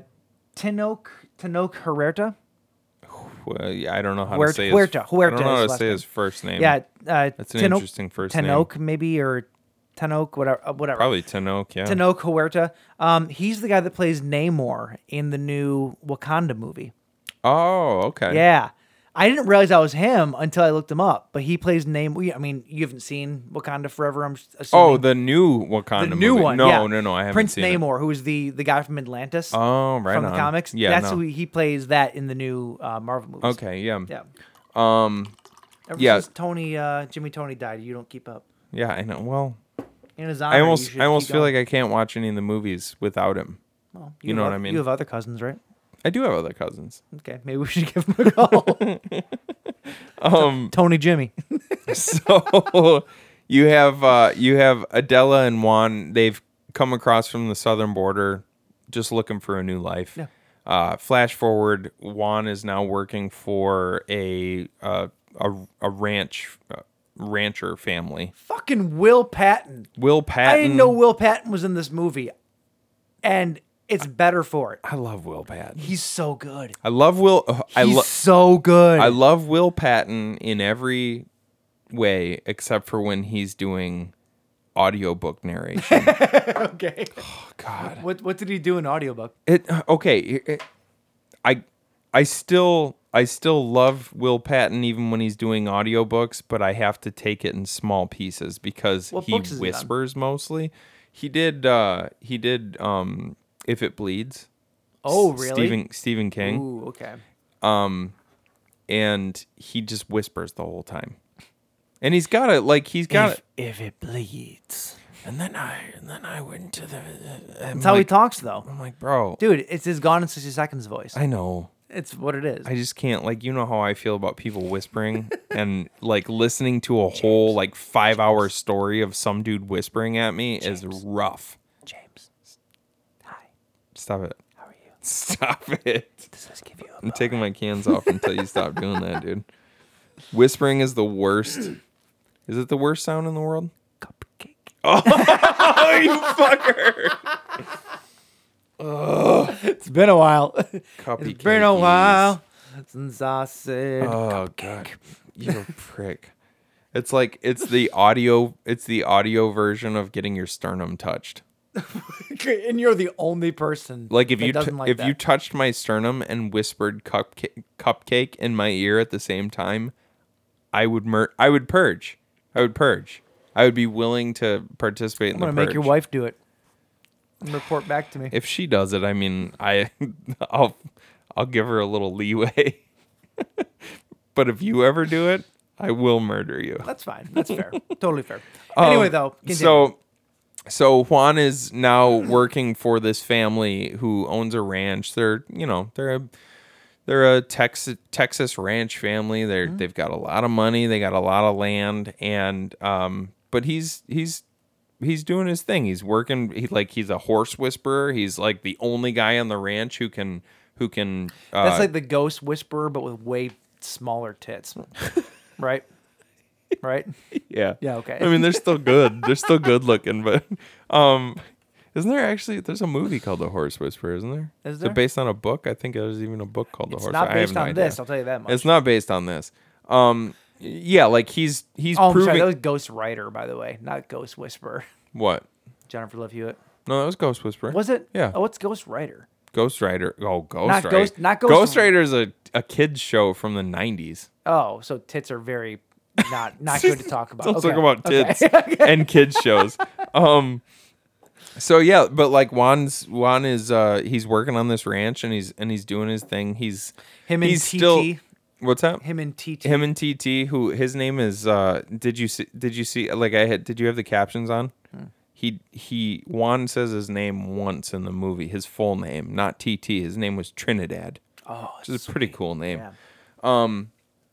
Tinoc Tinoc Huerta. Well, yeah, I don't know how Huerta- to say Huerta, his, Huerta I don't know how is to last say name. his first name. Yeah, uh, that's an Tinoc- interesting first name. Tinoc maybe or Tinoc whatever uh, whatever. Probably Tinoch. Yeah, Tinoc Huerta. Um, he's the guy that plays Namor in the new Wakanda movie. Oh, okay. Yeah. I didn't realize that was him until I looked him up, but he plays name. we- I mean, you haven't seen Wakanda Forever. I'm assuming. Oh, the new Wakanda. the new movie. one. No, yeah. no, no. I haven't Prince seen it. Namor, who is the the guy from Atlantis. Oh, right From the on. comics. Yeah, that's no. who he plays. That in the new uh, Marvel movies. Okay. Yeah. Yeah. Um. Ever yeah. since Tony, uh, Jimmy Tony died, you don't keep up. Yeah. I know. Well. In his honor, I almost, you should I almost keep feel going. like I can't watch any of the movies without him. Well, you, have know what oth- I mean. You have other cousins, right? I do have other cousins. Okay, maybe we should <laughs> give him a call. <laughs> Um, Tony Jimmy. <laughs> so <laughs> you have uh, you have Adela and Juan. They've come across from the southern border, just looking for a new life. Yeah. Uh, flash forward, Juan is now working for a uh, a, a ranch uh, rancher family. Fucking Will Patton. Will Patton. I didn't know Will Patton was in this movie, and it's better for it. I love Will Patton. He's so good. I love Will. uh, I He's love so good. I love Will Patton in every way except for when he's doing <laughs> audiobook narration. okay. Oh God. What What did he do in audiobook? it okay. it- it- I I still I still love Will Patton even when he's doing audiobooks, but I have to take it in small pieces because What he books is he on? whispers mostly. He did uh he did um If It Bleeds. Oh, S- really? Stephen Stephen King. Ooh, okay. Um, and he just whispers the whole time, and he's got it like he's got it. If it bleeds. And then I and then I went to the. That's how he talks, though. I'm like, bro, dude, it's his Gone in sixty seconds voice. I know. It's what it is. I just can't like you know how I feel about people <laughs> whispering and like listening to a whole like five hour story of some dude whispering at me is rough. James, hi. Stop it. How are you? Stop it. I'm taking my cans off until you stop doing that, dude. Whispering is the worst. Is it the worst sound in the world? Cupcake. Oh, <laughs> you fucker. Ugh. It's been a while. <laughs> it's been a cakeies. while since I said. Oh god, you're a prick. It's like it's the audio. It's the audio version of getting your sternum touched. <laughs> and you're the only person. Like if that you t- doesn't like if that. you touched my sternum and whispered cupcake cupcake in my ear at the same time, I would mur- I would purge. I would purge. I would be willing to participate I'm in the gonna make your purge. wife do it and report back to me. If she does it, I mean, I <laughs> I'll I'll give her a little leeway. <laughs> but if you ever do it, I will murder you. That's fine. That's <laughs> fair. totally fair. Um, anyway, though, continue. so so Juan is now working for this family who owns a ranch. They're you know they're a they're a Texas Texas ranch family. They're Mm-hmm. they've got a lot of money. They got a lot of land, and um, but he's he's he's doing his thing. He's working. He like he's a horse whisperer. He's like the only guy on the ranch who can who can. Uh, that's like the ghost whisperer, but with way smaller <laughs> tits. right? Right? Yeah. Yeah, okay. I mean, they're still good. They're still good looking, but <laughs> um, isn't there actually? There's a movie called The Horse Whisperer, isn't there? Is Is there? it based on a book? I think there's even a book called It's The Horse. not I have based no on idea. this, I'll tell you that It's not based on this. Um, yeah, like he's he's oh, I'm proving sorry. That was Ghost Writer, by the way, not Ghost Whisperer. <laughs> what? Jennifer Love Hewitt. No, that was Ghost Whisperer. Was it? Yeah. Oh, it's Ghost Writer. Ghost Rider. Oh, Ghost Not Rider. Ghost- not Ghost- Ghost Rider is a a kids show from the '90s. Oh, so tits are very <laughs> not not good to talk about. Don't Okay. talk <laughs> about Okay. tits and kids shows. Um, so yeah, but like Juan's Juan is uh he's working on this ranch and he's and he's doing his thing. He's Him and he's TT. still what's that? Him and TT. Him and TT. Who his name is? Uh, did you see? Did you see? Like I had. Did you have the captions on? Hmm. He he. Juan says his name once in the movie. His full name, not TT. His name was Trinidad. Oh, which is a pretty cool name. Yeah. Um,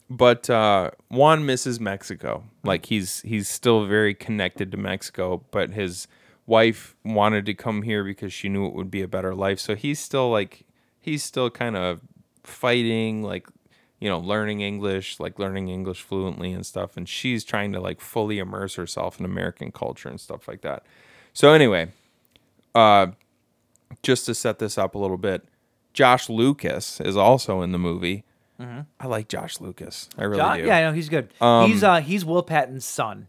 but uh, Juan misses Mexico. Like he's he's still very connected to Mexico, but his wife wanted to come here because she knew it would be a better life. So he's still like he's still kind of fighting, like you know, learning English, like learning English fluently and stuff. And she's trying to like fully immerse herself in American culture and stuff like that. So anyway, uh, just to set this up a little bit, Josh Lucas is also in the movie. Mhm. I like Josh Lucas. I really John- do. Yeah, I know he's good. Um, he's uh he's Will Patton's son,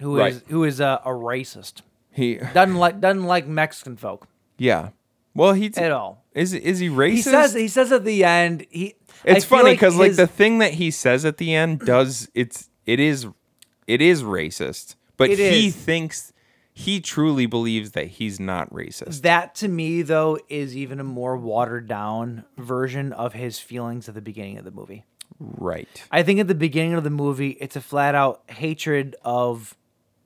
who is Right. who is uh, a racist. He doesn't like doesn't like Mexican folk. yeah. Well, he At all. is. Is he racist? He says he says at the end he. I it's feel funny because like, his- the thing that he says at the end does it's it is it is racist, but It he is. thinks he truly believes that he's not racist. that to me though is even a more watered down version of his feelings at the beginning of the movie. Right. I think at the beginning of the movie, it's a flat out hatred of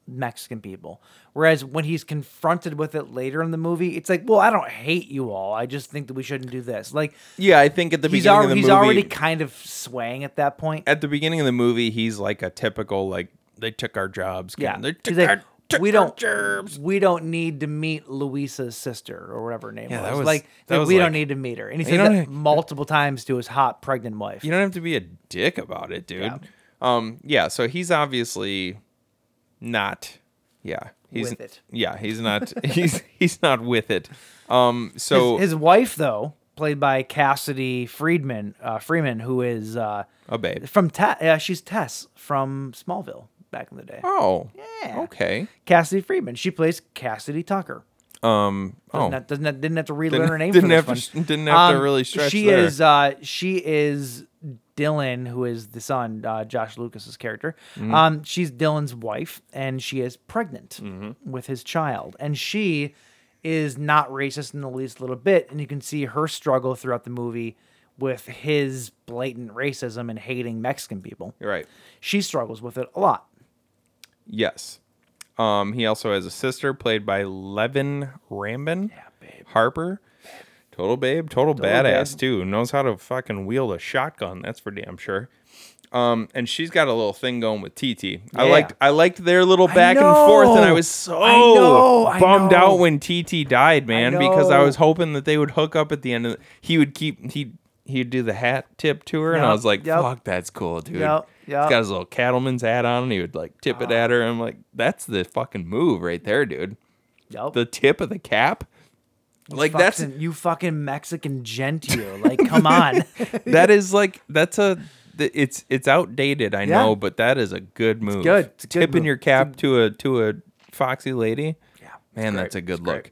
Mexican people. Whereas when he's confronted with it later in the movie, it's like, well, I don't hate you all. I just think that we shouldn't do this. Like, Yeah, I think at the he's, beginning al- of the he's movie, already kind of swaying at that point. at the beginning of the movie, he's like a typical like they took our jobs. Yeah, They took He's like, our we don't we don't need to meet Luisa's sister or whatever her name Yeah, was. that was- Like, that like, was we like- don't need to meet her, and he You says don't that have- multiple times to his hot pregnant wife. You don't have to be a dick about it, dude. Um, yeah. So he's obviously not. Yeah, he's With it. yeah <laughs> he's not he's he's not with it. Um, so his, his wife though, played by Cassidy Friedman, uh, Freeman, who is uh, a babe. from Tess. Yeah, she's Tess from Smallville back in the day. Oh, yeah. Okay. Cassidy Friedman. She plays Cassidy Tucker. Um. Doesn't, Oh, have, doesn't have- didn't have to relearn Didn't- her name. <laughs> didn't for have this to- one. didn't have to Um, really stretch She there. is. Uh, she is Dylan, who is the son, uh, Josh Lucas's character. Mm-hmm. Mhm. Um, she's Dylan's wife, and she is pregnant Mm-hmm. with his child, and she is not racist in the least little bit. And you can see her struggle throughout the movie with his blatant racism and hating Mexican people. You're right. She struggles with it a lot. Yes. Um, he also has a sister played by Levin Rambin. Harper. Total babe, total, Total badass babe. too. Knows how to fucking wield a shotgun, that's for damn sure. Um, and she's got a little thing going with TT. I Yeah. liked I liked their little I back and forth, and I know. was so I know, I bummed know. out when TT died, man, because I know. was hoping that they would hook up at the end. of the, He would keep he he'd do the hat tip to her, and I Yep, was like, yep. "Fuck, that's cool, dude." Yep, He's yep. got his little cattleman's hat on, and he would like tip it at her. I'm like, "That's the fucking move right there, dude." Yep. The tip of the cap. Like that's Fucking- you fucking Mexican genteel. Like, come on. <laughs> that is like that's a th- it's it's outdated i Yeah. know but that is a good move good. It's a good tipping move. your cap to a to a foxy lady yeah man that's a good look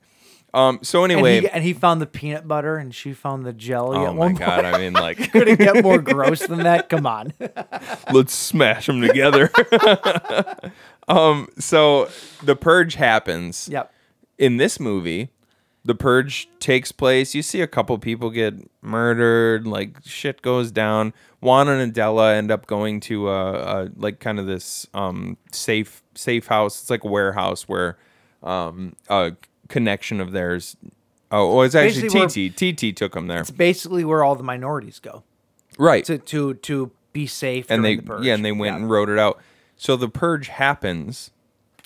um so anyway and he, and he found the peanut butter, and she found the jelly. oh at my one god point. i mean like <laughs> couldn't get more gross than that. Come on. let's smash them together <laughs> um so the purge happens Yep. in this movie the purge takes place you see a couple people get murdered like shit goes down juan and adela end up going to uh, uh like kind of this um safe safe house it's like a warehouse where um a connection of theirs oh well, it's actually Basically, tt tt took them there It's basically where all the minorities go right to to to be safe. and they during the purge. yeah and they went and wrote it out so the purge happens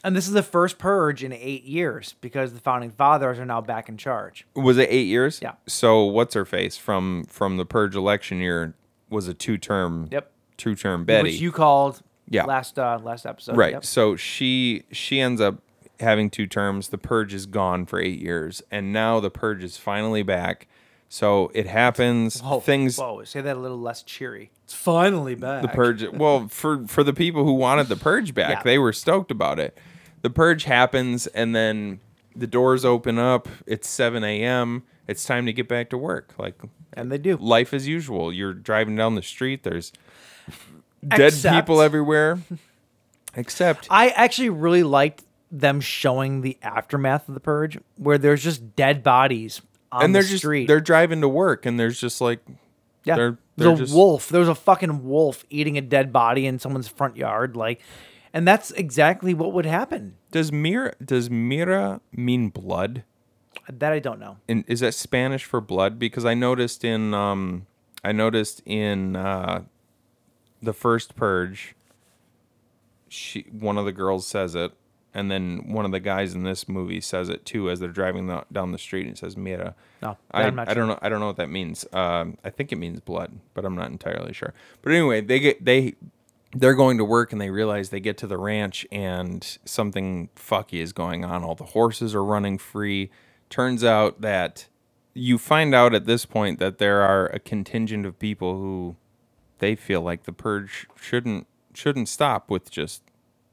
And this is the first purge in eight years because the founding fathers are now back in charge. Was it eight years? Yeah. So what's her face from from the purge election year was a two term. Yep. Two term Betty. which you called Yeah. last uh, last episode. right. Yep. So she she ends up having two terms. The purge is gone for eight years, and now the purge is finally back. So it happens. Whoa, Things Whoa, say that a little less cheery. It's finally back. the purge well for for the people who wanted the purge back Yeah. they were stoked about it the purge happens and then the doors open up it's 7 a.m it's time to get back to work like and they do life as usual you're driving down the street there's dead Except- people everywhere except I actually really liked them showing the aftermath of the purge, where there's just dead bodies <laughs> on and they're the just street. they're driving to work and there's just like yeah, they're, there's they're a just wolf. There's a fucking wolf eating a dead body in someone's front yard, like, and that's exactly what would happen. does mira does mira mean blood That I don't know. and is that Spanish for blood? Because I noticed in um, I noticed in uh, the first purge, she one of the girls says it, and then one of the guys in this movie says it too as they're driving the, down the street and says "mira." No, I, I'm not I sure. don't know. I don't know what that means. Um, I think it means blood, but I'm not entirely sure. But anyway, they get they they're going to work and they realize they get to the ranch and something fucky is going on. All the horses are running free. Turns out that you find out at this point that there are a contingent of people who they feel like the purge shouldn't shouldn't stop with just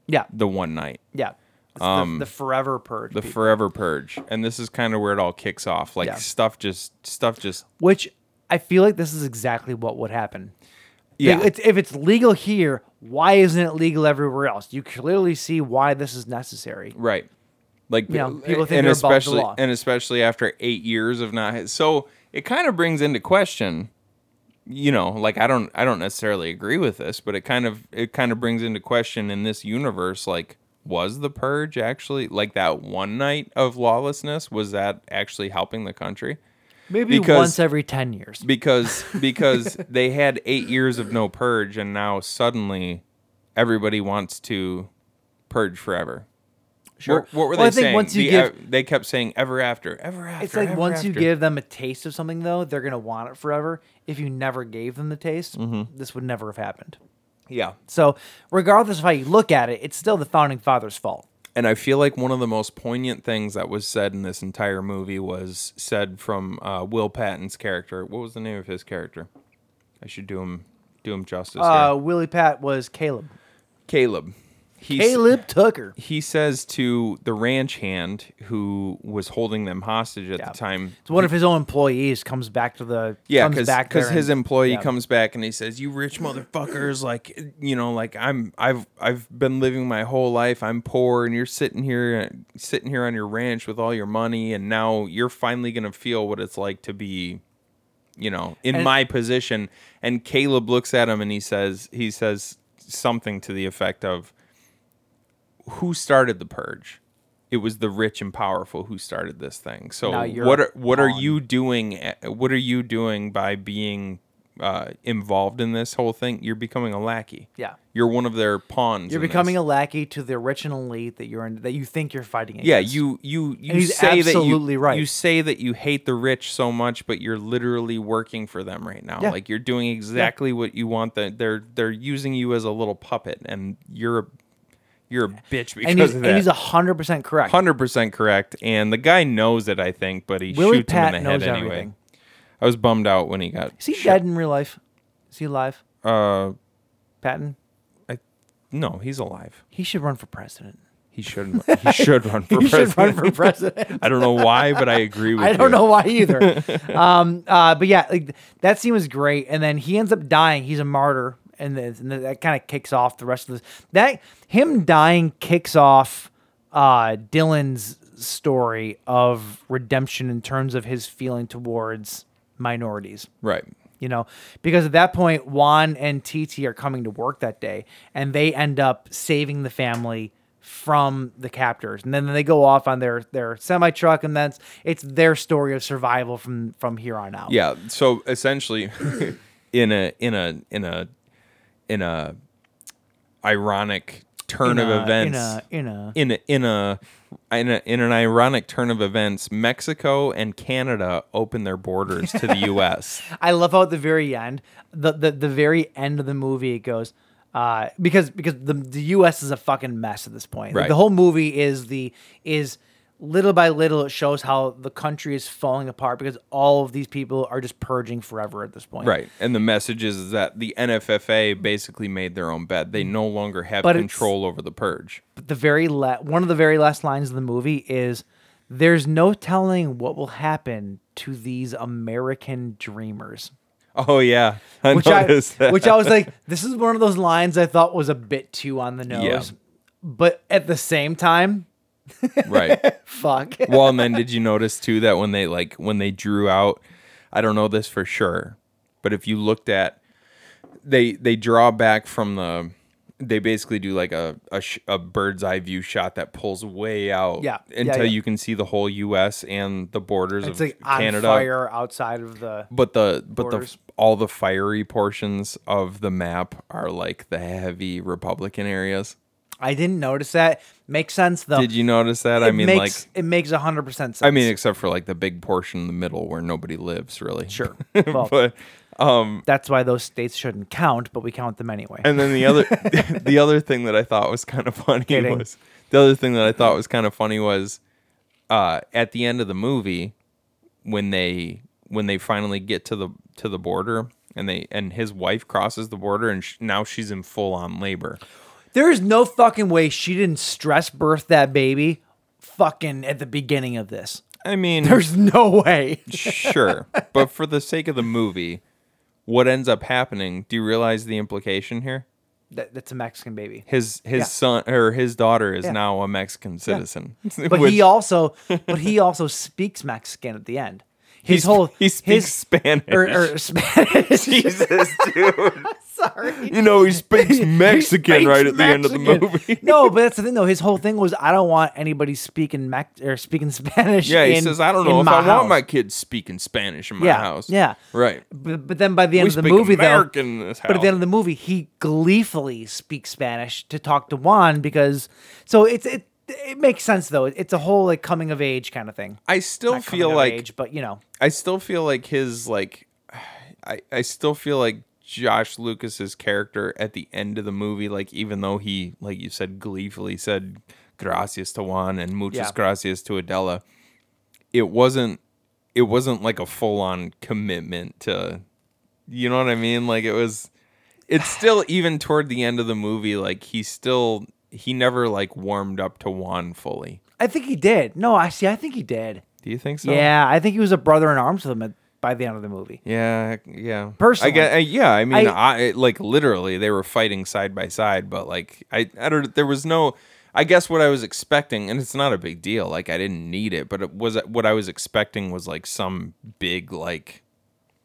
Yeah, the one night. yeah. It's the- Um, the, forever purge. The people. forever purge. And this is kind of where it all kicks off. Like Yeah. stuff just stuff just Which I feel like this is exactly what would happen. Yeah. Like, it's, if it's legal here, why isn't it legal everywhere else? You clearly see why this is necessary. Right. Like You know, pe- people think and they're above the especially law. and especially after 8 years of not so it kind of brings into question you know like I don't I don't necessarily agree with this but it kind of it kind of brings into question in this universe like was the purge actually like that one night of lawlessness was that actually helping the country Maybe Because- once every 10 years. because <laughs> because they had 8 years of no purge and now suddenly everybody wants to purge forever Sure. what, what were Well, I they think saying? once you The, give- uh, they kept saying ever after, ever after. It's like ever once you after." give them a taste of something, though, they're going to want it forever. If you never gave them the taste, Mm-hmm. this would never have happened. Yeah, So, regardless of how you look at it, it's still the founding fathers' fault. and I feel like one of the most poignant things that was said in this entire movie was said from uh, Will Patton's character. What was the name of his character? I should do him do him justice. Uh, here. Willie Pat was Caleb. Caleb. He s- Caleb <laughs> Tucker. He says to the ranch hand who was holding them hostage at the time. It's one of his own employees comes back to the Yeah, comes because back there his and- employee yeah. comes back and he says, "You rich motherfuckers! Like, you know, like I'm, I've, I've been living my whole life. I'm poor, and you're sitting here, sitting here on your ranch with all your money, and now you're finally gonna feel what it's like to be, you know, in And- my position." And Caleb looks at him and he says, he says something to the effect of, "Who started the purge?" It was the rich and powerful who started this thing. So Now you're what are what are on. you doing? What are you doing by being uh, involved in this whole thing, you're becoming a lackey. Yeah. You're one of their pawns. You're in this. becoming a lackey to the rich and elite that you're in, that you think you're fighting against. Yeah, you you you And he's say that absolutely you, right. You say that you hate the rich so much, but you're literally working for them right now. Yeah. Like you're doing exactly what you want. That they're they're using you as a little puppet, and you're a you're a bitch because and he's, of and that. he's hundred percent correct. Hundred percent correct, and the guy knows it. I think, but he Willie shoots Pat him in the head knows anyway. everything. I was bummed out when he got. Is he dead in real life? Is he alive? Uh, Patton. I no, he's alive. He should run for president. <laughs> He shouldn't. He should run for He president. should run for <laughs> president. I don't know why, but I agree <laughs> with I don't you. know why either. um, uh, but yeah, like, that scene was great, and then he ends up dying. He's a martyr, and, th- and th- that kind of kicks off the rest of this. That him dying kicks off uh, Dylan's story of redemption in terms of his feeling towards minorities. Right. You know, because at that point, Juan and TT are coming to work that day, and they end up saving the family from the captors, and then they go off on their their semi truck, and that's it's their story of survival from from here on out. Yeah. So essentially, <laughs> in a in a in a in a ironic In turn of a- Uh, in events, a- in a- in a in a in a in an ironic turn of events, Mexico and Canada open their borders to the <laughs> U.S. I love how at the very end, the the, the very end of the movie, it goes uh, because because the the U.S. is a fucking mess at this point. Like, Right. the whole movie is the is little by little it shows how the country is falling apart because all of these people are just purging forever at this point. <laughs> Right. And the message is that the NFFA basically made their own bed. They no longer have Mm. But it's- control over the purge. But the very la- one of the very last lines of the movie is there's no telling what will happen to these American dreamers. Oh yeah, I which noticed I that. which I was like, this is one of those lines I thought was a bit too on the nose, Yeah. but at the same time, <laughs> right. <laughs> fuck. well, and then did you notice too that when they like when they drew out, I don't know this for sure, but if you looked at they they draw back from the they basically do like a a, sh- a bird's eye view shot that pulls way out Yeah. Yeah, until yeah. you can see the whole U.S. and the borders it's of like on Canada. fire outside of the. But the but Borders. the all the fiery portions of the map are like the heavy Republican areas. I didn't notice that. Makes sense though. Did you notice that? I It mean, makes, like it makes hundred percent sense. I mean, except for like the big portion in the middle where nobody lives, really. <laughs> Sure. Well, but um, that's why those states shouldn't count, but we count them anyway. and then the <laughs> other <laughs> the other thing that I thought was kind of funny Kidding. Mm. was the other thing that I thought was kind of funny was uh, at the end of the movie when they when they finally get to the to the border and they and his wife crosses the border and sh- now she's in full on labor. There is no fucking way she didn't stress birth that baby, fucking at the beginning of this. I <laughs> mean, there's no way. <laughs> sure. But for the sake of the movie, what ends up happening, do you realize the implication here? That, that's a Mexican baby. His his Yeah. son or his daughter is Yeah. now a Mexican citizen. <laughs> but <laughs> Which- he also but <laughs> he also speaks Mexican at the end. His He's- whole he speaks his, Spanish. or, or Spanish. <laughs> <laughs> Jesus, dude. Sorry. You know, <laughs> he speaks Mexican speaks right at the end of the Mexican. movie. <laughs> <laughs> no, but that's the thing though. His whole thing was I don't want anybody speaking Mex or speaking Spanish. yeah, he in- says, I don't in know if my I house." want my kids speaking Spanish in my yeah, house. Yeah. Right. But, but then by the end We of the speak movie American in though, this but at house. the end of the movie he gleefully speaks Spanish to talk to Juan because so it's it it makes sense though. It's a whole like coming of age kind of thing. I still Not coming feel of like age, but you know. I still feel like his like <sighs> I I still feel like Josh Lucas's character at the end of the movie like even though he like you said gleefully said gracias to Juan and muchas Yeah. gracias to Adela it wasn't it wasn't like a full on commitment to you know what I mean like it was it's still even toward the end of the movie like he still he never like warmed up to Juan fully I think he did. No, I see. I think he did. do you think so Yeah, I think he was a brother in arms with him at, by the end of the movie. Yeah, yeah. Personally. I gue- I- yeah. I mean, I- I, like literally they were fighting side by side, but like I, I don't. There was no. I guess what I was expecting, and it's not a big deal. Like I didn't need it, but it was what I was expecting was like some big like.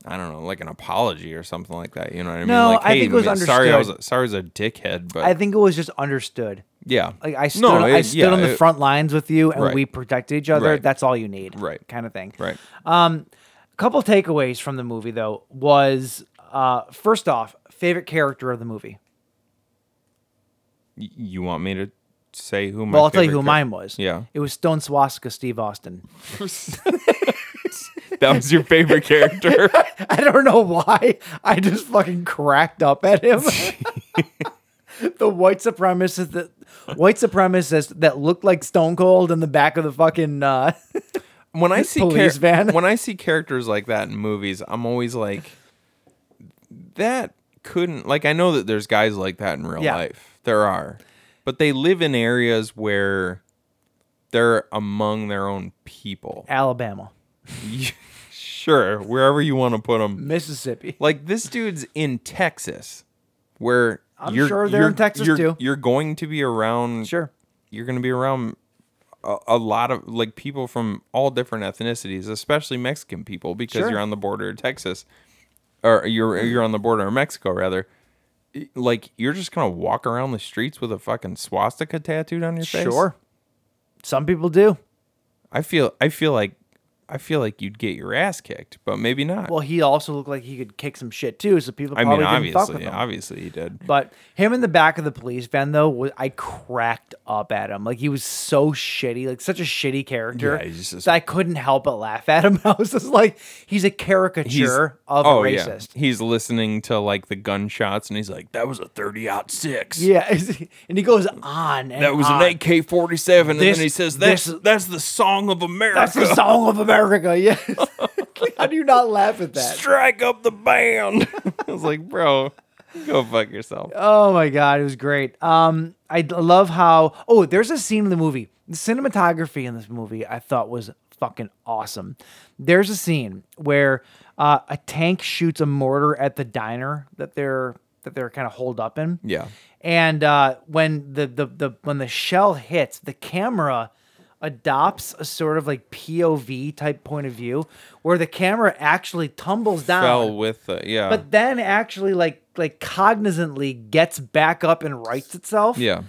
I don't know, like an apology or something like that. You know what I mean? No, like, I think it was sorry, I was understood. sorry, I was a dickhead, but I think it was just understood. yeah, Like I stood, No, I it- stood yeah, on the it- front lines with you, and Right. we protected each other. Right. That's all you need, Right. Kind of thing. Right. Um, a couple takeaways from the movie though was Uh, first off, favorite character of the movie. Y- You want me to say who my Well, I'll tell you favorite who char- mine was. Yeah. It was Stone Swastika Steve Austin. <laughs> That was <laughs> your favorite character. I don't know why. I just fucking cracked up at him. the white supremacist that white supremacist that looked like Stone Cold in the back of the fucking uh <laughs> when I see police char- van. when I see characters like that in movies, I'm always like, that couldn't like. I know that there's guys like that in real Yeah. life. There are, but they live in areas where they're among their own people. Alabama. <laughs> sure, wherever you want to put them. Mississippi. Like this dude's in Texas, where I'm you're, sure they're you're- in Texas, you're- too. You're going to be around. Sure. You're going to be around a, a lot of like people from all different ethnicities, especially Mexican people, because Sure. you're on the border of Texas, or you're you're on the border of Mexico rather. Y- Like you're just gonna walk around the streets with a fucking swastika tattooed on your face. Sure. Some people do. I feel I feel like I feel like you'd get your ass kicked, but maybe not. Well, he also looked like he could kick some shit too, so people I probably mean, didn't fuck with obviously, him. obviously he did. But him in the back of the police van though, wa- I cracked up at him. Like he was so shitty, like such a shitty character. Yeah, he's just this- that I couldn't help but laugh at him. <laughs> I was just like, he's a caricature of a Oh, yeah. racist. He's listening to like the gunshots, and he's like, "That was a thirty out six. Yeah, <laughs> and he goes on. And that was on. an AK forty seven, and This- then he says, "That's this- that's the song of America. That's <laughs> the song of America. Yeah. <laughs> How do you not laugh at that? <laughs> Strike up the band." <laughs> I was like, "Bro, go fuck yourself." Oh my god, it was great. Um, I d- love how. Oh, there's a scene in the movie. The cinematography in this movie I thought was fucking awesome. There's a scene where uh, a tank shoots a mortar at the diner that they're that they're kind of holed up in. Yeah. And uh, when the, the the when the shell hits, the camera adopts a sort of like POV type point of view where the camera actually tumbles down Fell with the yeah, but then actually like like cognizantly gets back up and rights itself yeah.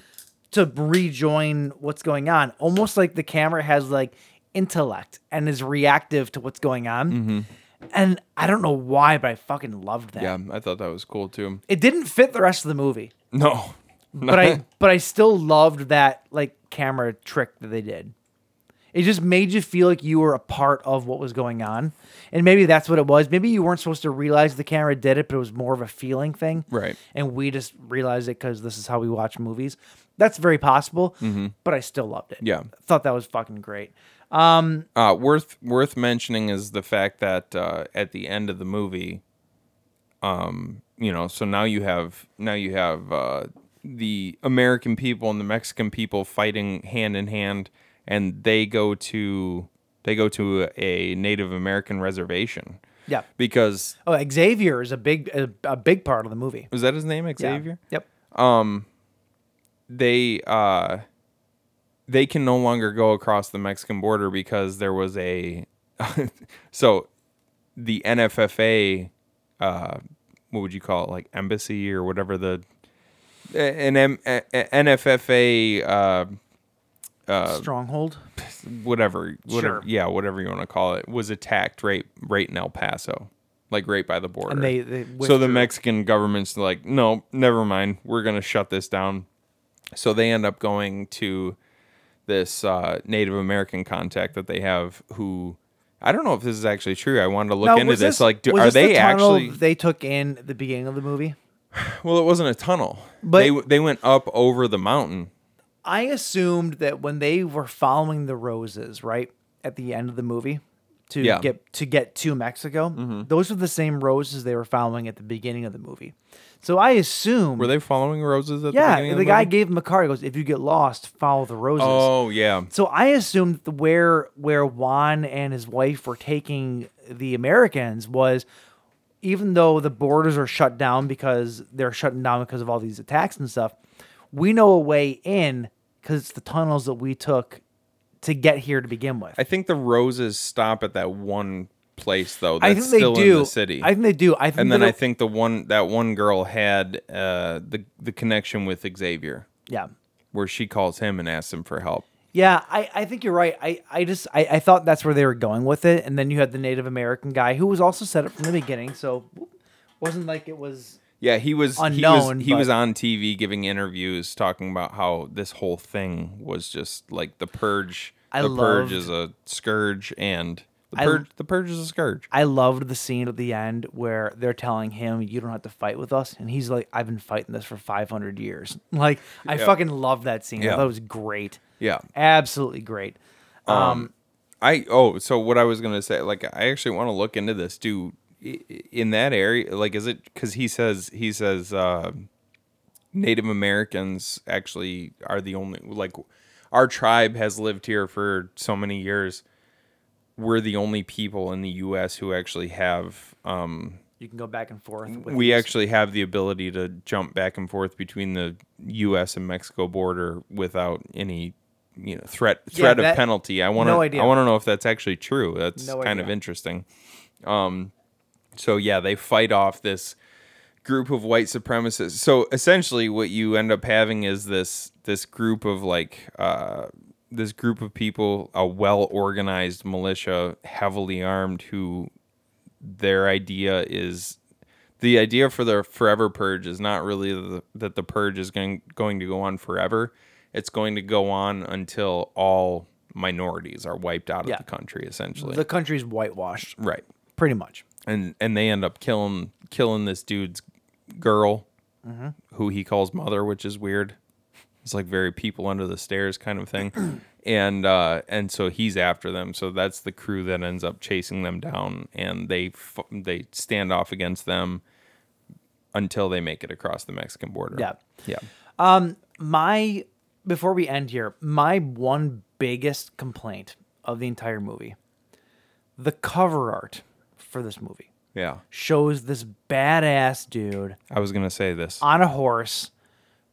to rejoin what's going on almost like the camera has like intellect and is reactive to what's going on hmm and i don't know why but i fucking loved that Yeah, I thought that was cool too. it didn't fit the rest of the movie No, but <laughs> i but i still loved that like camera trick that they did it just made you feel like you were a part of what was going on and maybe that's what it was maybe you weren't supposed to realize the camera did it but it was more of a feeling thing right. and we just realized it because this is how we watch movies. That's very possible, Mhm. but I still loved it. Yeah. thought that was fucking great. Um, Uh, worth worth mentioning is the fact that uh, at the end of the movie, um, you know, so now you have now you have uh, the American people and the Mexican people fighting hand in hand, and they go to they go to a Native American reservation yeah. because Oh, Xavier is a big a, a big part of the movie. was that his name Yeah. Xavier? Yep. um they uh they can no longer go across the Mexican border because there was a <laughs> so the NFFA uh what would you call it like embassy or whatever the an M- a- a- NFFA uh uh Stronghold. whatever whatever Sure. yeah whatever you want to call it was attacked right right in El Paso like right by the border And they- they so the withdrew. Mexican government's like no never mind we're going to shut this down so they end up going to this uh, Native American contact that they have who I don't know if this is actually true I wanted to look Now, into was this, like do, was are this the they tunnel actually they took in at the beginning of the movie? well it wasn't a tunnel But- they they went up over the mountain I assumed that when they were following the roses, right at the end of the movie, to Yeah. Mm-hmm. get to get to Mexico, those were the same roses they were following at the beginning of the movie. So I assumed were they following roses at the yeah, beginning the, of the guy movie? gave him a card. He goes, "If you get lost, follow the roses." Oh yeah So I assumed that the- where where Juan and his wife were taking the Americans was, even though the borders are shut down because they're shutting down because of all these attacks and stuff, we know a way in because it's the tunnels that we took to get here to begin with. I think the roses stop at that one place though. That's I think they still do. in the city. I think they do. I think and then that I it- think the one that one girl had uh, the the connection with Xavier, yeah. where she calls him and asks him for help. Yeah, I, I think you're right. I, I just I, I thought that's where they were going with it, and then you had the Native American guy who was also set up from the beginning. So whoop, wasn't like it was. Yeah, he was Unknown, He was, he but- was on TV giving interviews talking about how this whole thing was just like the purge. I the loved- purge is a scourge, and the I- purge. the purge is a scourge. I loved the scene at the end where they're telling him, "You don't have to fight with us," and he's like, "I've been fighting this for 500 years." <laughs> Like, I Yeah. fucking love that scene. I Yeah. thought it was great. Yeah. absolutely great. Um, Um, I oh, so what I was gonna say, like, I actually want to look into this, dude. i- i- In that area, like, is it because he says he says uh, Native Americans actually are the only like our tribe has lived here for so many years. We're the only people in the U.S. who actually have um, you can go back and forth. With we these. actually have the ability to jump back and forth between the U.S. and Mexico border without any, you know, threat Yeah, threat that- of penalty. I want to. no idea. I want to know if that's actually true. That's No kind of idea. interesting. Um, so yeah, they fight off this group of white supremacists. So essentially, what you end up having is this this group of like uh, this group of people, a well organized militia, heavily armed, who their idea is the idea for the forever purge is not really the, that the purge is going going to go on forever. It's going to go on until all minorities are wiped out Yeah. of the country, essentially. the country's whitewashed, right pretty much. and and they end up killing killing this dude's girl, Mhm. who he calls mother, which is weird. It's like very people under the stairs kind of thing, and uh, and so he's after them. So that's the crew that ends up chasing them down, and they f- they stand off against them until they make it across the Mexican border. Yeah. yeah. Um, my before we end here, my one biggest complaint of the entire movie, the cover art for this movie. Yeah. Shows this badass dude I was gonna say this. on a horse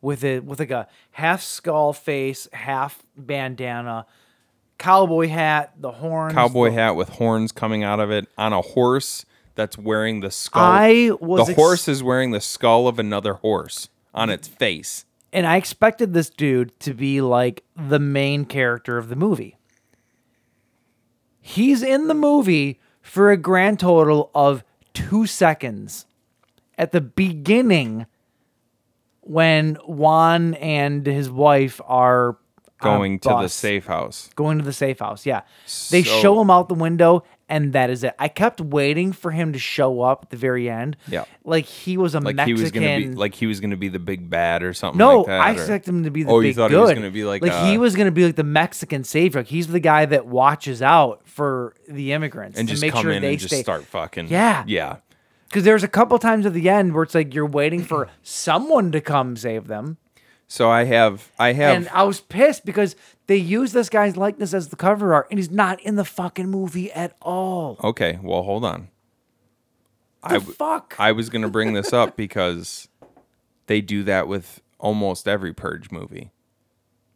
with a with like a half skull face, half bandana, cowboy hat, the horns. cowboy the- hat with horns coming out of it on a horse that's wearing the skull. I was the ex- horse is wearing the skull of another horse on its face. And I expected this dude to be like the main character of the movie. He's in the movie for a grand total of two seconds at the beginning when Juan and his wife are on a Going to the bus. safe house. Going to the safe house, yeah. They So- show him out the window, and that is it. I kept waiting for him to show up at the very end. Yeah. Like he was a Like Mexican. he was gonna be like he was gonna be the big bad or something no, like that. I or- expect him to be the Oh, big you thought good. he was gonna be like, uh, he was gonna be like the Mexican savior. Like, he's the guy that watches out for the immigrants and just make come sure in they and just stay. start fucking. Yeah. Yeah. Because there's a couple times at the end where it's like you're waiting for someone to come save them. So I have I have And I was pissed because they use this guy's likeness as the cover art, and he's not in the fucking movie at all. Okay, well, hold on. I w- fuck? I was gonna bring this up because they do that with almost every Purge movie.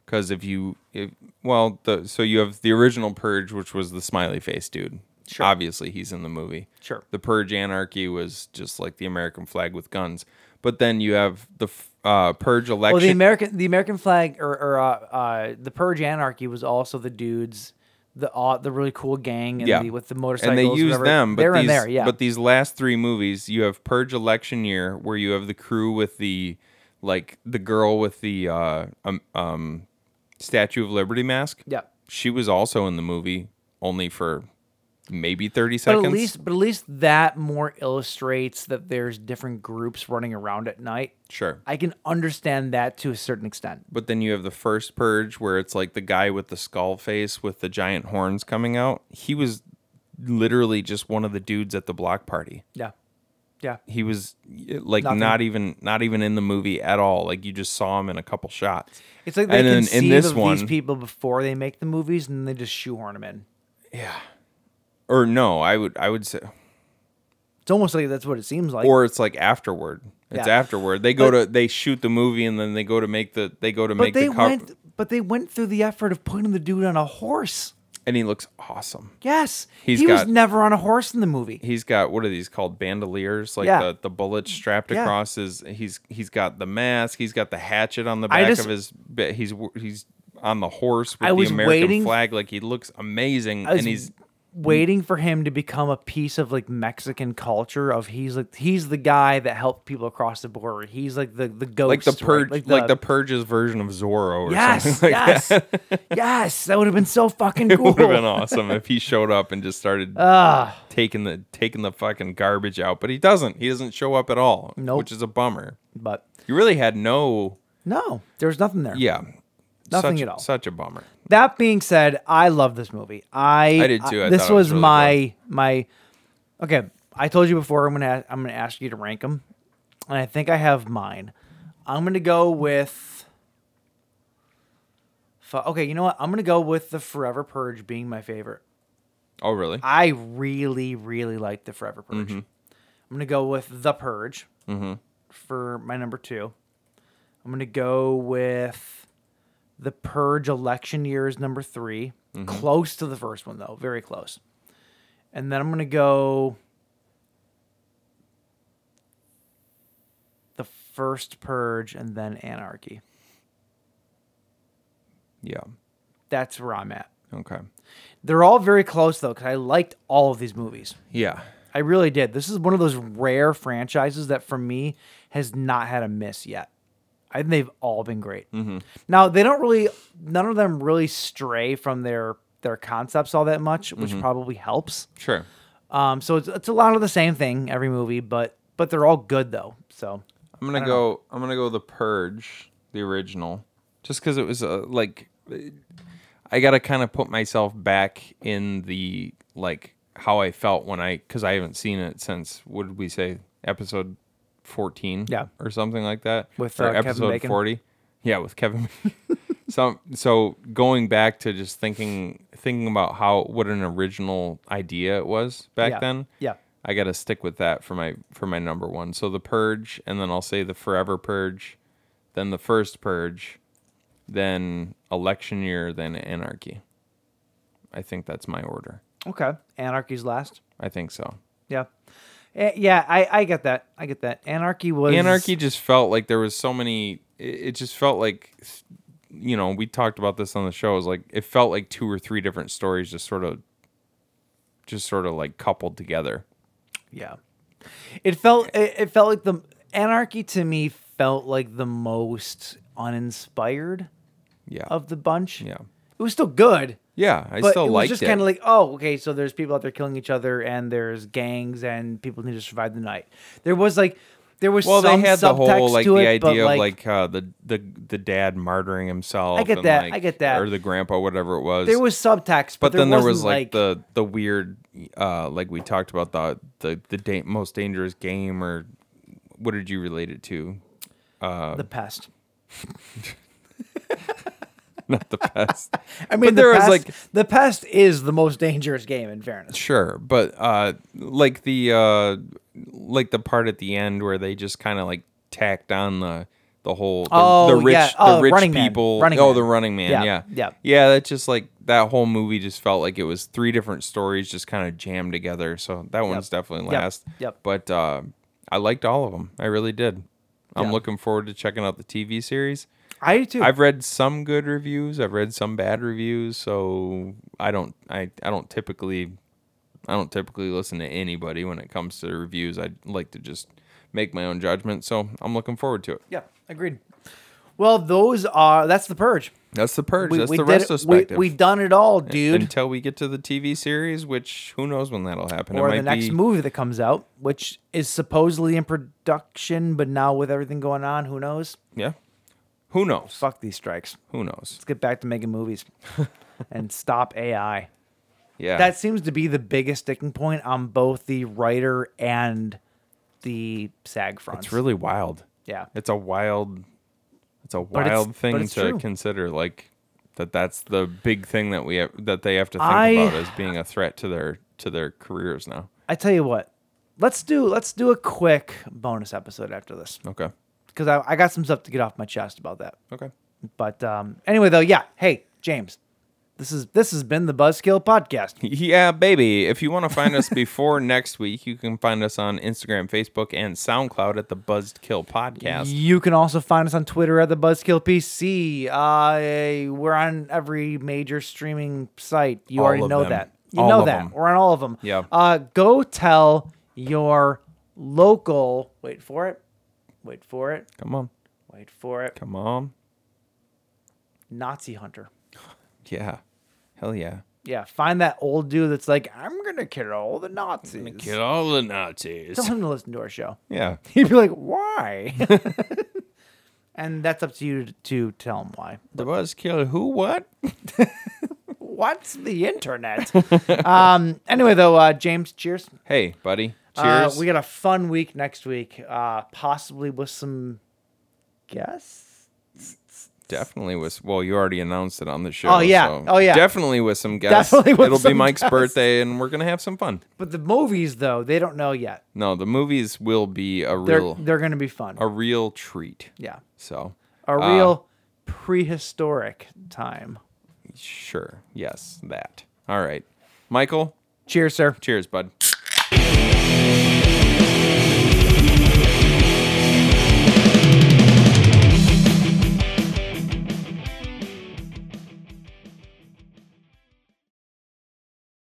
Because if you, if, well, the so you have the original Purge, which was the smiley face dude. Sure. Obviously, he's in the movie. Sure. The Purge Anarchy was just like the American flag with guns. But then you have the f- uh, Purge election. Well, the American the American flag or, or uh, uh, the Purge Anarchy was also the dudes, the uh, the really cool gang, and the, with the motorcycles. And they use whatever. them, but they're these, in there, yeah. But these last three movies, you have Purge Election Year, where you have the crew with the like the girl with the uh, um, um Statue of Liberty mask. Yeah. She was also in the movie, only for maybe thirty But seconds. at least, but at least that more illustrates that there's different groups running around at night. sure. I can understand that to a certain extent. But then you have the first purge where it's like the guy with the skull face with the giant horns coming out. He was literally just one of the dudes at the block party. Yeah, yeah. he was y- like Nothing. not even not even in the movie at all. Like you just saw him in a couple shots. It's like they and then conceive in this of one, these people before they make the movies, and they just shoehorn them in. or no, I would I would say, It's almost like that's what it seems like. or it's like afterward. It's Yeah. afterward. They go But- to they shoot the movie and then they go to make the they go to but make they the cover went, but they went through the effort of putting the dude on a horse. and he looks awesome. Yes, He's he was got- never on a horse in the movie. He's got what are these called bandoliers? Like Yeah. the, the bullets strapped Yeah. across his. He's he's got the mask. He's got the hatchet on the I back just- of his. ba- He's w- he's on the horse with I was the American waiting- flag. Like he looks amazing, I was and he's waiting for him to become a piece of like Mexican culture of he's like he's the guy that helped people across the border. He's like the the ghost, like the right? purge, like, the purges version of Zorro. Or yes, something <laughs> like yes, that. yes. That would have been so fucking it cool. would <laughs> have been awesome if he showed up and just started Ah. taking the taking the fucking garbage out. But he doesn't. He doesn't show up at all. Nope. which is a bummer. But you really had no. No, there was nothing there. Yeah, Nothing Such- at all. Such a bummer. That being said, I love this movie. I I did too. I this thought it was was really my my. Okay, I told you before. I'm gonna I'm gonna ask you to rank them, and I think I have mine. I'm gonna go with. fu- Okay, you know what? I'm gonna go with the Forever Purge being my favorite. Oh, really? I really really liked the Forever Purge. Mhm. I'm gonna go with the Purge Mm-hmm. for my number two. I'm gonna go with the Purge election year is number 3 Mhm. Close to the first one though, very close. And then I'm gonna go the first Purge and then Anarchy. Yeah. That's where I'm at. Okay. They're all very close though, because I liked all of these movies. Yeah. I really did. This is one of those rare franchises that for me has not had a miss yet. I think they've all been great. Mhm. Now they don't really, none of them really stray from their their concepts all that much, which Mhm. probably helps. Sure. Um, so it's, it's a lot of the same thing every movie, but but they're all good though. So I'm I gonna don't go. I'm gonna go the Purge, the original, just because it was a like. I gotta kind of put myself back in the like how I felt when I because I haven't seen it since what did we say episode fourteen Yeah. or something like that With, or uh, Kevin episode Bacon. forty yeah with Kevin <laughs> so so going back to just thinking thinking about how what an original idea it was back Yeah. then Yeah. I gotta stick with that for my for my number one. So the purge, and then I'll say the forever purge, then the first purge, then election year, then anarchy. I think that's my order. okay, Anarchy's last. I think so. Yeah, Eh, yeah, I I get that. I get that. Anarchy was Anarchy just felt like there was so many. It, it just felt like, you know, we talked about this on the show. It was like it felt like two or three different stories just sort of, just sort of like coupled together. Yeah. It felt it, it felt like the anarchy to me felt like the most uninspired yeah. of the bunch. Yeah. It was still good. Yeah, I but still it was liked just it. kind of like, oh, okay, so there's people out there killing each other and there's gangs and people need to survive the night. There was like there was well, some they had the subtext whole like to the it, but, idea like, of like uh, the the the dad martyring himself. I get and, that, like- I get that. Or the grandpa, whatever it was. there was subtext, but, but, then there wasn't, was like, the the weird, uh, like we talked about the the the da- most dangerous game or what did you relate it to? <laughs> Uh, the pest. not the pest. <laughs> I mean, but the there pest, was like the pest is the most dangerous game in fairness. Sure, but uh, like the uh, like the part at the end where they just kind of like tacked on the the whole the, Oh, the rich yeah. Oh, the rich Running Man. people Running oh Man. the running man Yeah, yeah. yeah yeah. that just like that whole movie just felt like it was three different stories just kind of jammed together so that one's definitely Yep. last Yep. but uh, I liked all of them I really did I'm Yeah. looking forward to checking out the TV series I do too. I've read some good reviews. I've read some bad reviews. So I don't. I, I don't typically. I don't typically listen to anybody when it comes to reviews. I like to just make my own judgment. So I'm looking forward to it. Yeah, agreed. Well, those are that's the purge. That's the purge. We- That's we the did it. retrospective. We, have done it all, dude. Until we get to the TV series, which who knows when that'll happen. or it might the next be, movie that comes out, which is supposedly in production, but now with everything going on, who knows? Yeah. Who knows? Fuck these strikes. Who knows? Let's get back to making <laughs> movies and stop AI. Yeah. That seems to be the biggest sticking point on both the writer and the SAG front. It's really wild. Yeah. It's a wild it's a But it's- wild but thing it's to true. consider like that that's the big thing that we have that they have to think I- about as being a threat to their to their careers now. I tell you what, let's do let's do a quick bonus episode after this. Okay. Because I, I got some stuff to get off my chest about that. Okay. But um, anyway, though, yeah. Hey, James, this is this has been the Buzzkill podcast. Yeah, baby. If you want to <laughs> find us before next week, you can find us on Instagram, Facebook, and SoundCloud at the Buzzed Kill Podcast. You can also find us on Twitter at the Buzzkill PC. Uh, we're on every major streaming site. You All already of know them. that. You All know of that. them. We're on all of them. Yep. Uh, go tell your local. Wait for it. Wait for it. Come on. Wait for it. Come on. Nazi hunter. Yeah. Hell yeah. Yeah, find that old dude that's like, I'm gonna kill all the Nazis. Kill all the Nazis. Tell him to listen to our show. <laughs> Yeah. He'd be like, why? <laughs> and that's up to you to, to tell him why. The buzz kill who what? What's the internet? <laughs> um. Anyway, though, uh, James, cheers. Hey, buddy. Uh, Cheers. we got a fun week next week, uh, possibly with some guests. Definitely was. Well, you already announced it on the show. Oh, yeah. so Oh, yeah. Definitely with some guests. Definitely with It'll some be Mike's guests. birthday, and we're gonna have some fun. But the movies, though, they don't know yet. No, the movies will be a They're real, they're gonna be fun. a real treat. Yeah. So A uh, real prehistoric time. Sure. Yes, that. All right, Michael. Cheers, sir. Cheers, bud.